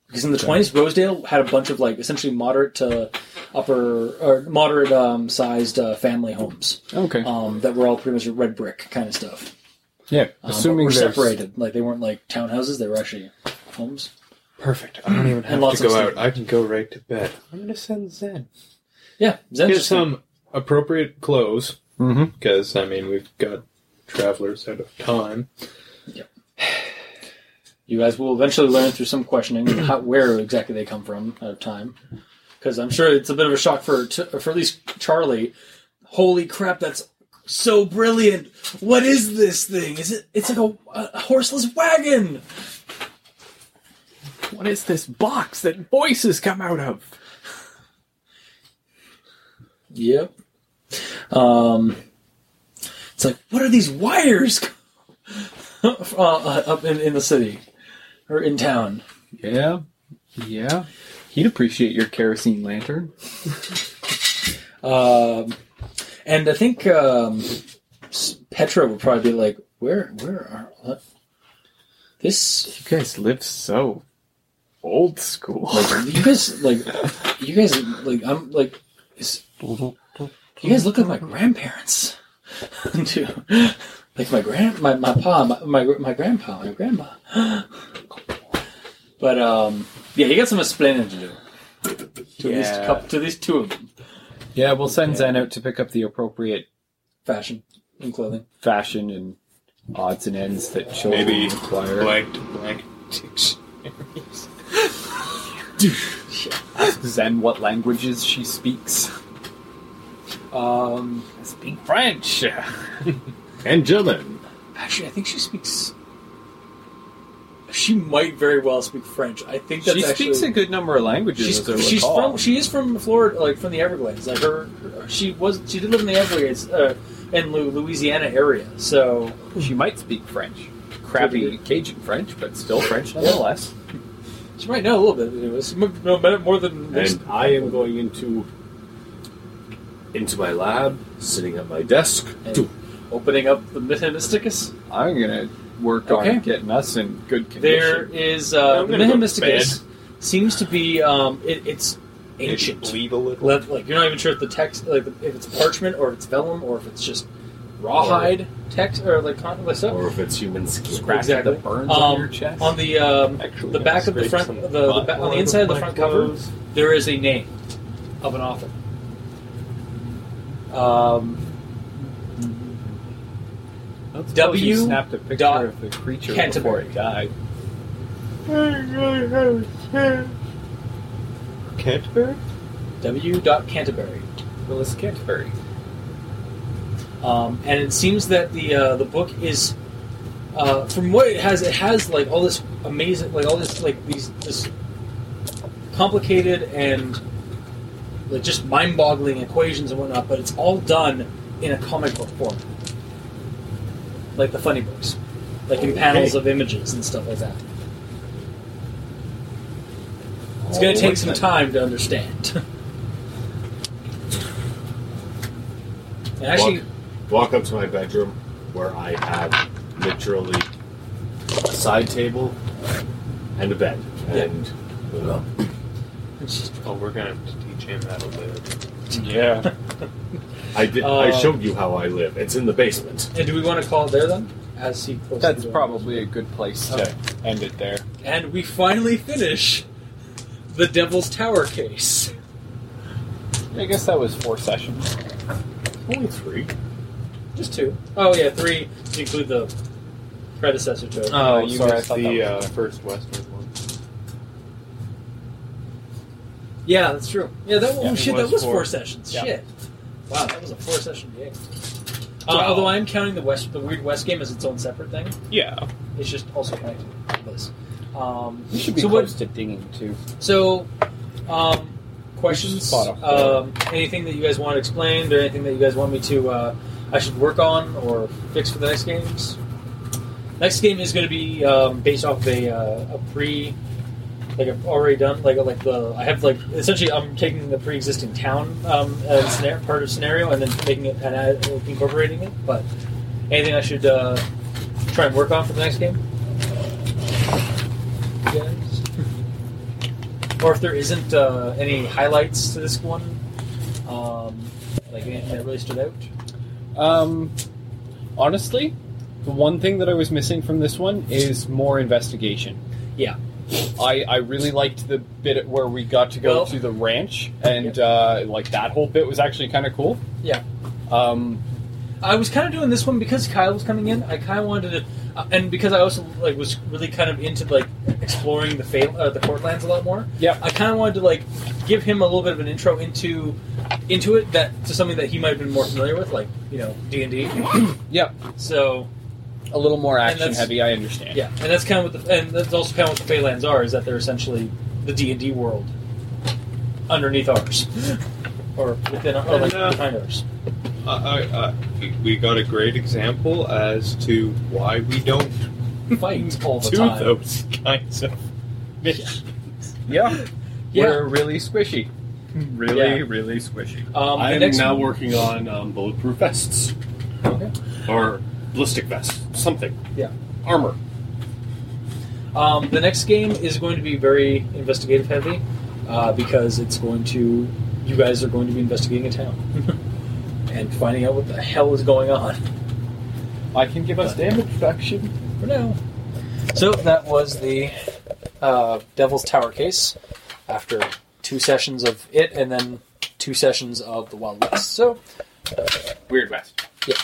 because in the twenties, Rosedale had a bunch of like essentially moderate to upper or moderate um, sized uh, family homes
Okay.
um, that were all pretty much red brick kind of stuff.
Uh, yeah,
Um, but
assuming
were
there's-
separated, like they weren't like townhouses; they were actually homes.
Perfect. I don't even
And
have
lots
to
of
go out.
sleep.
I can go right to bed. I'm gonna send Zen.
Yeah, Zen's
Get
just gonna-
some appropriate clothes
Mhm.
because I mean we've got travelers out of time.
You guys will eventually learn through some questioning how, where exactly they come from out of time, because I'm sure it's a bit of a shock for t- for at least Charlie. Holy crap! That's so brilliant. What is this thing? Is it? It's like a, a horseless wagon.
What is this box that voices come out of?
Yep. Um, it's like, what are these wires uh, uh, up in, in the city or in town?
Yeah, yeah. He'd appreciate your kerosene lantern.
Um, and I think um, s- Petra would probably be like, where, where are what? this?
You guys live so old school.
Like, you guys like, you guys like, I'm like, is, you guys look like my grandparents too. Like my grand, my, my pa, my, my my grandpa, my grandma. But um, yeah, you got some explaining to do. To these
Yeah.
couple, to these two of them,
Yeah, we'll send Zen out to pick up the appropriate
fashion and clothing.
fashion and odds and ends that she'll
Maybe
require.
blank to blank dictionaries.
Ask Zen what languages she speaks.
Um,
I speak French.
and German.
Actually, I think she speaks. She might very well speak French. I think that's
She
actually,
speaks a good number of languages.
She's,
as I
she's
recall.
from she is from Florida, like from the Everglades. Like her, her- she was she did live in the Everglades uh, in Lu- Louisiana area. So
She might speak French. Crappy Cajun French, but still French nonetheless.
she might know a little bit. Anyways, M- no better- more than most.
And I am going into into my lab, sitting at my desk.
And opening up the Mythemisticus.
I'm gonna work
Okay.
on getting us in good condition.
There is uh,
I'm
the
gonna go to
Mythemisticus seems to be um, it, it's ancient.
Bleed a little.
Like like, you're not even sure if the text, like if it's parchment or if it's vellum or if it's just rawhide text or like con- like stuff.
Or if it's human skin.
Scratch
exactly.
the burns
um,
on your chest.
on the um,
Actually,
the back of the
scrape
front,
some
the, the
butt
back, on
all
the inside of the
over
front
my
cover,
clothes.
there is a name of an author. Um,
That's
W
you snapped a picture
dot
of the creature
Canterbury.
before it died.
Canterbury?
W. Dot Canterbury.
Willis Canterbury.
um, and it seems that the uh, the book is uh, from what it has it has like all this amazing like all this like these this complicated and like just mind-boggling equations and whatnot but it's all done in a comic book form like the funny books like
Oh,
in panels of images and stuff like that it's going to take some time to understand and actually
walk, walk up to my bedroom where I have literally a side table and a bed. And well,
Oh, we're gonna have to teach him how to live.
Yeah.
I did. I
Uh,
showed you how I live. It's in the basement.
And do we want to call it there then? As he closes
That's
the door.
probably a good place to end it there.
And we finally finish the Devil's Tower case.
I guess that was four sessions.
Only three.
Just two. Oh yeah, three to include the predecessor to it.
Oh,
you
sorry, I
missed
thought
the
that
uh,
was-
first Western one.
yeah, that's true. Yeah, that one.
Yeah,
oh,
it
shit,
was
that was four,
four.
sessions.
Yeah.
Shit. Wow, that was a four session game. Uh, although I'm counting the West, the Weird West game as its own separate thing.
Yeah.
It's just also connected to this. Um,
We should be
so what-
close to dinging too.
So, um, questions?
Spot on.
Um, anything that you guys want explained, or anything that you guys want me to uh, I should work on or fix for the next games? Next game is going to be um, based off of a, uh, a pre, like I've already done, like like the I have like essentially I'm taking the pre-existing town um, uh, scenario, part of scenario and then making it and uh, incorporating it. But anything I should uh, try and work on for the next game? You guys? or if there isn't uh, any highlights to this one, um, like anything that really stood out.
Um, honestly, the one thing that I was missing from this one is more investigation.
Yeah.
I, I really liked the bit where we got to go
Well-
to the ranch, and uh, like that whole bit was actually kind of cool.
Yeah.
Um,
I was kind of doing this one because Kyle was coming in. I kind of wanted to, uh, and because I also like was really kind of into like exploring the fail, uh, the Portlands a lot more.
Yeah.
I kind of wanted to like give him a little bit of an intro into into it that to something that he might have been more familiar with, like you know D and D.
Yep.
So
a little more
And
action
that's-
heavy. I understand.
yeah, and that's kind of what the and that's also kind of what the Phalanx are is that they're essentially the D and D world underneath ours, or within our, or like
And, uh,
behind ours.
I, Uh, I, I, we- we got a great example as to why we don't
fight all the
do
time.
those kinds of missions.
Yeah.
Yeah.
We're really squishy.
Really, Yeah.
really squishy.
Um,
I
the
am
next
now
one-
working on um, bulletproof vests. Or ballistic vests. Something.
Yeah.
Armor.
Um, the next game is going to be very investigative heavy uh, because it's going to you guys are going to be investigating a town and finding out what the hell is going on.
I can give us damage reduction
for now. So that was the uh, Devil's Tower case after two sessions of it and then two sessions of the Wild West. So
Weird West.
yeah.